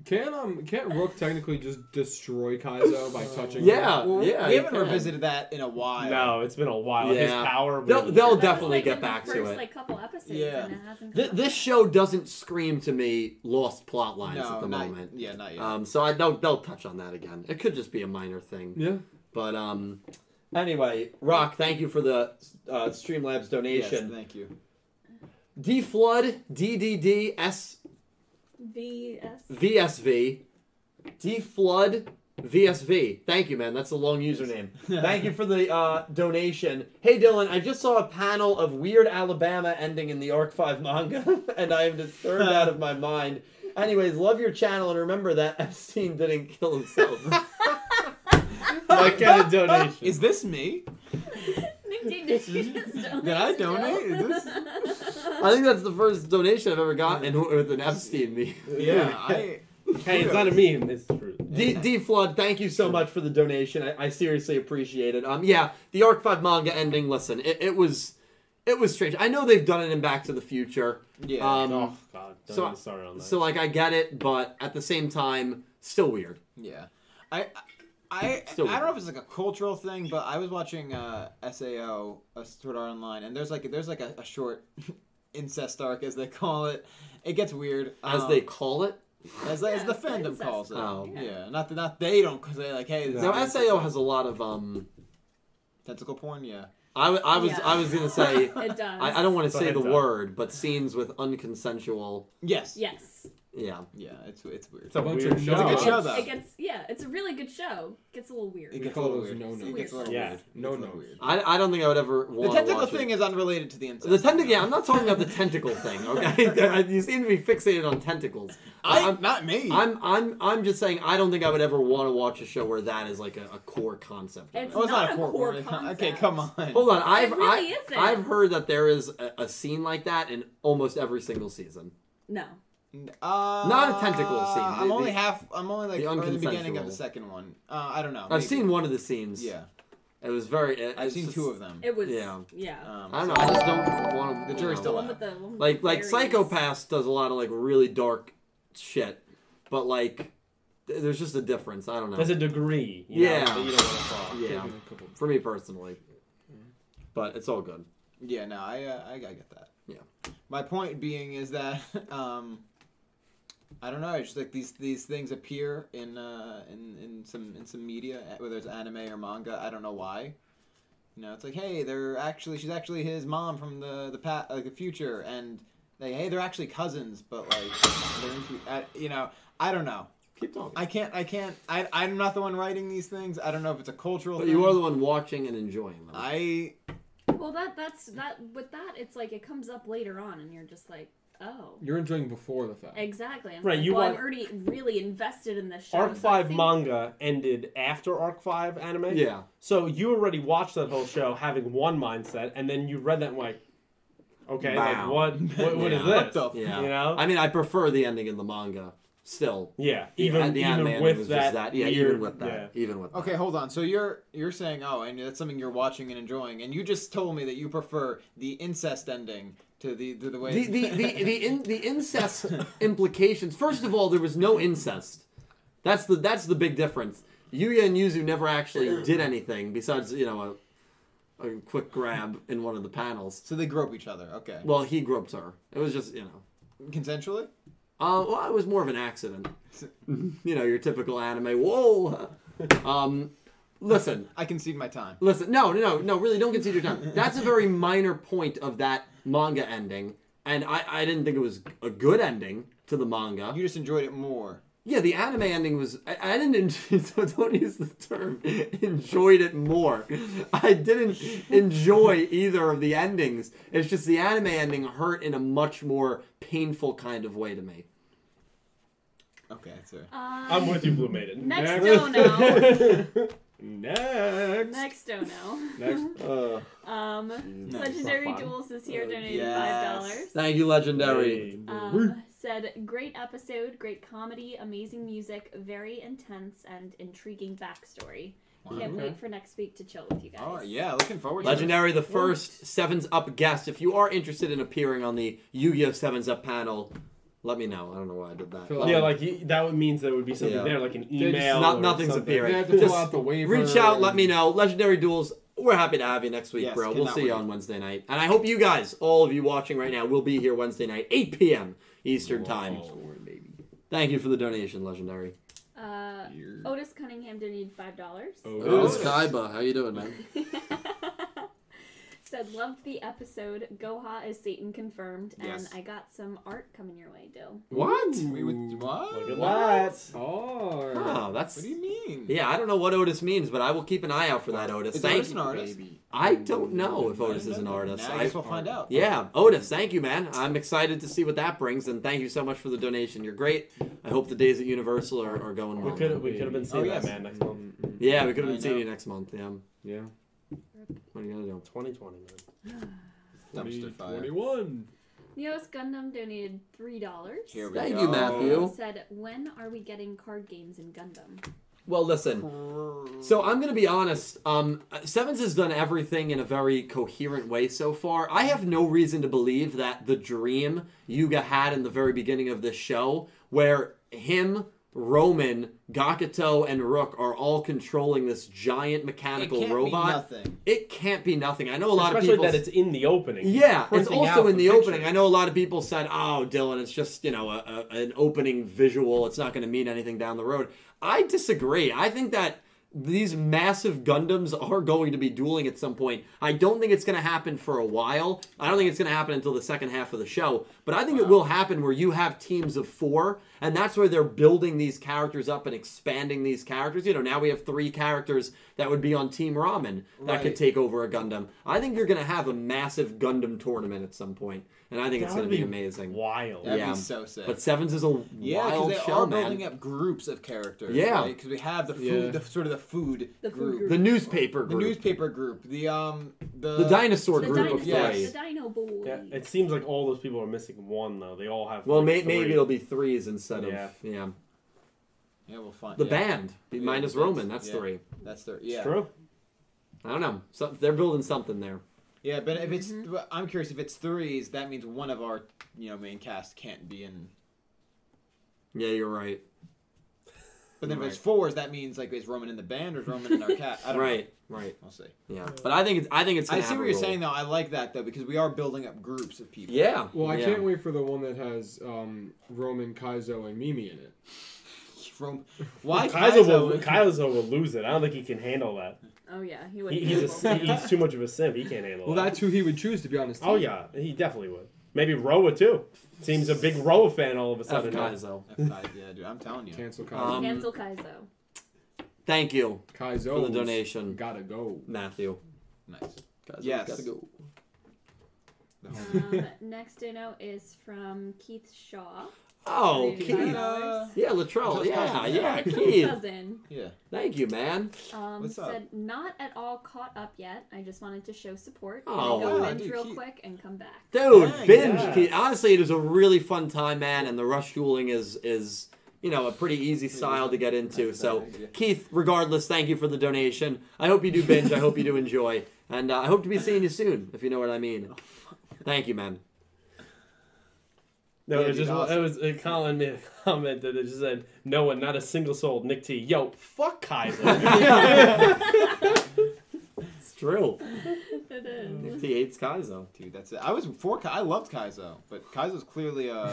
A: Can um can't Rook technically just destroy Kaizo by touching? him?
D: Yeah,
E: Well,
D: yeah.
E: we
D: you
E: haven't
D: can.
E: revisited that in a while.
B: No, it's been a while. His
D: uh, Yeah.
B: power.
D: They'll-
B: was-
D: they'll
C: That was,
D: definitely
C: like,
D: get
C: in
D: back
C: the
D: to
C: first,
D: it.
C: Like couple episodes,
E: Yeah.
C: and it hasn't
D: Th-
C: come
D: this
C: back.
D: show doesn't scream to me lost plot lines
E: No,
D: at the
E: not,
D: moment.
E: Yeah, not yet.
D: Um, so I don't they'll touch on that again. It could just be a minor thing.
A: Yeah.
D: But um, anyway, Rock, thank you for the uh, Streamlabs
E: yes,
D: donation.
E: thank you.
D: D flood DDD S
C: VS.
D: VSV D flood VSV. Thank you, man. That's a long username. Thank you for the uh, donation. Hey, Dylan, I just saw a panel of Weird Alabama ending in the Arc Five manga, and I am disturbed out of my mind. Anyways, love your channel and remember that Epstein didn't kill himself.
B: What kind of donation?
E: Is this me?
C: Nick, did you just donate?
E: Did I
C: still?
E: donate? Is
D: I think that's the first donation I've ever gotten who- with an Epstein meme.
E: Yeah, I.
B: Hey, it's not a meme. It's the truth.
D: D, D Flood, thank you so much for the donation. I, I seriously appreciate it. Um, yeah, the Arc Five manga ending. Listen, it, it was, it was strange. I know they've done it in Back to the Future.
E: Yeah.
D: Um,
B: oh God, don't
D: so-
B: even start on that.
D: So like, I get it, but at the same time, still weird.
E: Yeah, I, I, I
D: Still
E: don't know if it's like a cultural thing, but I was watching uh, Sao uh, Sword Art Online, and there's like there's like a, a short incest arc as they call it. It gets weird
D: As
E: um,
D: they call it.
E: as, as
C: Yeah,
E: the
C: it's
E: fandom
C: incest.
E: calls it.
D: Oh.
E: yeah. not that not they don't because they like hey this
D: Now
E: is
D: Sao has a lot of um.
E: tentacle porn. Yeah,
D: I, w- I was
C: Yeah.
D: I was gonna say.
C: It does.
D: I, I don't want to
B: Go
D: say
B: ahead,
D: the
B: Doc.
D: word, but scenes with unconsensual.
E: yes,
C: Yes.
D: Yeah.
E: yeah, it's it's weird.
B: it's a
A: bunch
B: weird
A: of
B: show.
A: It's a good
E: show, though.
C: It gets, yeah, it's a really good show. Gets a little weird.
E: It
A: We
E: gets a
A: call
E: little
A: those
E: weird.
A: no-nos.
E: It gets a little
B: Yeah.
E: weird. It
A: No
E: gets a little
A: nos.
E: weird.
D: I, I don't think I would ever
E: The
D: want to
E: tentacle
D: watch it.
E: thing is unrelated to the incest.
D: The tentacle. Yeah, I'm not talking about the tentacle thing. Okay, you seem to be fixated on tentacles.
E: I
D: I'm,
E: not me.
D: I'm, I'm, I'm just saying. I don't think I would ever want to watch a show where that is like a, a core concept. of
C: It's-
E: oh,
D: it.
E: it's not,
C: not
E: a
C: a
E: core,
C: core
E: porn.
C: concept.
E: Okay, come on.
D: Hold on, I've,
C: really
D: I,
C: isn't.
D: I've heard that there is a, a scene like that in almost every single season.
C: No.
E: Uh,
D: Not a tentacle scene.
E: I'm
D: The-
E: only
D: the-
E: half. I'm only like
D: the
E: or in the beginning of
D: unconsensual.
E: the second one. Uh, I don't know.
D: I've
E: maybe.
D: seen one of the scenes.
E: Yeah,
D: it was very. it-
E: I've
D: it's
E: seen
D: just-
E: two of them.
C: It was.
D: Yeah.
C: Yeah.
E: Um,
D: I don't
E: so-
D: know. I just don't want to.
E: The jury's
C: the
E: still
C: one
E: out.
C: with the one with
D: like
C: the
D: like
C: berries.
D: psychopaths does a lot of like really dark shit but like th- there's just a difference i don't know
B: There's a degree. you know,
D: Yeah.
B: that you don't want to follow.
D: yeah for me personally but it's all good
E: Yeah, no, I, uh, I I get that.
D: Yeah.
E: My point being is that um, I don't know. It's just like these these things appear in uh, in in some in some media, eh, whether it's anime or manga. I don't know why. You know, it's like hey, they're actually she's actually his mom from the the pat like the future, and they hey they're actually cousins, but like they're into, uh, you know I don't know.
D: keep talking
E: I can't I can't I I'm not the one writing these things. I don't know if it's a cultural.
D: but
E: thing.
D: you are the one watching and enjoying them
E: I
C: Well, that that's that with that it's like it comes up later on, and you're just like, Oh.
A: You're enjoying before the fact.
C: Exactly. I'm
B: Right,
C: like,
B: you
C: well,
B: want-
C: I'm already really invested in this show.
B: Arc
C: so I
B: Five
C: think-
B: manga ended after Arc Five anime.
D: Yeah.
B: So you already watched that whole show having one mindset, and then you read that and like, okay,
D: Wow.
B: like what? What, what is
D: Yeah.
B: this?
E: What the f-
D: Yeah.
B: You know?
D: I mean, I prefer the ending in the manga still.
B: yeah.
D: Yeah,
B: Even
D: the anime
B: even
D: ending
B: with
D: was
B: that,
D: just that. Yeah,
B: weird-
D: even with that.
B: yeah.
D: Even with
E: Okay, hold on. So you're you're saying oh, and that's something you're watching and enjoying, and you just told me that you prefer the incest ending to the to the way
D: The the the the, in, the incest implications. First of all, there was no incest. That's the that's the big difference. Yuya and Yuzu never actually did anything besides you know a, a quick grab in one of the panels.
E: so they grope each other. Okay,
D: Well, he groped her. It was just you know.
E: consensually.
D: Uh, well, it was more of an accident. you know, your typical anime. Whoa. Um, listen,
E: I concede my time.
D: Listen, no, no, no, no, really, don't concede your time. That's a very minor point of that manga ending, and I, I didn't think it was a good ending to the manga.
E: You just enjoyed it more.
D: yeah, the anime ending was. I, I didn't. en- so don't use the term enjoyed it more. I didn't enjoy either of the endings. It's just the anime ending hurt in a much more painful kind of way to me.
E: Okay, that's it.
C: Um,
B: I'm with you, Blue Maiden.
C: Next
A: Next.
C: dono.
A: Next.
C: Next dono.
A: Next.
D: Uh,
C: Um,
E: No,
C: Legendary
D: it's not fun.
C: Duels is here
E: Uh,
C: donated
E: yes.
C: $5.
D: Thank you, Legendary.
C: Um, said, great episode, great comedy, amazing music, very intense and intriguing backstory. Can't
A: Okay.
C: wait for next week to chill with you guys.
E: Oh yeah, looking forward. to it.
D: Legendary, the first Sevens Up guest. If you are interested in appearing on the Yu Gi Oh! Sevens Up panel, let me know. I don't know why I did that.
A: Fill
D: Let
A: out-
D: me-
B: Yeah, like you, that would means there would be something
D: Yeah.
B: there, like an
A: just-
B: email.
D: Not-
B: or
D: nothing's
B: something.
A: They
D: appearing.
A: have to
D: Just
A: fill out the waiver.
D: Reach out, let
A: and-
D: me know. Legendary Duels, we're happy to have you next week,
E: Yes,
D: bro. We'll
E: cannot
D: see you
E: wait.
D: on Wednesday night. And I hope you guys, all of you watching right now, will be here Wednesday night, 8 p.m. Eastern Time.
A: Scoring, baby.
D: Thank you for the donation, Legendary.
C: Uh,
A: Here.
C: Otis Cunningham donated $5.
B: Oh.
A: Oh,
D: Ooh,
E: it's Sky-
D: Skyba, how you doing, man?
C: Said, loved the episode. Goha is Satan confirmed.
E: Yes.
C: And I got some art coming your way, Dill.
D: What?
E: We would, what?
B: Look at
E: what?
B: that.
A: Oh,
D: Oh, that's.
E: What do you mean?
D: Yeah, I don't know what Otis means, but I will keep an eye out for that, Otis.
E: Is
D: Thank
E: Otis
D: you.
E: an artist?
A: baby.
D: I don't know if Otis is an
E: Now
D: artist.
E: I guess we'll find out.
D: Yeah, Otis, thank you, man. I'm excited to see what that brings, and thank you so much for the donation. You're great. I hope the days at Universal are, are going
B: We
D: well.
B: could we could have been seeing
D: Oh,
E: yes.
B: that man next month.
D: yeah, we could have
E: I
D: been seeing
E: know.
D: you next month. Yeah,
A: Mm, Yeah.
D: what are you gonna do?
B: 2020 man.
E: Dumpster fire.
A: 21.
C: Neos Gundam donated $3.
E: Here we
D: Thank
E: go.
D: you, Matthew.
C: Said, when are we getting card games in Gundam?
D: Well, listen. So I'm gonna be honest. Um, Sevens has done everything in a very coherent way so far. I have no reason to believe that the dream Yuga had in the very beginning of this show, where him, Roman, Gakuto, and Rook are all controlling this giant
E: It
D: mechanical
E: can't
D: robot.
E: Be nothing.
D: it can't be nothing. I know a lot
B: Especially
D: of people.
B: that it's in the opening.
D: yeah, it's
B: Printing
D: also
B: out
D: in the
B: picture.
D: opening. I know a lot of people said, "Oh, Dylan, it's just you know a, a, an opening visual. It's not going to mean anything down the road." I disagree. I think that these massive Gundams are going to be dueling at some point. I don't think it's going to happen for a while. I don't think it's going to happen until the second half of the show. But I think it will happen where you have teams of four, and that's where they're building these characters up and expanding these characters. You know, now we have three characters that would be on Team Ramen that could
E: Right.
D: take over a Gundam. I think you're going to have a massive Gundam tournament at some point, and I think it's
B: That
D: going
B: would
D: to be
B: be
D: amazing.
B: Wild.
E: That'd
D: Yeah.
E: be so sick.
D: But Sevens is a
E: yeah, because
D: wild
E: they
D: show,
E: are
D: man.
E: building up groups of characters.
D: Yeah.
E: because we have the food,
A: Yeah.
E: the sort of the food
C: The food
E: group,
C: group.
D: the newspaper
E: the
D: group, the,
E: newspaper group, the um, the
D: dinosaur
C: the
D: group
C: dino,
D: of three.
E: yes.
C: the Dino Boys.
B: Yeah, it seems like all those people are missing one though. They all have.
D: Well,
B: like,
D: may,
B: three.
D: maybe it'll be threes instead
B: Yeah.
D: of yeah.
E: Yeah, we'll find
D: The
E: yeah.
D: band be
E: Yeah,
D: minus
E: that's-
D: Roman. That's
E: yeah.
D: three.
E: That's their
B: It's
E: yeah,
B: true.
D: I don't know. Some, they're building something there.
E: yeah. But if it's,
C: Mm-hmm.
E: I'm curious if it's threes, that means one of our you know main cast can't be in.
D: Yeah, you're right.
E: But then
D: Right.
E: if it's fours, that means like is Roman in the band or is Roman in our cat? I don't
D: Right. Right.
E: know. We'll see.
D: Yeah. But I think it's. I think it's.
E: I
D: gonna
E: see
D: have
E: what
D: a
E: you're
D: role.
E: saying though. I like that though because we are building up groups of people.
D: Yeah.
A: Well, I
D: yeah.
A: can't wait for the one that has um, Roman, Kaizo, and Mimi in it.
E: From why
B: Kaiser
E: Kaizo-
B: will Kaiser will lose it. I don't think he can handle that.
C: Oh, yeah, he would.
B: He, he's a, he's too much of a simp. He can't handle
A: Well,
B: that.
A: that's who he would choose to be on his team.
B: Oh yeah, he definitely would. Maybe Roa too. Seems a big Roa fan all of a
D: F
B: sudden.
D: guys though.
E: F5, yeah, dude, I'm telling you.
A: Cancel Kaizo.
D: Um,
C: Cancel Kaizo.
D: Thank you
A: Kaizo.
D: for the donation,
A: Gotta go.
D: Matthew.
E: Nice.
D: Guys,
E: Yes.
D: gotta go.
E: the home.
C: Um, next I know is from Keith Shaw.
D: Oh,
C: Maybe
D: Keith.
C: five dollars.
D: Yeah, Latrell.
E: Just
D: Yeah,
E: cousin.
D: yeah,
C: Keith's
D: Keith.
C: cousin
E: Yeah.
D: Thank you, man.
C: um,
E: What's up?
C: said not at all caught up yet. I just wanted to show support.
D: Oh.
C: I'm gonna go
E: Yeah,
C: binge
E: dude,
C: real
E: Keith-
C: quick and come back.
D: Dude,
E: Dang,
D: binge.
B: yeah.
D: Keith. Honestly, it is a really fun time, man, and the rush dueling is is you know a pretty easy style to get into.
E: That's a
D: So,
E: bad idea.
D: Keith, regardless, thank you for the donation. I hope you do binge. I hope you do enjoy, and uh, I hope to be seeing you soon, if you know what I mean. Thank you, man.
B: No,
E: Yeah,
B: it was
E: dude,
B: just it was uh, Colin made a comment that it just said, "No one, not a single soul." Nick T, yo, fuck Kaiser.
D: It's true.
C: It is.
D: He hates Kaizo.
E: Dude, that's it. I was for Ka- I loved Kaizo, but Kaizo's clearly a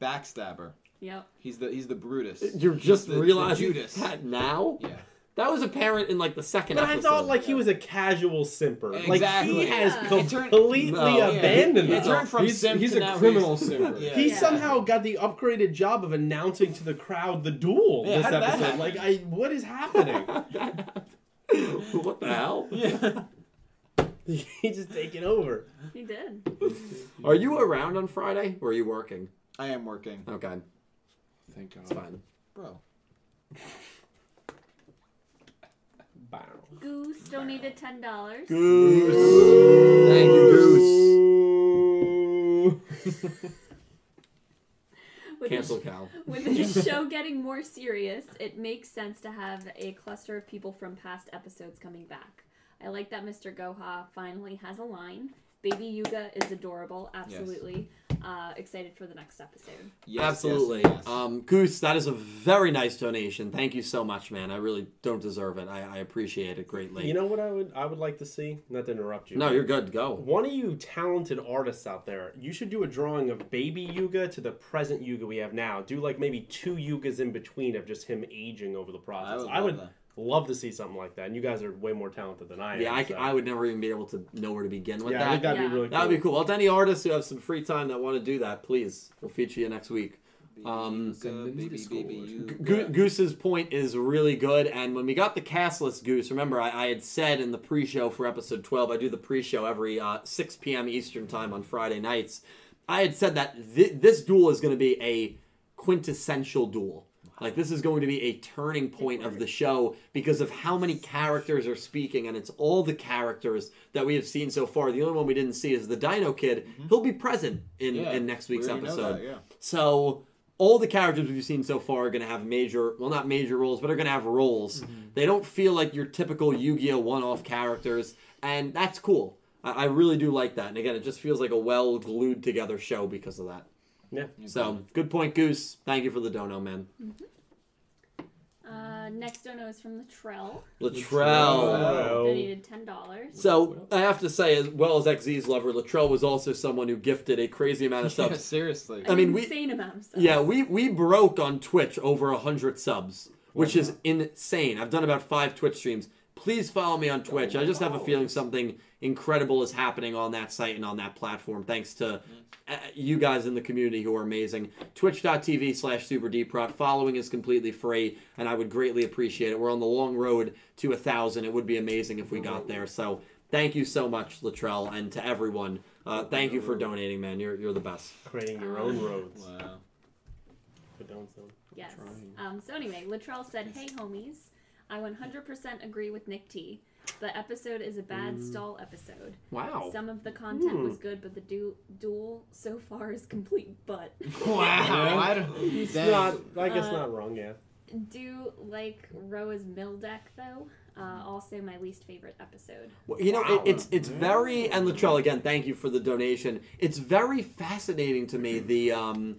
E: backstabber.
C: Yep.
E: He's the he's the Brutus.
D: You're just
E: The- the
D: realizing
E: Judas.
D: that now.
E: Yeah.
D: That was apparent in like the second.
B: but I
D: episode.
B: thought like he was a casual simper. Like
E: Exactly.
B: he has
C: Yeah.
E: It turned-
B: completely
D: No. Yeah.
B: abandoned
E: He
B: us.
E: turned from
A: he's,
E: simp
A: he's
E: to now
A: a criminal simmer.
E: Yeah.
B: He
C: Yeah.
B: somehow got the upgraded job of announcing to the crowd the duel
E: Yeah,
B: this
E: how did that
B: episode.
E: happen?
B: Like, I what is happening?
D: what the hell?
E: Yeah.
B: He's just taking over.
C: He did.
D: Are you around on Friday or are you working?
E: I am working,
D: Okay,
A: Thank God.
D: it's fine.
E: bro.
B: Bow.
C: Goose donated ten dollars.
D: Goose. Thank you, Goose.
C: With
D: Cancel
C: the,
D: Cal.
C: with the show getting more serious, it makes sense to have a cluster of people from past episodes coming back. I like that Mr. Goha finally has a line. Baby Yuga is adorable. Absolutely. Uh, excited for the next episode.
E: Yes,
D: Absolutely.
E: yes, yes.
D: Um, Goose, that is a very nice donation. Thank you so much, man. I really don't deserve it. I, I appreciate it greatly.
B: You know what I would I would like to see? Not to interrupt you.
D: no, you're good. Go.
B: One of you talented artists out there, you should do a drawing of baby Yuga to the present Yuga we have now. Do like maybe two Yugas in between of just him aging over the process. I would,
E: would
B: love,
E: love that.
B: to see something like that. And you guys are way more talented than I am.
D: Yeah, I, c-
B: so-
D: I would never even be able to know where to begin with
B: Yeah, I
D: that.
B: think that'd
C: Yeah.
B: be really
D: That would be cool. Well, to any artists who have some free time that want to do that, please, we'll feature you next week. Um,
E: Baby,
A: Send them to
E: baby,
A: school.
E: baby, you-
D: Go- Goose's point is really good, and when we got the cast list, Goose, remember I, I had said in the pre-show for episode twelve, I do the pre-show every uh, six p.m. Eastern time on Friday nights. I had said that thi- this duel is going to be a quintessential duel. Like this is going to be a turning point of the show because of how many characters are speaking, and it's all the characters that we have seen so far. The only one we didn't see is the Dino Kid. He'll be present in,
E: Mm-hmm. Yeah,
D: in next week's
E: we already know
D: episode.
E: that, yeah.
D: So all the characters we've seen so far are going to have major, well, not major roles, but are going to have roles. They don't feel like your typical Yu-Gi-Oh one-off characters, and that's cool. I, I really do like that. And again, it just feels like a well glued together show because of that.
B: Yeah.
D: So good point, Goose. Thank you for the dono, man.
C: Uh,
D: Mm.
C: next dono is from the Trell.
D: Latrell.
C: Donated ten dollars.
D: So I have to say, as well as XZ's lover, Latrell was also someone who gifted a crazy amount of
E: Yeah,
D: subs.
E: seriously.
D: I mean, we-
C: insane amount of stuff.
D: Yeah, we we broke on Twitch over hundred subs, which is insane. I've done about five Twitch streams. Please follow me on Twitch. I just have a feeling something incredible is happening on that site and on that platform. Thanks to uh, you guys in the community who are amazing. Twitch.tv slash SuperDprot. Following is completely free, and I would greatly appreciate it. We're on the long road to a thousand. It would be amazing if we got there. So thank you so much, Latrell, and to everyone. Uh, thank you for donating, man. You're you're the best.
B: Creating your own roads.
E: Wow.
B: But don't stop.
C: Yes.
A: Trying.
C: Um, so anyway, Latrell said, "Hey homies, I 100% agree with Nick T. The episode is a bad
D: Mm.
C: stall episode.
D: Wow.
C: Some of the content
B: Hmm.
C: was good, but the du- duel so far is complete butt.
E: Wow. I don't.
B: It's
E: Dang.
B: not, I guess
C: Uh,
B: not wrong, yeah.
C: Do like Roa's mill deck though. Uh, also my least favorite episode.
D: Well, you know,
B: Wow.
D: it, it's it's very and Latrell again. Thank you for the donation. It's very fascinating to me. The um,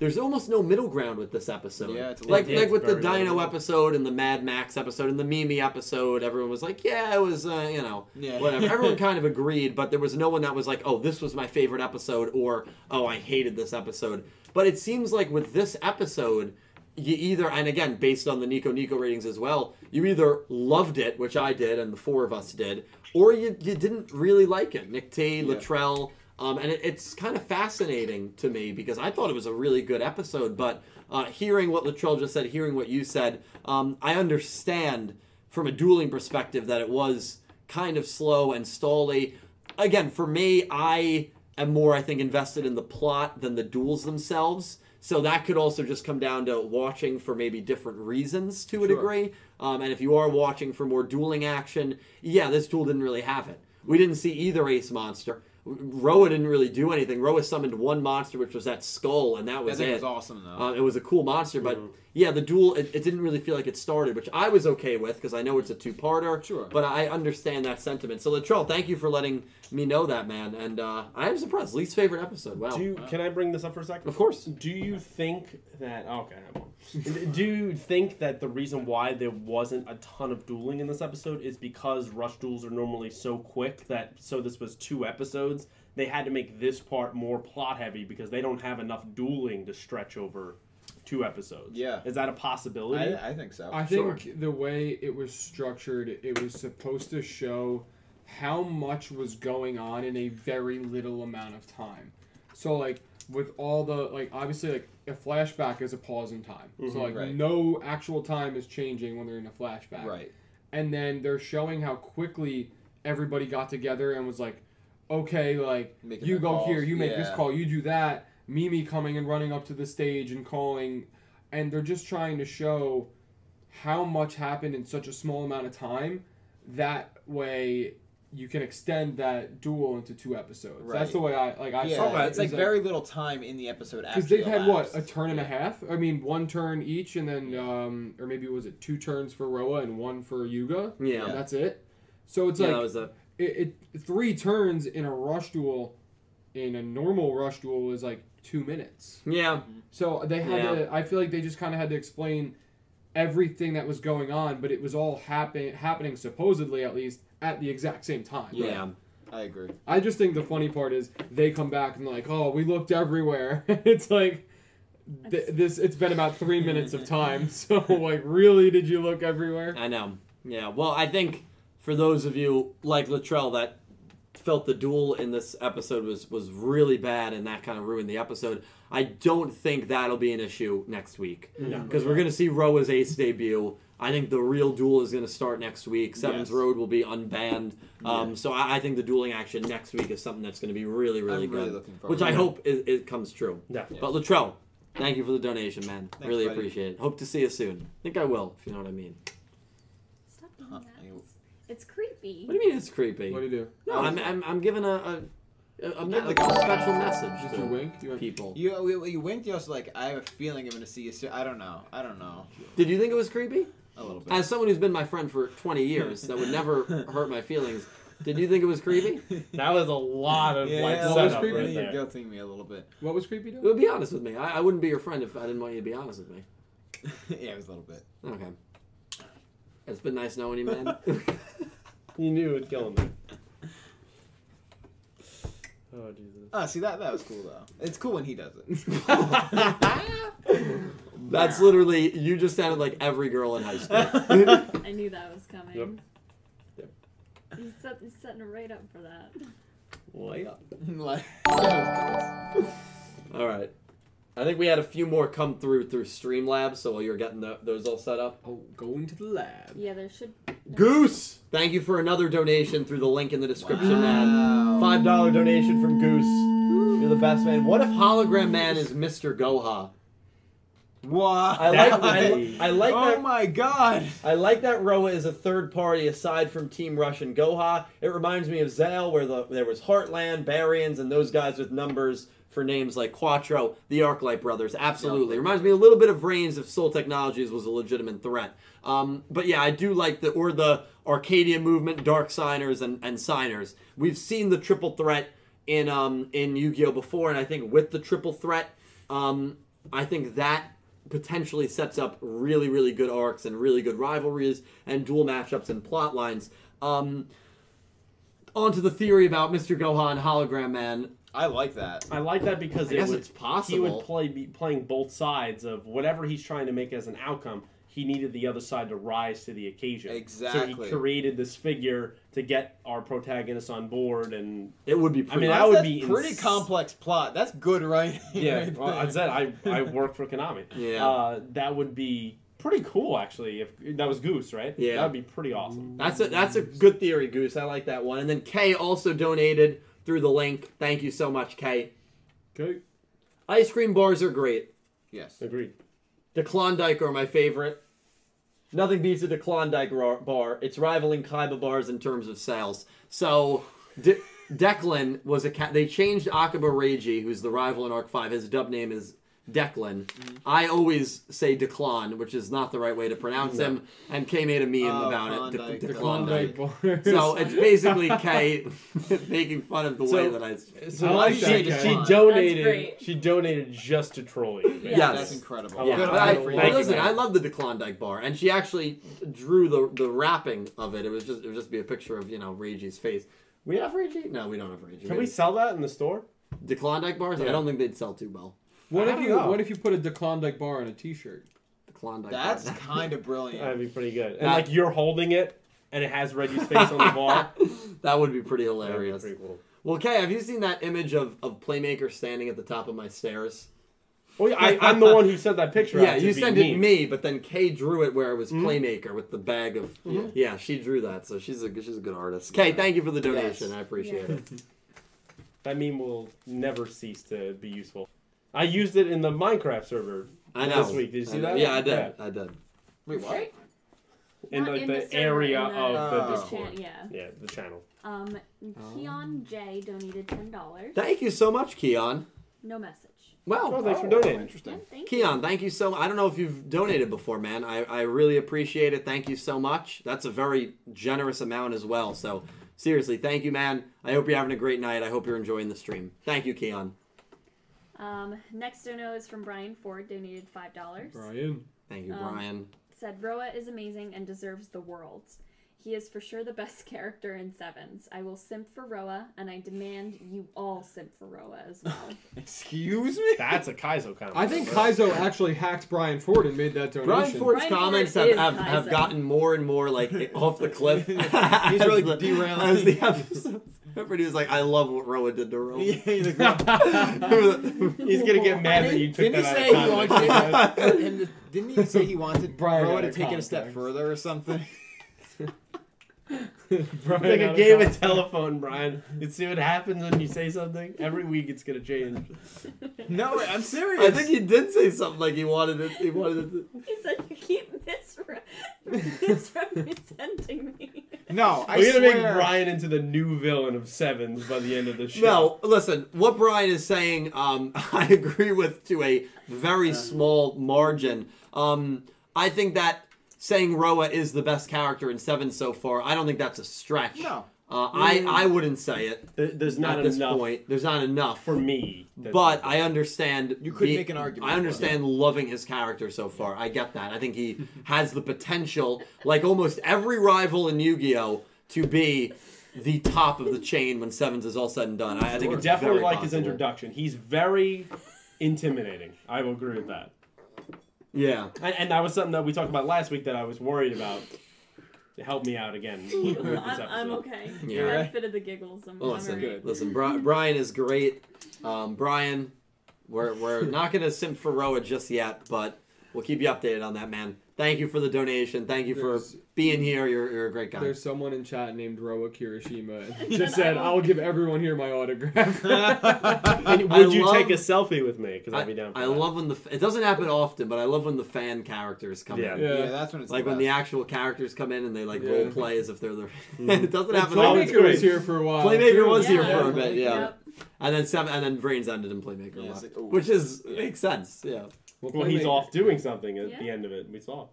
D: there's almost no middle ground with this episode.
E: Yeah, it's a
D: like
B: little-
D: like with the
B: It's very
D: Dino
B: low.
D: episode and the Mad Max episode and the Mimi episode. Everyone was like, yeah, it was uh, you know
E: Yeah.
D: whatever. everyone kind of agreed, but there was no one that was like, oh, this was my favorite episode or oh, I hated this episode. But it seems like with this episode. You either, and again, based on the Nico Nico ratings as well, you either loved it, which I did, and the four of us did, or you, you didn't really like it. Nick T,
E: Yeah.
D: Latrell, um, and it, it's kind of fascinating to me because I thought it was a really good episode, but uh, hearing what Latrell just said, hearing what you said, um, I understand from a dueling perspective that it was kind of slow and stally. Again, for me, I and more I think invested in the plot than the duels themselves. So that could also just come down to watching for maybe different reasons to a
E: Sure.
D: degree. Um, and if you are watching for more dueling action, yeah, this duel didn't really have it. We didn't see either ace monster. Roa didn't really do anything. Roa summoned one monster, which was that skull, and that
E: I
D: was
E: think
D: it.
E: it was awesome Mm-hmm. though.
D: Uh, it was a cool monster, but yeah, the duel it, it didn't really feel like it started, which I was okay with because I know it's a two-parter.
E: Sure.
D: But I understand that sentiment. So Latrell, thank you for letting me know that, man. And uh, I am surprised. Least favorite episode. Wow.
B: Do you, can I bring this up for a second?
D: Of course.
B: Do you think that oh, okay? I won't. Do you think that the reason why there wasn't a ton of dueling in this episode is because rush duels are normally so quick that so this was two episodes they had to make this part more plot heavy because they don't have enough dueling to stretch over two episodes.
E: Yeah.
B: is that a possibility?
E: I, uh, I think so.
A: I
D: Sure.
A: think the way it was structured, it was supposed to show how much was going on in a very little amount of time. So like with all the like obviously like a flashback is a pause in time. so like
E: Mm-hmm. Right.
A: no actual time is changing when they're in a flashback.
E: right.
A: And then they're showing how quickly everybody got together and was like, okay, like
E: Making
A: you
E: their
A: go
E: calls.
A: here, you make this
E: Yeah.
A: call, you do that. Mimi coming and running up to the stage and calling, and they're just trying to show how much happened in such a small amount of time. That way, you can extend that duel into two episodes. That's
E: Right.
A: the way I like. I
E: Yeah,
A: saw it.
E: it's like
A: Is
E: very little time in the episode
A: because
E: actually
A: they've had
E: elapsed.
A: what a turn and a half. I mean, one turn each, and then um, or maybe was it two turns for Roa and one for Yuga?
D: Yeah.
A: And that's it. So it's
D: yeah,
A: like
D: that was a
A: it, it three turns in a rush duel, in a normal rush duel is like two minutes.
D: yeah.
A: So they had
D: Yeah.
A: to. I feel like they just kind of had to explain everything that was going on, but it was all happen, happening supposedly at least at the exact same time.
D: Yeah.
E: I agree.
A: I just think the funny part is they come back and like, oh, we looked everywhere. it's like th- this. It's been about three minutes of time, so like, really, did you look everywhere?
D: I know. Yeah. Well, I think for those of you like Latrell that felt the duel in this episode was was really bad and that kind of ruined the episode. I don't think that'll be an issue next week
B: No.
D: because we're gonna see Roa's ace debut. I think the real duel is gonna start next week. Seven's
E: Yes.
D: Road will be unbanned, um, so I, I think the dueling action next week is something that's gonna be really really
E: I'm
D: good,
E: really looking forward
D: which
E: to
D: I
E: it.
D: hope it, it comes true.
B: Definitely.
D: But Latrell, thank you for the donation, man.
E: Thanks,
D: really
E: buddy.
D: appreciate it. Hope to see you soon. I think I will, if you know what I mean.
C: Stop doing
E: Huh,
C: that.
E: you-
C: It's creepy.
D: What do you mean it's creepy?
A: What do you do?
D: No, I'm, I'm, I'm giving a, a, a, a, me- like a special message
A: Did you
D: to
A: wink? You went,
D: people.
E: You, you you went. You also like. I have a feeling I'm gonna see you. soon. I don't know. I don't know.
D: Did you think it was creepy?
E: A little bit.
D: As someone who's been my friend for 20 years, that would never hurt my feelings. Did you think it was creepy?
B: that was a lot of like
A: yeah,
B: setup
A: creepy.
B: right there.
E: You're guilting me a little bit.
A: what was creepy? Though?
D: Well, be honest with me. I, I wouldn't be your friend if I didn't want you to be honest with me.
E: yeah, it was a little bit.
D: Okay. It's been nice knowing you, man.
B: You knew it would kill me. Oh Jesus.
E: Oh, see that that was cool though. It's cool when he does it.
D: That's literally, you just sounded like every girl in high school.
C: I knew that was coming.
B: Yep.
C: He's, set, he's setting it right up for that.
B: Well, yeah.
E: like,
D: all right. I think we had a few more come through through Streamlabs, so while you're getting tho- those all set up.
A: Oh, going to the lab.
C: Yeah, there should.
D: Goose, thank you for another donation through the link in the description, man.
E: Wow.
D: Five dollar donation from Goose. You're the best, man. What if Hologram Man is Mr. Goha?
E: what?
D: I
B: That
D: like, I,
B: would be-
D: I like
E: oh
D: that.
E: my god.
D: I like that Roa is a third party aside from Team Rush and Goha. It reminds me of Zale, where the, there was Heartland, Barians, and those guys with numbers for names like Quattro, the Arclight Brothers. Absolutely. Reminds me a little bit of Reigns if Soul Technologies was a legitimate threat. Um, but yeah, I do like the, or the Arcadia movement, Dark Signers, and, and Signers. We've seen the triple threat in, um, in Yu Gi Oh! before, and I think with the triple threat, um, I think that potentially sets up really, really good arcs and really good rivalries and dual matchups and plot lines. Um, on to the theory about Mr. Gohan and Hologram Man.
E: I like that.
B: I like that because
D: I
B: it
D: guess
B: would,
D: it's possible.
B: He would play be playing both sides of whatever he's trying to make as an outcome. He needed the other side to rise to the occasion. So
E: Exactly.
B: he created this figure to get our protagonist on board, and
D: It would be
B: I mean,
D: pretty.
B: that
E: That's-
B: would
E: that's
B: be
E: pretty
B: ins-
E: complex plot. That's good writing.
B: yeah,
E: right
B: well,
E: there.
B: I said I I work for Konami.
D: Yeah.
B: uh, that would be pretty cool actually. If that was Goose, right?
D: Yeah.
B: that would be pretty awesome.
D: that's a that's a good theory, Goose. I like that one. And then Kay also donated through the link. Thank you so much, Kay.
A: Okay.
D: Ice cream bars are great.
E: Yes.
B: Agreed.
D: The Klondike are my favorite. Nothing beats a Klondike ra- bar. It's rivaling Kaiba bars in terms of sales. So, De- Declan was a cat. They changed Akaba Reiji, who's the rival in Arc 5. His dub name is Declan.
E: Mm-hmm.
D: I always say Declan, which is not the right way to pronounce him. And Kay made a meme
E: Oh,
D: about it.
E: Klondike,
D: De- De-
A: Klondike
D: Klondike.
A: bars.
D: So, it's basically Kay making fun of the
B: So-
D: way that I.
B: So
A: I like
B: she,
A: that,
B: she
E: Kevin.
C: That's
B: donated.
C: great.
B: She donated just to troll you. man.
D: Yeah. Yes.
E: That's incredible.
B: Yeah.
E: Good
D: But I,
E: eye for
D: but
E: you.
B: Thank you,
D: listen,
B: man.
D: I love the Declondike bar, and she actually drew the the wrapping of it. It was just it would just be a picture of you know Reggie's face. We have Reggie? No, we don't have Reggie.
B: Can we sell that in the store?
D: Declondike bars? I
B: Yeah.
D: don't think they'd sell too well.
A: what
B: I
A: if
B: don't
A: you
B: know.
A: what if you put a Klondike bar on a T-shirt?
D: Declondike.
E: That's
D: bars.
E: kind of brilliant.
B: That'd be pretty good. And
D: That-
B: like you're holding it, and it has Reggie's face on the bar.
D: that would be pretty
B: That'd be
D: hilarious.
B: pretty cool.
D: Well, Kay, have you seen that image of of Playmaker standing at the top of my stairs?
B: Well, yeah, I, I'm the one who sent that picture.
D: Yeah,
B: out
D: you
B: to
D: sent
B: be
D: it
B: mean. Hmm?
D: me, but then Kay drew it where it was Playmaker with the bag of.
C: Mm-hmm.
E: Mhm.
D: Yeah, she drew that, so she's a she's a good artist. Kay, thank you for the donation. I appreciate
C: Yes.
D: it.
B: That meme will never cease to be useful. I used it in the Minecraft server
D: I know.
B: this week. Did you see
D: I know.
B: that?
D: Yeah, I did. I did.
E: Wait, what?
B: In
C: Not
B: like
C: in
B: the,
C: the server,
B: area
C: in the-
B: of the
E: Oh.
C: Just
B: Discord.
C: chan- yeah.
B: Yeah, the channel.
C: Um, Keon J donated ten dollars.
D: Thank you so much, Keon.
C: No message.
B: Oh,
D: Well,
B: thanks for donating.
E: Interesting.
C: Yeah, thank you.
D: Keon, thank you so. I don't know if you've donated before, man. I, I really appreciate it. Thank you so much. That's a very generous amount as well. So seriously, thank you, man. I hope you're having a great night. I hope you're enjoying the stream. Thank you, Keon.
C: Um, next dono is from Brian Ford. Donated five dollars.
A: Brian.
D: Thank you,
C: Um,
D: Brian.
C: Said Roa is amazing and deserves the world. He is for sure the best character in Sevens. I will simp for Roa, and I demand you all simp for Roa as well.
E: Excuse me.
B: That's a Kaizo comment.
A: I think
B: Right.
A: Kaizo actually hacked Brian Ford and made that donation.
D: Brian Ford's
C: Brian Ford
D: comments
C: is
D: have, have, have
C: Kaizen.
D: gotten more and more like off the cliff.
E: He's
D: as
E: really
D: the-
E: derailing.
D: as the episodes. Everybody was like, "I love what Roa did to Roa."
B: He's gonna get mad that you took
E: Didn't he
B: that
E: say he
B: out of context.
E: wanted him to, Didn't he say he wanted
A: Brian
E: Roa
A: out
E: to
A: of
E: take it a step
A: context.
E: further or something?
B: It's like
A: Brian out
B: a
A: of
B: game of
A: context.
B: telephone, Brian. You see what happens when you say something? Every week it's gonna change.
E: No, I'm serious.
D: I think he did say something like he wanted it. He wanted it. To,
C: he said you keep misre- misrepresenting me.
E: no, I
B: We're gonna make
E: swear.
B: Brian into the new villain of Sevens by the end of the show.
D: No, listen, what Brian is saying, um, I agree with to a very small margin. Um, I think that saying Roa is the best character in Seven so far, I don't think that's a stretch.
E: No.
D: Uh, I, I wouldn't say it
B: There- there's not
D: at this
B: enough
D: point. There's not enough.
B: for me. that-
D: but I understand.
E: You could make an argument
D: I
E: for
D: understand loving his character so far. I get that. I think he has the potential, like almost every rival in Yu-Gi-Oh, to be the top of the chain when Sevens is all said and done. I, I think
B: I
D: it's
B: definitely
D: very
B: like his
D: possible.
B: introduction. He's very intimidating. I will agree with that.
D: Yeah.
B: And, and that was something that we talked about last week that I was worried about. Help me out again. with
C: I'm,
B: this episode.
C: I'm okay.
D: Yeah.
C: Benefit of the giggles. I'm,
B: Oh,
D: Well,
C: I'm
D: listen,
C: alright.
D: listen. Bri- Brian is great. Um, Brian, we're we're not gonna simp for Roa just yet, but we'll keep you updated on that, man. Thank you for the donation. Thank you
A: There's-
D: for being here. You're, you're a great guy.
A: There's someone in chat named Roa Kirishima and just said, "I'll give everyone here my autograph."
B: And
D: I
B: would you
D: love-
B: take a selfie with me? Because
D: I,
B: I'd be down. For
D: I
B: that.
D: love when the f- it doesn't happen often, but I love when the fan characters come
B: Yeah.
D: in.
A: Yeah.
E: Yeah, that's when it's
D: Like
E: the
D: when the
E: best.
D: actual characters come in and they like
A: Yeah.
D: role play as if they're the. it doesn't happen
B: Well,
D: often.
B: it's
A: Playmaker was
B: great.
A: here for a while.
D: Playmaker
A: too.
D: was here
C: Yeah.
D: for a bit, yeah.
C: Yep.
D: And then seven, and then brains ended in playmaker,
E: Yeah,
D: left,
E: it's like, ooh.
D: which is makes sense. Yeah,
B: Well, he's
A: Playmaker-
B: off doing something at the
C: Yeah.
B: end of it. We saw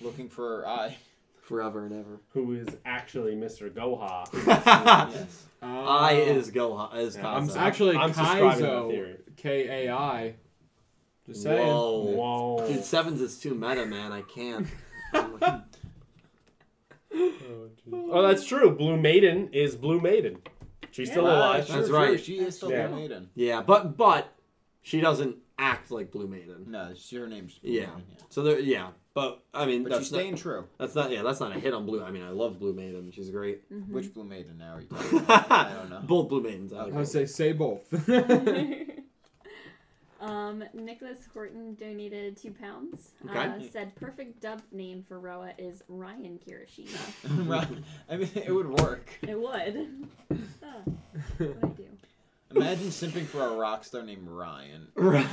E: looking for uh, I.
D: forever and ever.
B: who is actually Mr. Goha.
E: Yes.
A: Ah.
D: I is go is
B: Yeah,
D: Kaza.
B: so-
A: actually
B: I'm subscribing to that theory.
A: Kaizo K A I. Just saying.
D: Whoa.
B: Whoa.
D: Dude, sevens is too meta, man. I can't.
B: Oh, geez. Oh, that's true. Blue Maiden is Blue Maiden. She's still
C: Yeah.
B: alive.
D: That's right.
E: Oh, She is still
B: Yeah.
E: Blue Maiden.
D: yeah, but but she doesn't act like Blue Maiden.
E: No, she, her name's Blue
D: Yeah.
E: Maiden,
D: So there, yeah. But I mean,
E: But
D: that's
E: she's
D: not,
E: staying true.
D: that's not yeah, that's not a hit on Blue. I mean, I love Blue Maiden. She's great.
C: Mm-hmm.
E: Which Blue Maiden now are you talking about? I don't know.
D: Both Blue Maidens. I
E: Okay.
D: like
A: I would
D: both.
A: say say both.
C: um, Nicholas Horton donated two pounds. Uh,
D: Okay.
C: said perfect dub name for Roa is Ryan Kirishima.
E: Right. I mean, it would work.
C: it would. Ah, what I do.
E: Imagine simping for a rock star named Ryan.
D: Right.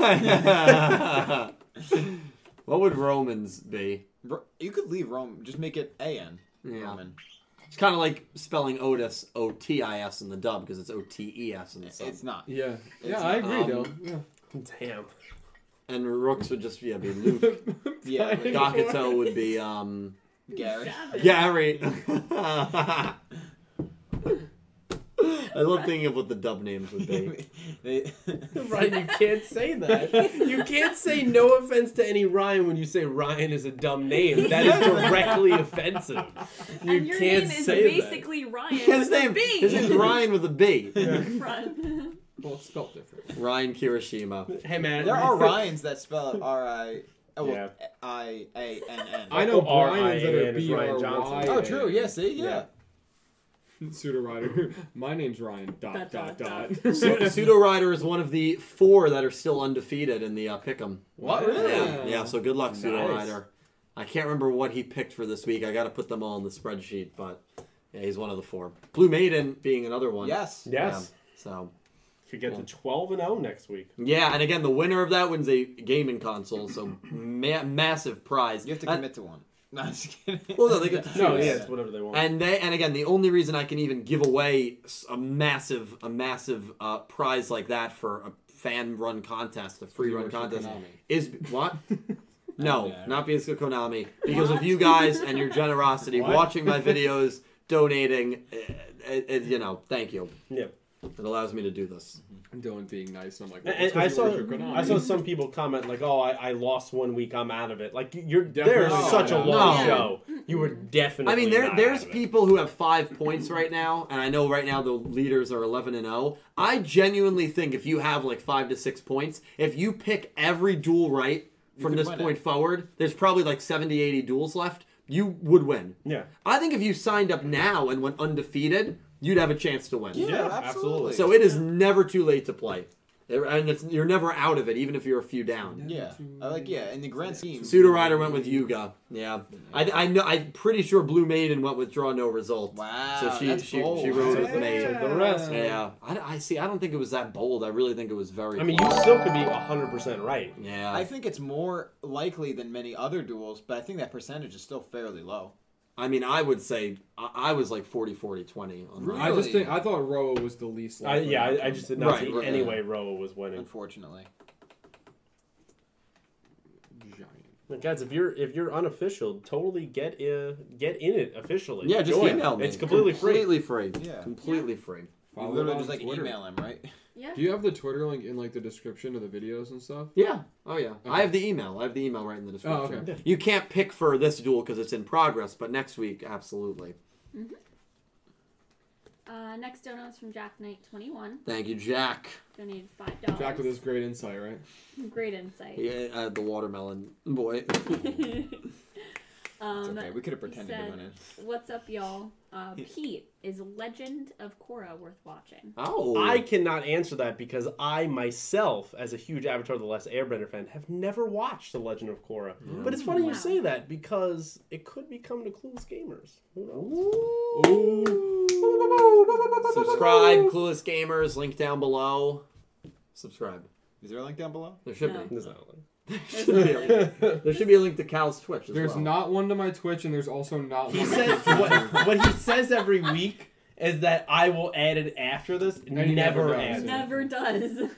D: what would Romans be?
E: Ro- You could leave Rome. Just make it A N.
D: Yeah.
E: Roman.
D: It's kind of like spelling Otis, O T I S in the dub because it's O T E S in the sub.
E: It's not.
A: Yeah, yeah,
E: It's-
A: I agree
D: um,
A: though. Yeah.
B: Damn.
D: and Rooks would just yeah, be Luke.
E: Yeah, like
A: Fine.
D: Gakuto would be um
E: Gary.
D: Gary. I love thinking of what the dub names would be.
E: They-
B: Ryan, you can't say that. You can't say no offense to any Ryan when you say Ryan is a dumb name. That is directly offensive. You
C: and your
B: can't
C: name is
B: say
C: basically Ryan.
D: His
C: with a
D: name,
C: B
D: his name's Ryan with a B.
A: Yeah.
C: in front.
A: Well, it's spelled different.
D: Ryan Kirishima.
B: that. Hey man,
E: there are Ryans that spell it R I. Oh, well,
B: Yeah.
E: I A N N.
A: I know
B: R I
A: Brian's that
B: A
A: are
B: N is
A: B R
B: Ryan
A: Y.
B: Johnson.
E: Oh, true. Yeah. See. Yeah.
B: Yeah.
A: Pseudo rider. My name's Ryan. Dot
C: Dot,
A: dot
C: dot,
A: dot.
D: Pseudo Rider is one of the four that are still undefeated in the uh, Pick'em.
E: What? Really?
D: Yeah. yeah, so good luck, Pseudo
B: Nice.
D: Rider. I can't remember what he picked for this week. I got to put them all in the spreadsheet, but yeah, he's one of the four. Blue Maiden being another one.
E: Yes.
B: Yes.
D: Yeah, so
B: Could get to 12 and 0 next week.
D: yeah, and again, the winner of that wins a gaming console, so ma- massive prize.
E: You have to
D: And-
E: commit to one. No, I'm just kidding.
D: Well, no, they get to
B: No,
D: choose.
B: yeah, it's whatever they want.
D: And they, and again, the only reason I can even give away s- a massive, a massive uh, prize like that for a fan run contest, a free
A: You
D: run
A: work for
D: contest,
A: Konami.
D: is what? No,
E: Yeah.
D: not because of Konami, because of
C: What?
D: you guys and your generosity,
A: What?
D: watching my videos, donating. uh, uh, uh, you know, thank you.
B: yeah.
D: It allows me to do this.
A: Dylan being nice. I'm like, well,
B: And
A: it's 'cause
B: I
A: you
B: saw,
A: work for Konami.
B: I saw some people comment like, "Oh, I, I lost one week. I'm out of it." Like you're
A: Definitely
B: there's
A: not
B: such a
A: out.
B: long
D: No.
B: show. You were definitely.
D: I mean, there
B: not
D: there's
B: out of it.
D: people who have five points right now, and I know right now the leaders are eleven and zero. I genuinely think if you have like five to six points, if you pick every duel right from
E: could
D: this
E: win
D: point
E: it.
D: forward, there's probably like 70, 80 duels left. You would win.
B: Yeah.
D: I think if you signed up now and went undefeated, you'd have a chance to win.
E: Yeah,
B: Yeah,
E: absolutely.
B: absolutely.
D: So it is never too late to play, It- and it's, you're never out of it, even if you're a few down.
E: yeah, I like yeah. In the grand scheme,
D: Pseudo Rider went with Yuga. Yeah, I, I know. I'm pretty sure Blue Maiden went with Draw No Result.
E: Wow,
D: So she
E: that's
D: she,
E: bold.
D: she
A: Oh,
D: rode with
B: Yeah.
D: Maiden.
B: The rest.
D: Yeah, I, I see. I don't think it was that bold. I really think it was very.
B: I mean, you
D: close.
B: still could be 100 percent right.
D: Yeah,
E: I
D: I,
E: think it's more likely than many other duels, but I think that percentage is still fairly low.
D: mean, I would say I, I was like 40, 40, 20. On
E: Really?
D: mine.
A: I just think I thought Roa was the least.
B: I,
A: likely
B: yeah, I, I
A: outcome.
B: just did not
D: Right,
B: see
D: right,
B: any
D: yeah.
B: way Roa was winning.
E: Unfortunately,
A: Giant.
B: Like, guys, if you're if you're unofficial, totally get uh, get in it officially.
D: Yeah, just
B: Join.
D: email me.
B: It's completely free.
D: Completely free.
E: Yeah.
D: Completely free.
E: you
A: Follow
E: literally
A: on
E: just like
A: Twitter.
E: email him, right?
C: Yeah.
A: Do you have the Twitter link in like the description of the videos and stuff?
D: Yeah. Oh yeah. I
A: Okay.
D: have the email. I have the email right in the
A: Oh,
D: description.
A: okay.
D: You can't pick for this duel because it's in progress, but next week, absolutely.
C: Uh, next dono is from Jack Knight twenty one.
D: Thank you, Jack.
C: Donated five dollars.
A: Jack with his great insight, right?
C: great insight.
D: Yeah, uh, the watermelon boy.
E: It's
C: um,
E: okay. We could have
C: he
E: pretended he
C: said-
E: went in.
C: What's up, y'all? Uh, Pete is Legend of Korra worth watching.
D: Oh,
B: I cannot answer that because I myself, as a huge Avatar: The Last Airbender fan, have never watched The Legend of Korra. But it's funny
C: Wow.
B: you say that because it could be coming to clueless gamers. Who knows?
D: Subscribe, Clueless Gamers, link down below. Subscribe.
E: Is there a link down below?
D: There should
C: No.
D: be.
B: There's not one.
D: There should be, a link. there should be a link to Cal's Twitch as
A: There's
D: well.
A: not one to my Twitch, and there's also not
B: He
A: one.
B: says
A: to
B: what, what he says every week is that I will add it after this.
A: And he never
B: never,
A: does.
B: adds it.
C: Never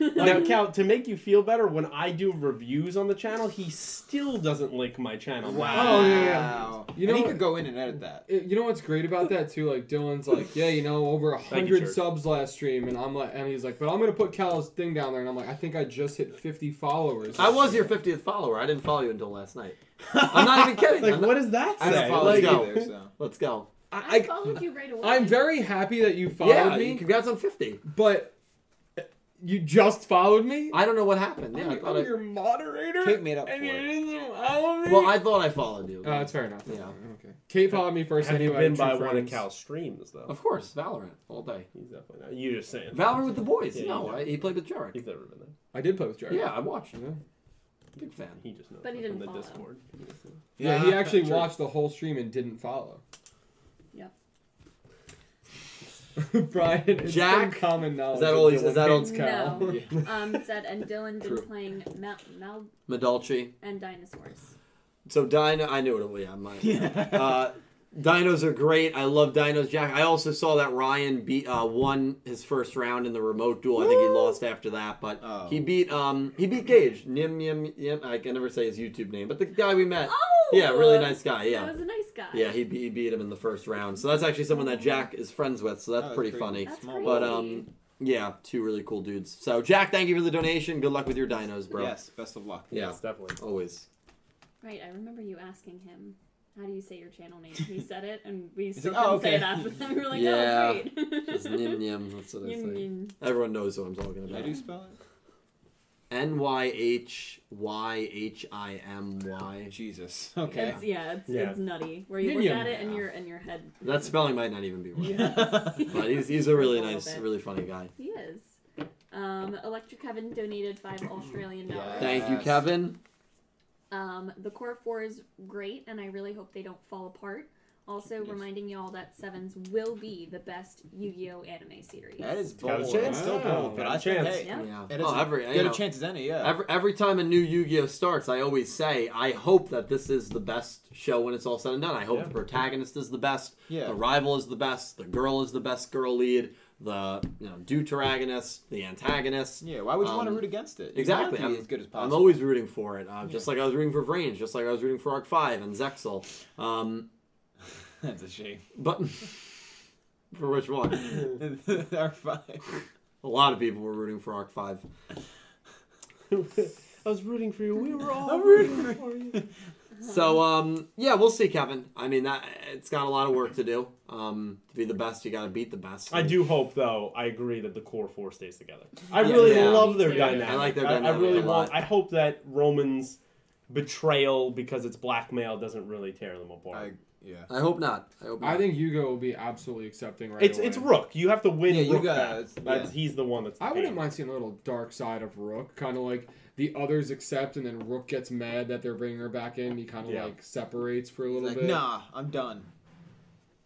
C: does.
B: Now, Cal, to make you feel better, when I do reviews on the channel, he still doesn't link my channel.
A: Wow. Oh, yeah, yeah. You
E: You know,
A: know
E: and he
A: what-
E: could go in and edit that.
A: It- you know what's great about that too? Like Dylan's like, yeah, you know, over a
B: Thank you,
A: hundred
B: Church.
A: subs last stream, and I'm like, and he's like, but I'm gonna put Cal's thing down there, and I'm like, I think I just hit 50 followers.
D: I was your 50th follower. I didn't follow you until last night. I'm not even kidding.
B: Like,
D: I'm not-
B: what does that
D: I
E: I
D: don't
E: don't
D: follow
B: say?
E: follow
D: Let's
B: Like,
E: you
D: go.
E: either, so.
D: Let's go.
C: I
B: I,
C: followed you right away.
A: I'm very happy that you followed
D: Yeah,
A: me,
D: congrats on 50.
A: but you just followed me.
D: I don't know what happened. Yeah,
A: I'm,
D: I thought
A: I'm
D: I,
A: your moderator.
E: Kate made up
A: and
E: for
A: you
E: it.
A: didn't follow me.
D: well, I thought I followed you.
A: Oh, that's fair enough.
D: Yeah.
A: Okay. Kate followed me first
B: have you
A: anyway.
B: been
A: true
B: by one of
A: friends.
B: Cal's streams though?
D: Of course, Valorant all day.
B: He's definitely not. You're just saying.
D: Valorant with the boys.
B: Yeah,
D: no,
B: yeah.
D: I, he played with Jarek.
B: He's never been there.
A: I did play with Jared.
D: Yeah, I watched.
A: Yeah.
D: Big fan.
B: He just knows
C: But he
B: it
C: didn't
B: from the
C: follow.
B: Discord.
A: Yeah, he actually
E: true.
A: watched the whole stream and didn't follow. Brian, it's
D: Jack?
A: been common knowledge.
D: Is that
A: of
D: all he's-
A: Dylan
D: is that all-
A: hates cow.
C: No.
A: Yeah.
C: Um, it said, and Dylan been
D: True.
C: playing Mel, Mel
D: Medulci.
C: and dinosaurs.
D: So Dino, I knew it. was- Yeah, my.
E: Yeah.
D: Uh, dinos are great. I love dinos, Jack. I also saw that Ryan beat uh, won his first round in the remote duel. I think he lost after that, but
E: Oh.
D: he beat um he beat Gage. Nim Nim Nim. I can never say his YouTube name, but the guy we met.
C: Oh,
D: Yeah, really nice guy. Yeah.
C: That was a nice guy.
D: Yeah, he, be- he beat him in the first round. So that's actually someone that Jack is friends with. So that's
E: Oh, that's
D: pretty
E: pretty
D: funny.
C: That's
E: Small
C: crazy.
D: But um, yeah, two really cool dudes. So Jack, thank you for the donation. Good luck with your dinos, bro.
E: Yes, best of luck.
D: Yeah.
B: Yes, definitely.
D: Always.
C: right, I remember you asking him. How do you say your channel name? He said it, and we
E: He's
C: still
E: like, "Oh,
C: couldn't say it
E: okay."
C: after that. We were like,
D: Yeah.
C: oh, great.
D: Just Nim Nim. That's what I
C: Yum,
D: say.
C: yum.
D: Everyone knows what I'm talking
E: How
D: about.
E: do you spell it?
D: N Y H Y H I M Y.
E: Jesus. Okay.
C: It's, yeah, it's,
B: Yeah.
C: it's nutty. Where you
A: Yum,
C: look
A: yum.
C: at it and your and your head.
D: That spelling might not even be
E: E.
D: right. But
C: he
D: he's, he's a really
C: A little
D: nice,
C: bit.
D: really funny guy.
C: is. Um, Electric Heaven donated five Australian dollars.
E: Yeah.
D: Thank you,
E: Yes.
D: Kevin.
C: Um, the core four is great, and I really hope they don't fall apart. Also, reminding you all that Sevens will be the best Yu-Gi-Oh anime series.
E: That is
B: Got a
E: bold.
B: chance.
E: Still
A: Wow.
E: bold, but
B: Got a
E: I think,
B: chance.
E: hey,
C: Yeah.
D: Yeah.
E: it is
D: Oh, every, you
E: good
D: know,
E: a chance as any. Yeah.
D: Every, every time a new Yu-Gi-Oh starts, I always say, I hope that this is the best show when it's all said and done. I hope
B: Yeah.
D: the protagonist is the best,
E: Yeah.
D: the rival is the best, the girl is the best girl lead, the you know deuteragonist, the antagonist.
E: yeah. Why would you want to
D: Um,
E: root against it? You
D: exactly,
E: want it to
D: I'm-
E: be as good as
D: I'm
E: possible.
D: always rooting for it, um, just like I was rooting for Vrain, just like I was rooting for Arc Five and Zexel. Um,
E: That's a shame.
D: but for which one?
E: Our five.
D: A lot of people were rooting for Arc Five.
E: Uh-huh.
B: I was rooting for you. We were all
E: I'm
B: rooting
E: rooting
B: for
E: for
B: you.
D: So um, yeah, we'll see, Kevin. I mean, that it's got a lot of work to do. Um, to be the best, you got to beat the best.
B: I
D: And-
B: do hope, though. I agree that the core four stays together. I
D: Yeah.
B: really
D: Yeah.
B: love their
A: Yeah.
B: dynamic.
D: I like their
B: I
D: dynamic
B: really
D: a
B: want.
D: lot.
B: I hope that Roman's betrayal because it's blackmail doesn't really tear them apart.
E: I, yeah.
D: I hope not. I hope. Not.
A: I think Yugo will be absolutely accepting right
B: it's
A: away.
B: it's Rook. You have to win
E: Yeah, you
B: Rook.
E: gotta-
B: back.
E: it's-
B: That's- He's the one that's. The
A: I wouldn't
B: pain.
A: mind seeing a little dark side of Rook, kind of like the others accept, and then Rook gets mad that they're bringing her back in. He kind of
B: Yeah.
A: like separates for a little
E: Like,
A: bit,
E: nah, I'm done.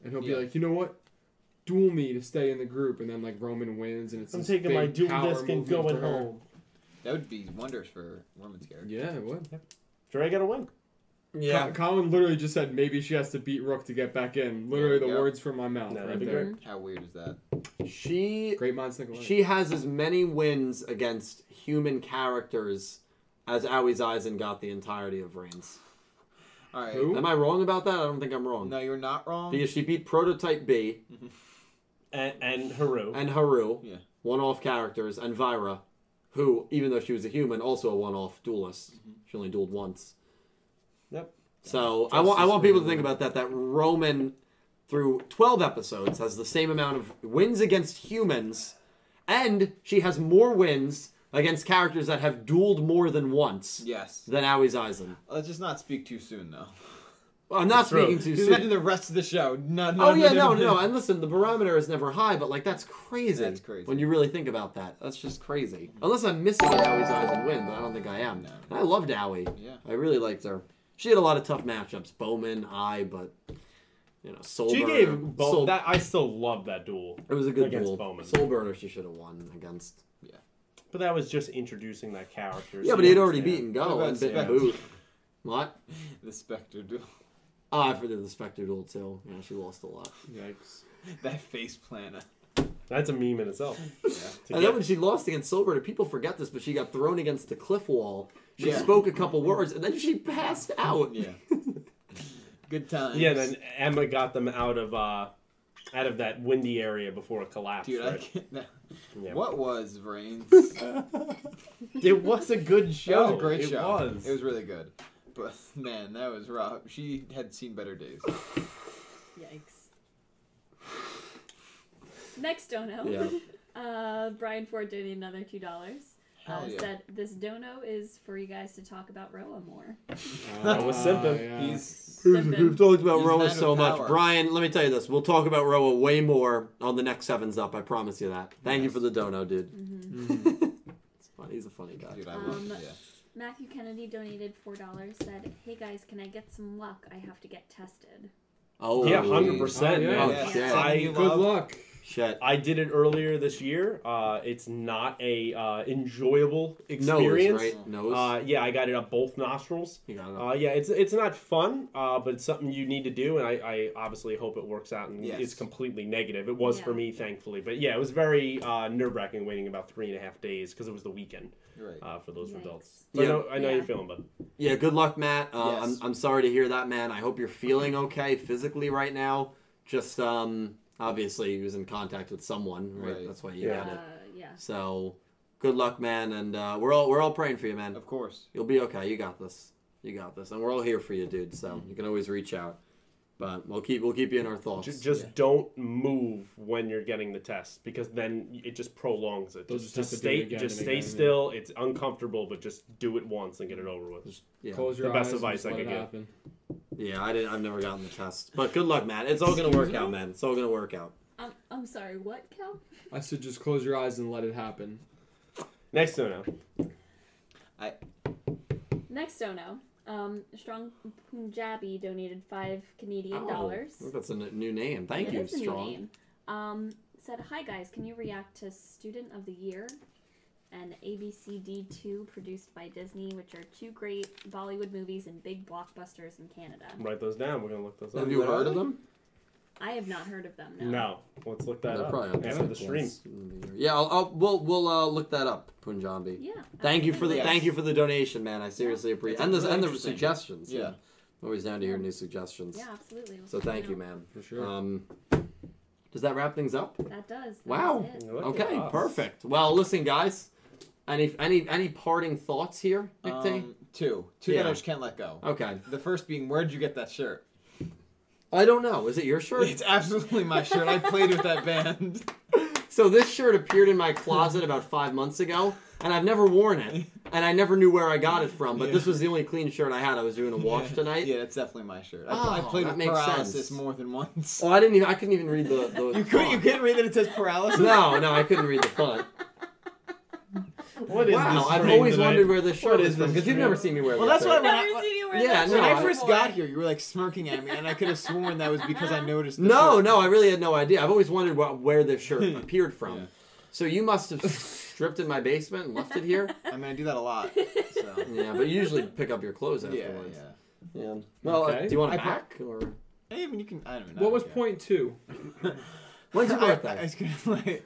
A: and he'll
E: yeah.
A: be like, you know what, duel me to stay in the group, and then like Roman wins, and it's
B: I'm
A: this
B: taking my
A: big
B: dual
A: power
B: disc and
A: movement
B: going
A: for her.
B: home.
E: That would be wonders for Roman's character.
A: Yeah, it would.
B: Dre got to win.
D: Yeah.
A: Co- Colin literally just said maybe she has to beat Rook to get back in. Literally
E: There
A: the
E: you go.
A: words from my mouth.
B: No,
A: right
B: that'd be
A: there.
B: great.
E: How weird is that?
D: She
A: Great minds think alike.
D: she has as many wins against human characters as Aoi Aizen got the entirety of Reigns.
E: All right.
A: Who?
D: Am I wrong about that? I don't think I'm wrong.
E: No, you're not wrong.
D: Because she beat Prototype B
B: And, and Haru.
D: and Haru,
E: Yeah.
D: one-off characters, and Vira, who, even though she was a human, also a one-off duelist. She only dueled once.
B: Yep.
D: So I want I
E: Justice
D: want
E: for
D: people to think
E: Roman.
D: about that. That Roman, through twelve episodes, has the same amount of wins against humans, and she has more wins against characters that have dueled more than once
E: Yes.
D: than Aoi's Aizen.
E: Let's just not speak too soon, though.
D: Well, I'm not
B: True.
D: speaking too
E: Just
D: soon.
E: imagine the rest of the show. No, no,
D: Oh yeah, no, no, and listen, the barometer is never high, but like that's crazy.
E: That's crazy.
D: When you really think about that, that's just crazy. Unless I'm missing an Aoi's Aizen win, but I don't think I am.
E: No.
D: And I loved Aoi.
E: Yeah.
D: I really liked her. She had a lot of tough matchups. Bowman, I, but you know, Soul
B: She
D: Burner-
B: gave both.
D: Soul-
B: that I still love that duel,
D: it was a good
B: against
D: duel.
B: Bowman.
D: Soul Burner, she should have won against.
B: but that was just introducing that character.
D: Yeah,
B: so
D: but
B: you
D: he had already
B: understand.
D: beaten
E: What
D: Go
E: about
D: and bitten
E: Spectre?
D: Boot. What?
E: The Spectre duel.
D: Oh, I forget the Spectre duel too. Yeah, she lost a lot.
A: Yikes.
E: That face planner.
B: That's a meme in itself. To
D: And
B: get-
D: then when she lost against Soul Burner, people forget this, but she got thrown against the cliff wall. She
E: Yeah.
D: spoke a couple words and then she passed out.
E: Yeah. Good times.
B: Yeah, then Emma got them out of uh, out of that windy area before it collapsed.
E: Dude, I
B: right?
E: can't. that-
B: Yeah.
E: What was Vrains? That
B: It was a good show.
D: Oh,
E: was a great
B: it
E: show.
B: Was.
E: It was really good. But man, that was rough. She had seen better days.
C: Yikes. Next dono.
D: Yeah.
C: Uh, Brian Ford donated another two dollars. Uh,
E: Hell yeah.
C: Said this dono is for you guys to talk about Roa more.
A: Ah,
B: was simping.
A: yeah.
E: He's
C: Simping.
D: We've talked about
E: He's a
D: Roa
E: man of
D: so much.
E: power.
D: Brian, let me tell you this. We'll talk about Roa way more on the next Sevens Up. I promise you that. Thank you for the dono, dude.
A: Mm.
D: it's funny. He's a funny guy.
E: dude, I love.
C: Um,
E: Yeah.
C: Matthew Kennedy donated four dollars. Said, "Hey guys, can I get some luck? I have to get tested."
D: Oh
B: Yeah, hundred percent,
A: Oh, yeah.
B: man.
D: Oh,
E: Yeah.
D: shit.
B: I-
E: You
A: Good
E: love-
A: luck.
D: Shit.
B: I did it earlier this year. Uh, it's not a uh, enjoyable
D: Nose,
B: experience.
D: right? Nose.
B: Uh, yeah, I got it up both nostrils.
D: you got it.
B: Uh, yeah, it's it's not fun, uh, but it's something you need to do, and I, I obviously hope it works out and
E: Yes.
B: it's completely negative. It was for
C: Yeah.
B: me, thankfully, but yeah, it was very uh, nerve wracking waiting about three and a half days because it was the weekend
E: You're right.
B: uh, for those
C: Yikes.
B: results. But
D: Yeah.
B: I know, I know how
C: Yeah.
B: you're feeling, but
D: Yeah, good luck, Matt. Uh,
E: Yes.
D: I'm, I'm sorry to hear that, man. I hope you're feeling okay physically right now. Just um, obviously, he was in contact with someone, right?
E: Right.
D: That's why you
B: Yeah.
D: got it.
C: Uh, yeah.
D: So, good luck, man, and uh, we're all we're all praying for you, man.
E: Of course.
D: You'll be okay. You got this. You got this, and we're all here for you, dude. So you can always reach out. But we'll keep we'll keep you in our thoughts.
B: Ju- just
E: Yeah.
B: don't move when you're getting the test because then it just prolongs it.
A: They'll
B: Just,
A: just have
B: just
A: to do it
B: stay,
A: again
B: just
A: and
B: stay
A: again, yeah.
B: still. It's uncomfortable, but just do it once and get it over with.
D: yeah.
A: Close your
B: The best
A: eyes.
B: advice
A: and just
B: I
A: let
B: could give.
A: it happen.
D: yeah, I didn't. I've never gotten the test, but good luck, man. It's all gonna work
C: Mm-hmm.
D: out, man. It's all gonna work out.
C: I'm, I'm sorry, what, Cal?
A: I said just close your eyes and let it happen.
B: Next to now.
C: Next dono. Um, Strong Punjabi donated five Canadian dollars.
D: Oh, that's a n- new name. Thank
C: It
D: you,
C: is a new
D: strong.
C: name. Um, said, Hi guys, can you react to Student of the Year and ABCD2 produced by Disney, which are two great Bollywood movies and big blockbusters in Canada?
B: Write those down. We're gonna look those up.
D: Have you heard of them?
C: I have not heard of them now.
B: No. Let's look that
D: They're
B: up
D: probably out
B: after
D: there.
B: the stream.
D: Yeah, I'll, I'll, we'll we'll uh, look that up, Punjabi.
C: Yeah.
D: Thank you for the
C: absolutely.
E: Yes.
D: thank you for the donation, man. I seriously appreciate
E: It's
D: and the
E: really
D: and the
E: interesting.
D: suggestions.
E: Yeah.
D: I'm always down to hear new suggestions.
C: Yeah, absolutely. We'll
D: So
C: check
D: thank
C: it
D: you,
C: out.
D: man.
A: For sure.
D: Um, does that wrap things up?
C: That does. That
D: Wow.
C: is it.
B: Look at
D: okay,
B: us.
D: perfect. Well, listen, guys. Any any any parting thoughts here, Big T?
E: Um, two. Two
D: Yeah.
E: that I just can't let go.
D: Okay.
E: The first being, where'd you get that shirt?
D: I don't know. Is it your shirt?
E: It's absolutely my shirt. I played with that band.
D: So this shirt appeared in my closet about five months ago, and I've never worn it, and I never knew where I got it from. But this was the only clean shirt I had. I was doing a wash tonight.
E: Yeah, that's definitely my shirt. I, I
D: Oh,
E: played
D: that
E: with
D: makes
E: paralysis
D: sense.
E: more than once.
D: Oh, I didn't. Even, I couldn't even read the. the
E: You couldn't, you couldn't read that it says paralysis?
D: No, no, I couldn't read the font.
B: What is
D: wow,
B: this
D: I've
B: stream
D: always
B: tonight?
D: wondered where this shirt
B: What
D: is
B: is
D: from
B: this
D: because you've
B: stream?
D: never seen me wear.
E: Well,
D: this
E: that's
D: shirt.
E: why when I,
C: Never seen you wear
D: Yeah,
C: that
D: no,
E: when
C: shirt
E: I first
C: before.
E: got here, you were like smirking at me, and I could have sworn that was because I noticed. the
D: No,
E: shirt.
D: no, I really had no idea. I've always wondered wh- where this shirt appeared from.
E: Hmm. Yeah.
D: So you must have stripped in my basement and left it here.
E: I mean, I do that a lot. So.
D: Yeah, but you usually pick up your clothes
E: Yeah, yeah.
D: afterwards. Yeah. Well, uh,
A: Okay.
D: do you want it
E: I pro-
D: back or
E: Hey, I mean, you can. I don't know.
A: What was
E: yeah.
A: point two?
D: when's your
E: I-
D: birthday?
E: I was gonna like,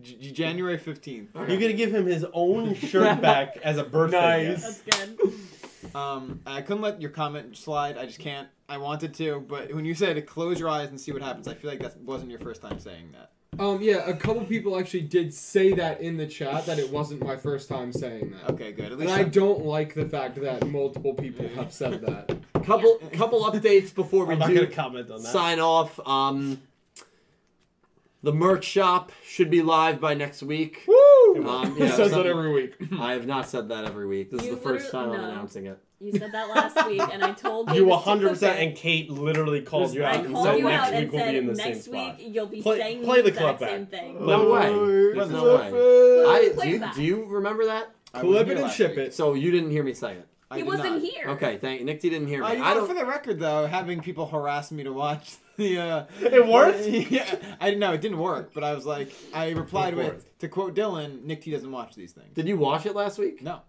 E: J- J- January fifteenth.
B: You're gonna give him his own shirt back as a birthday.
A: Nice.
B: gift.
C: That's good.
E: Um, I couldn't let your comment slide. I just can't. I wanted to, but when you said close your eyes and see what happens, I feel like that wasn't your first time saying that.
A: Um, yeah, a couple people actually did say that in the chat that it wasn't my first time saying that.
E: Okay, good. At
A: And
E: least
A: I don't like the fact that multiple people have said that.
D: couple couple updates before we
B: I'm not
D: do
B: gonna comment on that.
D: sign off. Um, the merch shop should be live by next week.
A: Woo!
D: Um,
A: he
D: yeah,
A: says that
D: something-
A: every week.
D: I have not said that every week. This
C: You
D: is the first time
C: literally-
D: I'm
C: no.
D: announcing it.
C: You said that last week, and I told you.
B: You
C: to
B: 100
C: stick with
B: percent
C: it.
B: and Kate literally called you
D: I
B: out
C: I
B: and
C: called
B: said
C: you
B: next
C: out
B: week
C: and
B: we'll
C: said
B: be in the
C: next
B: same
C: week
B: spot.
C: you'll be
B: Play-
C: saying
B: play the
C: the exact
B: clip
C: same
B: back.
C: thing.
D: No way. There's no way. I do. You,
C: Playback.
D: do you remember that?
E: I wasn't
A: Clip
E: here
A: it and
E: last
A: ship
E: week.
A: it.
D: So you didn't hear me say it.
E: I
C: he
E: did
C: wasn't
E: not.
C: here.
D: Okay, thank Nick. Didn't hear
E: Uh,
D: me.
E: you
D: I
E: know, for
D: don't.
E: the record, though, having people harass me to watch the. Uh,
B: It worked?
E: yeah, I didn't know it didn't work, but I was like, I replied
B: It
E: with,
B: worked.
E: to quote Dylan, Nick T doesn't watch these things.
D: Did you watch it last week?
E: No.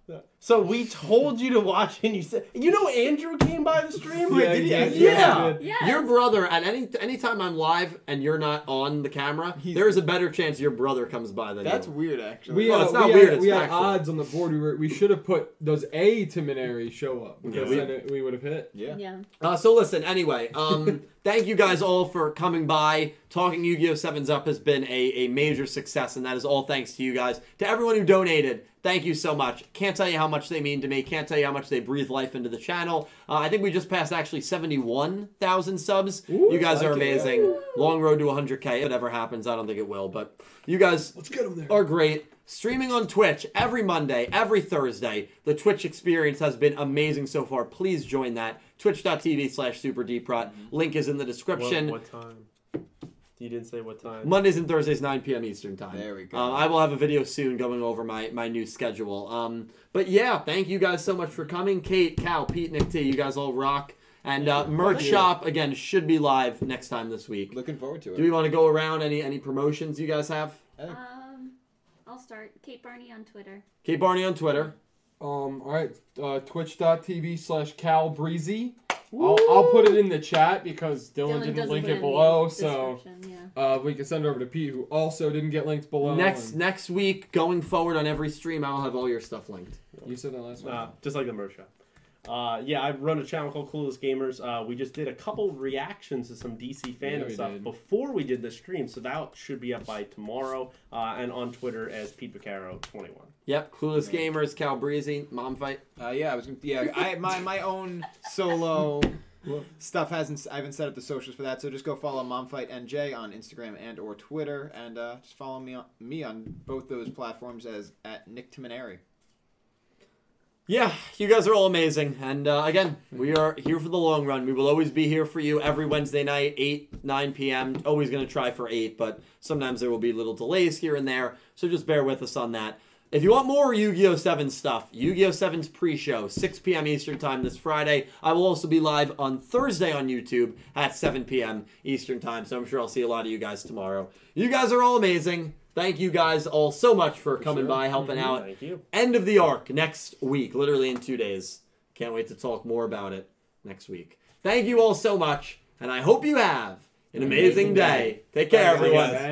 B: So we told you to watch, and you said, you know, Andrew came by the stream.
E: Wait,
A: Yeah,
E: did he
A: yeah,
E: actually?
A: yeah.
D: Yeah.
C: Yes.
D: Your brother at any anytime I'm live and you're not on the camera,
E: He's-
D: there is a better chance your brother comes by than
E: That's
D: you.
E: weird, actually.
A: We,
D: Well,
A: uh,
D: it's not
A: we
D: weird,
A: Had,
D: it's
A: we had
D: factual.
A: odds on the board. We were, we should have put does a Timinary show up because
D: we-
A: then it, we would have hit.
E: yeah.
C: Yeah.
D: Uh, so listen, anyway, um, thank you guys all for coming by. Talking Yu-Gi-Oh! Sevens Up has been a, a major success, and that is all thanks to you guys. To everyone who donated, thank you so much. Can't tell you how much they mean to me. Can't tell you how much they breathe life into the channel. Uh, I think we just passed actually seventy-one thousand subs.
A: Ooh,
D: you guys
E: I
D: are
E: like it.
D: amazing. Long road to one hundred k. If it ever happens, I don't think it will, but you guys
A: Let's get them there.
D: are great. Streaming on Twitch every Monday, every Thursday. The Twitch experience has been amazing so far. Please join that. Twitch.tv slash superdeeprot. Link is in the description.
B: What, what time? You didn't say what time.
D: Mondays and Thursdays, 9 p.m. Eastern time.
E: There we go.
D: Uh, I will have a video soon going over my, my new schedule. Um, but yeah, thank you guys so much for coming. Kate, Cal, Pete, Nick T, you guys all rock. And uh, merch shop again should be live next time this week.
E: Looking forward to it.
D: Do we want to go around any any promotions you guys have?
C: Um, I'll start. Kate Barney on Twitter.
D: Kate Barney on Twitter.
A: Um, all right, uh, twitch.tv slash Cal Breezy. I'll, I'll put it in the chat because Dylan, didn't
C: doesn't
A: link
C: put in
A: it
C: the
A: below, so
C: description, Yeah.
A: uh, we can send it over to Pete, who also didn't get linked below.
D: Next
A: and-
D: next week, going forward on every stream, I will have all your stuff linked.
A: you said that last
B: Uh, just like the merch shop. Uh, yeah, I run a channel called Clueless Gamers. Uh, we just did a couple reactions to some DC
A: Yeah,
B: fandom
A: we
B: stuff
A: did.
B: before we did the stream, so that should be up by tomorrow. Uh, and on Twitter as Pete Vaccaro twenty one.
D: Yep, Clueless Gamers, Cal Breezy, Mom Fight.
E: Uh, yeah, I was. Gonna, yeah, I my my own solo stuff hasn't. I haven't set up the socials for that, so just go follow Momfight NJ on Instagram and or Twitter, and uh, just follow me on me on both those platforms as at Nick Timoneri.
D: Yeah, you guys are all amazing. And uh, again, we are here for the long run. We will always be here for you every Wednesday night, 8, 9 p.m. Always going to try for 8, but sometimes there will be little delays here and there. So just bear with us on that. If you want more Yu Gi Oh! 7 stuff, Yu Gi Oh! 7's pre show, 6 p.m. Eastern Time this Friday. I will also be live on Thursday on YouTube at 7 p.m. Eastern Time. So I'm sure I'll see a lot of you guys tomorrow. You guys are all amazing. Thank you guys all so much for coming by, helping out
B: Thank you.
D: end of the arc next week, literally in two days. Can't wait to talk more about it next week. Thank you all so much, and I hope you have an amazing, day. Take care,
A: one.
D: everyone.
A: Thank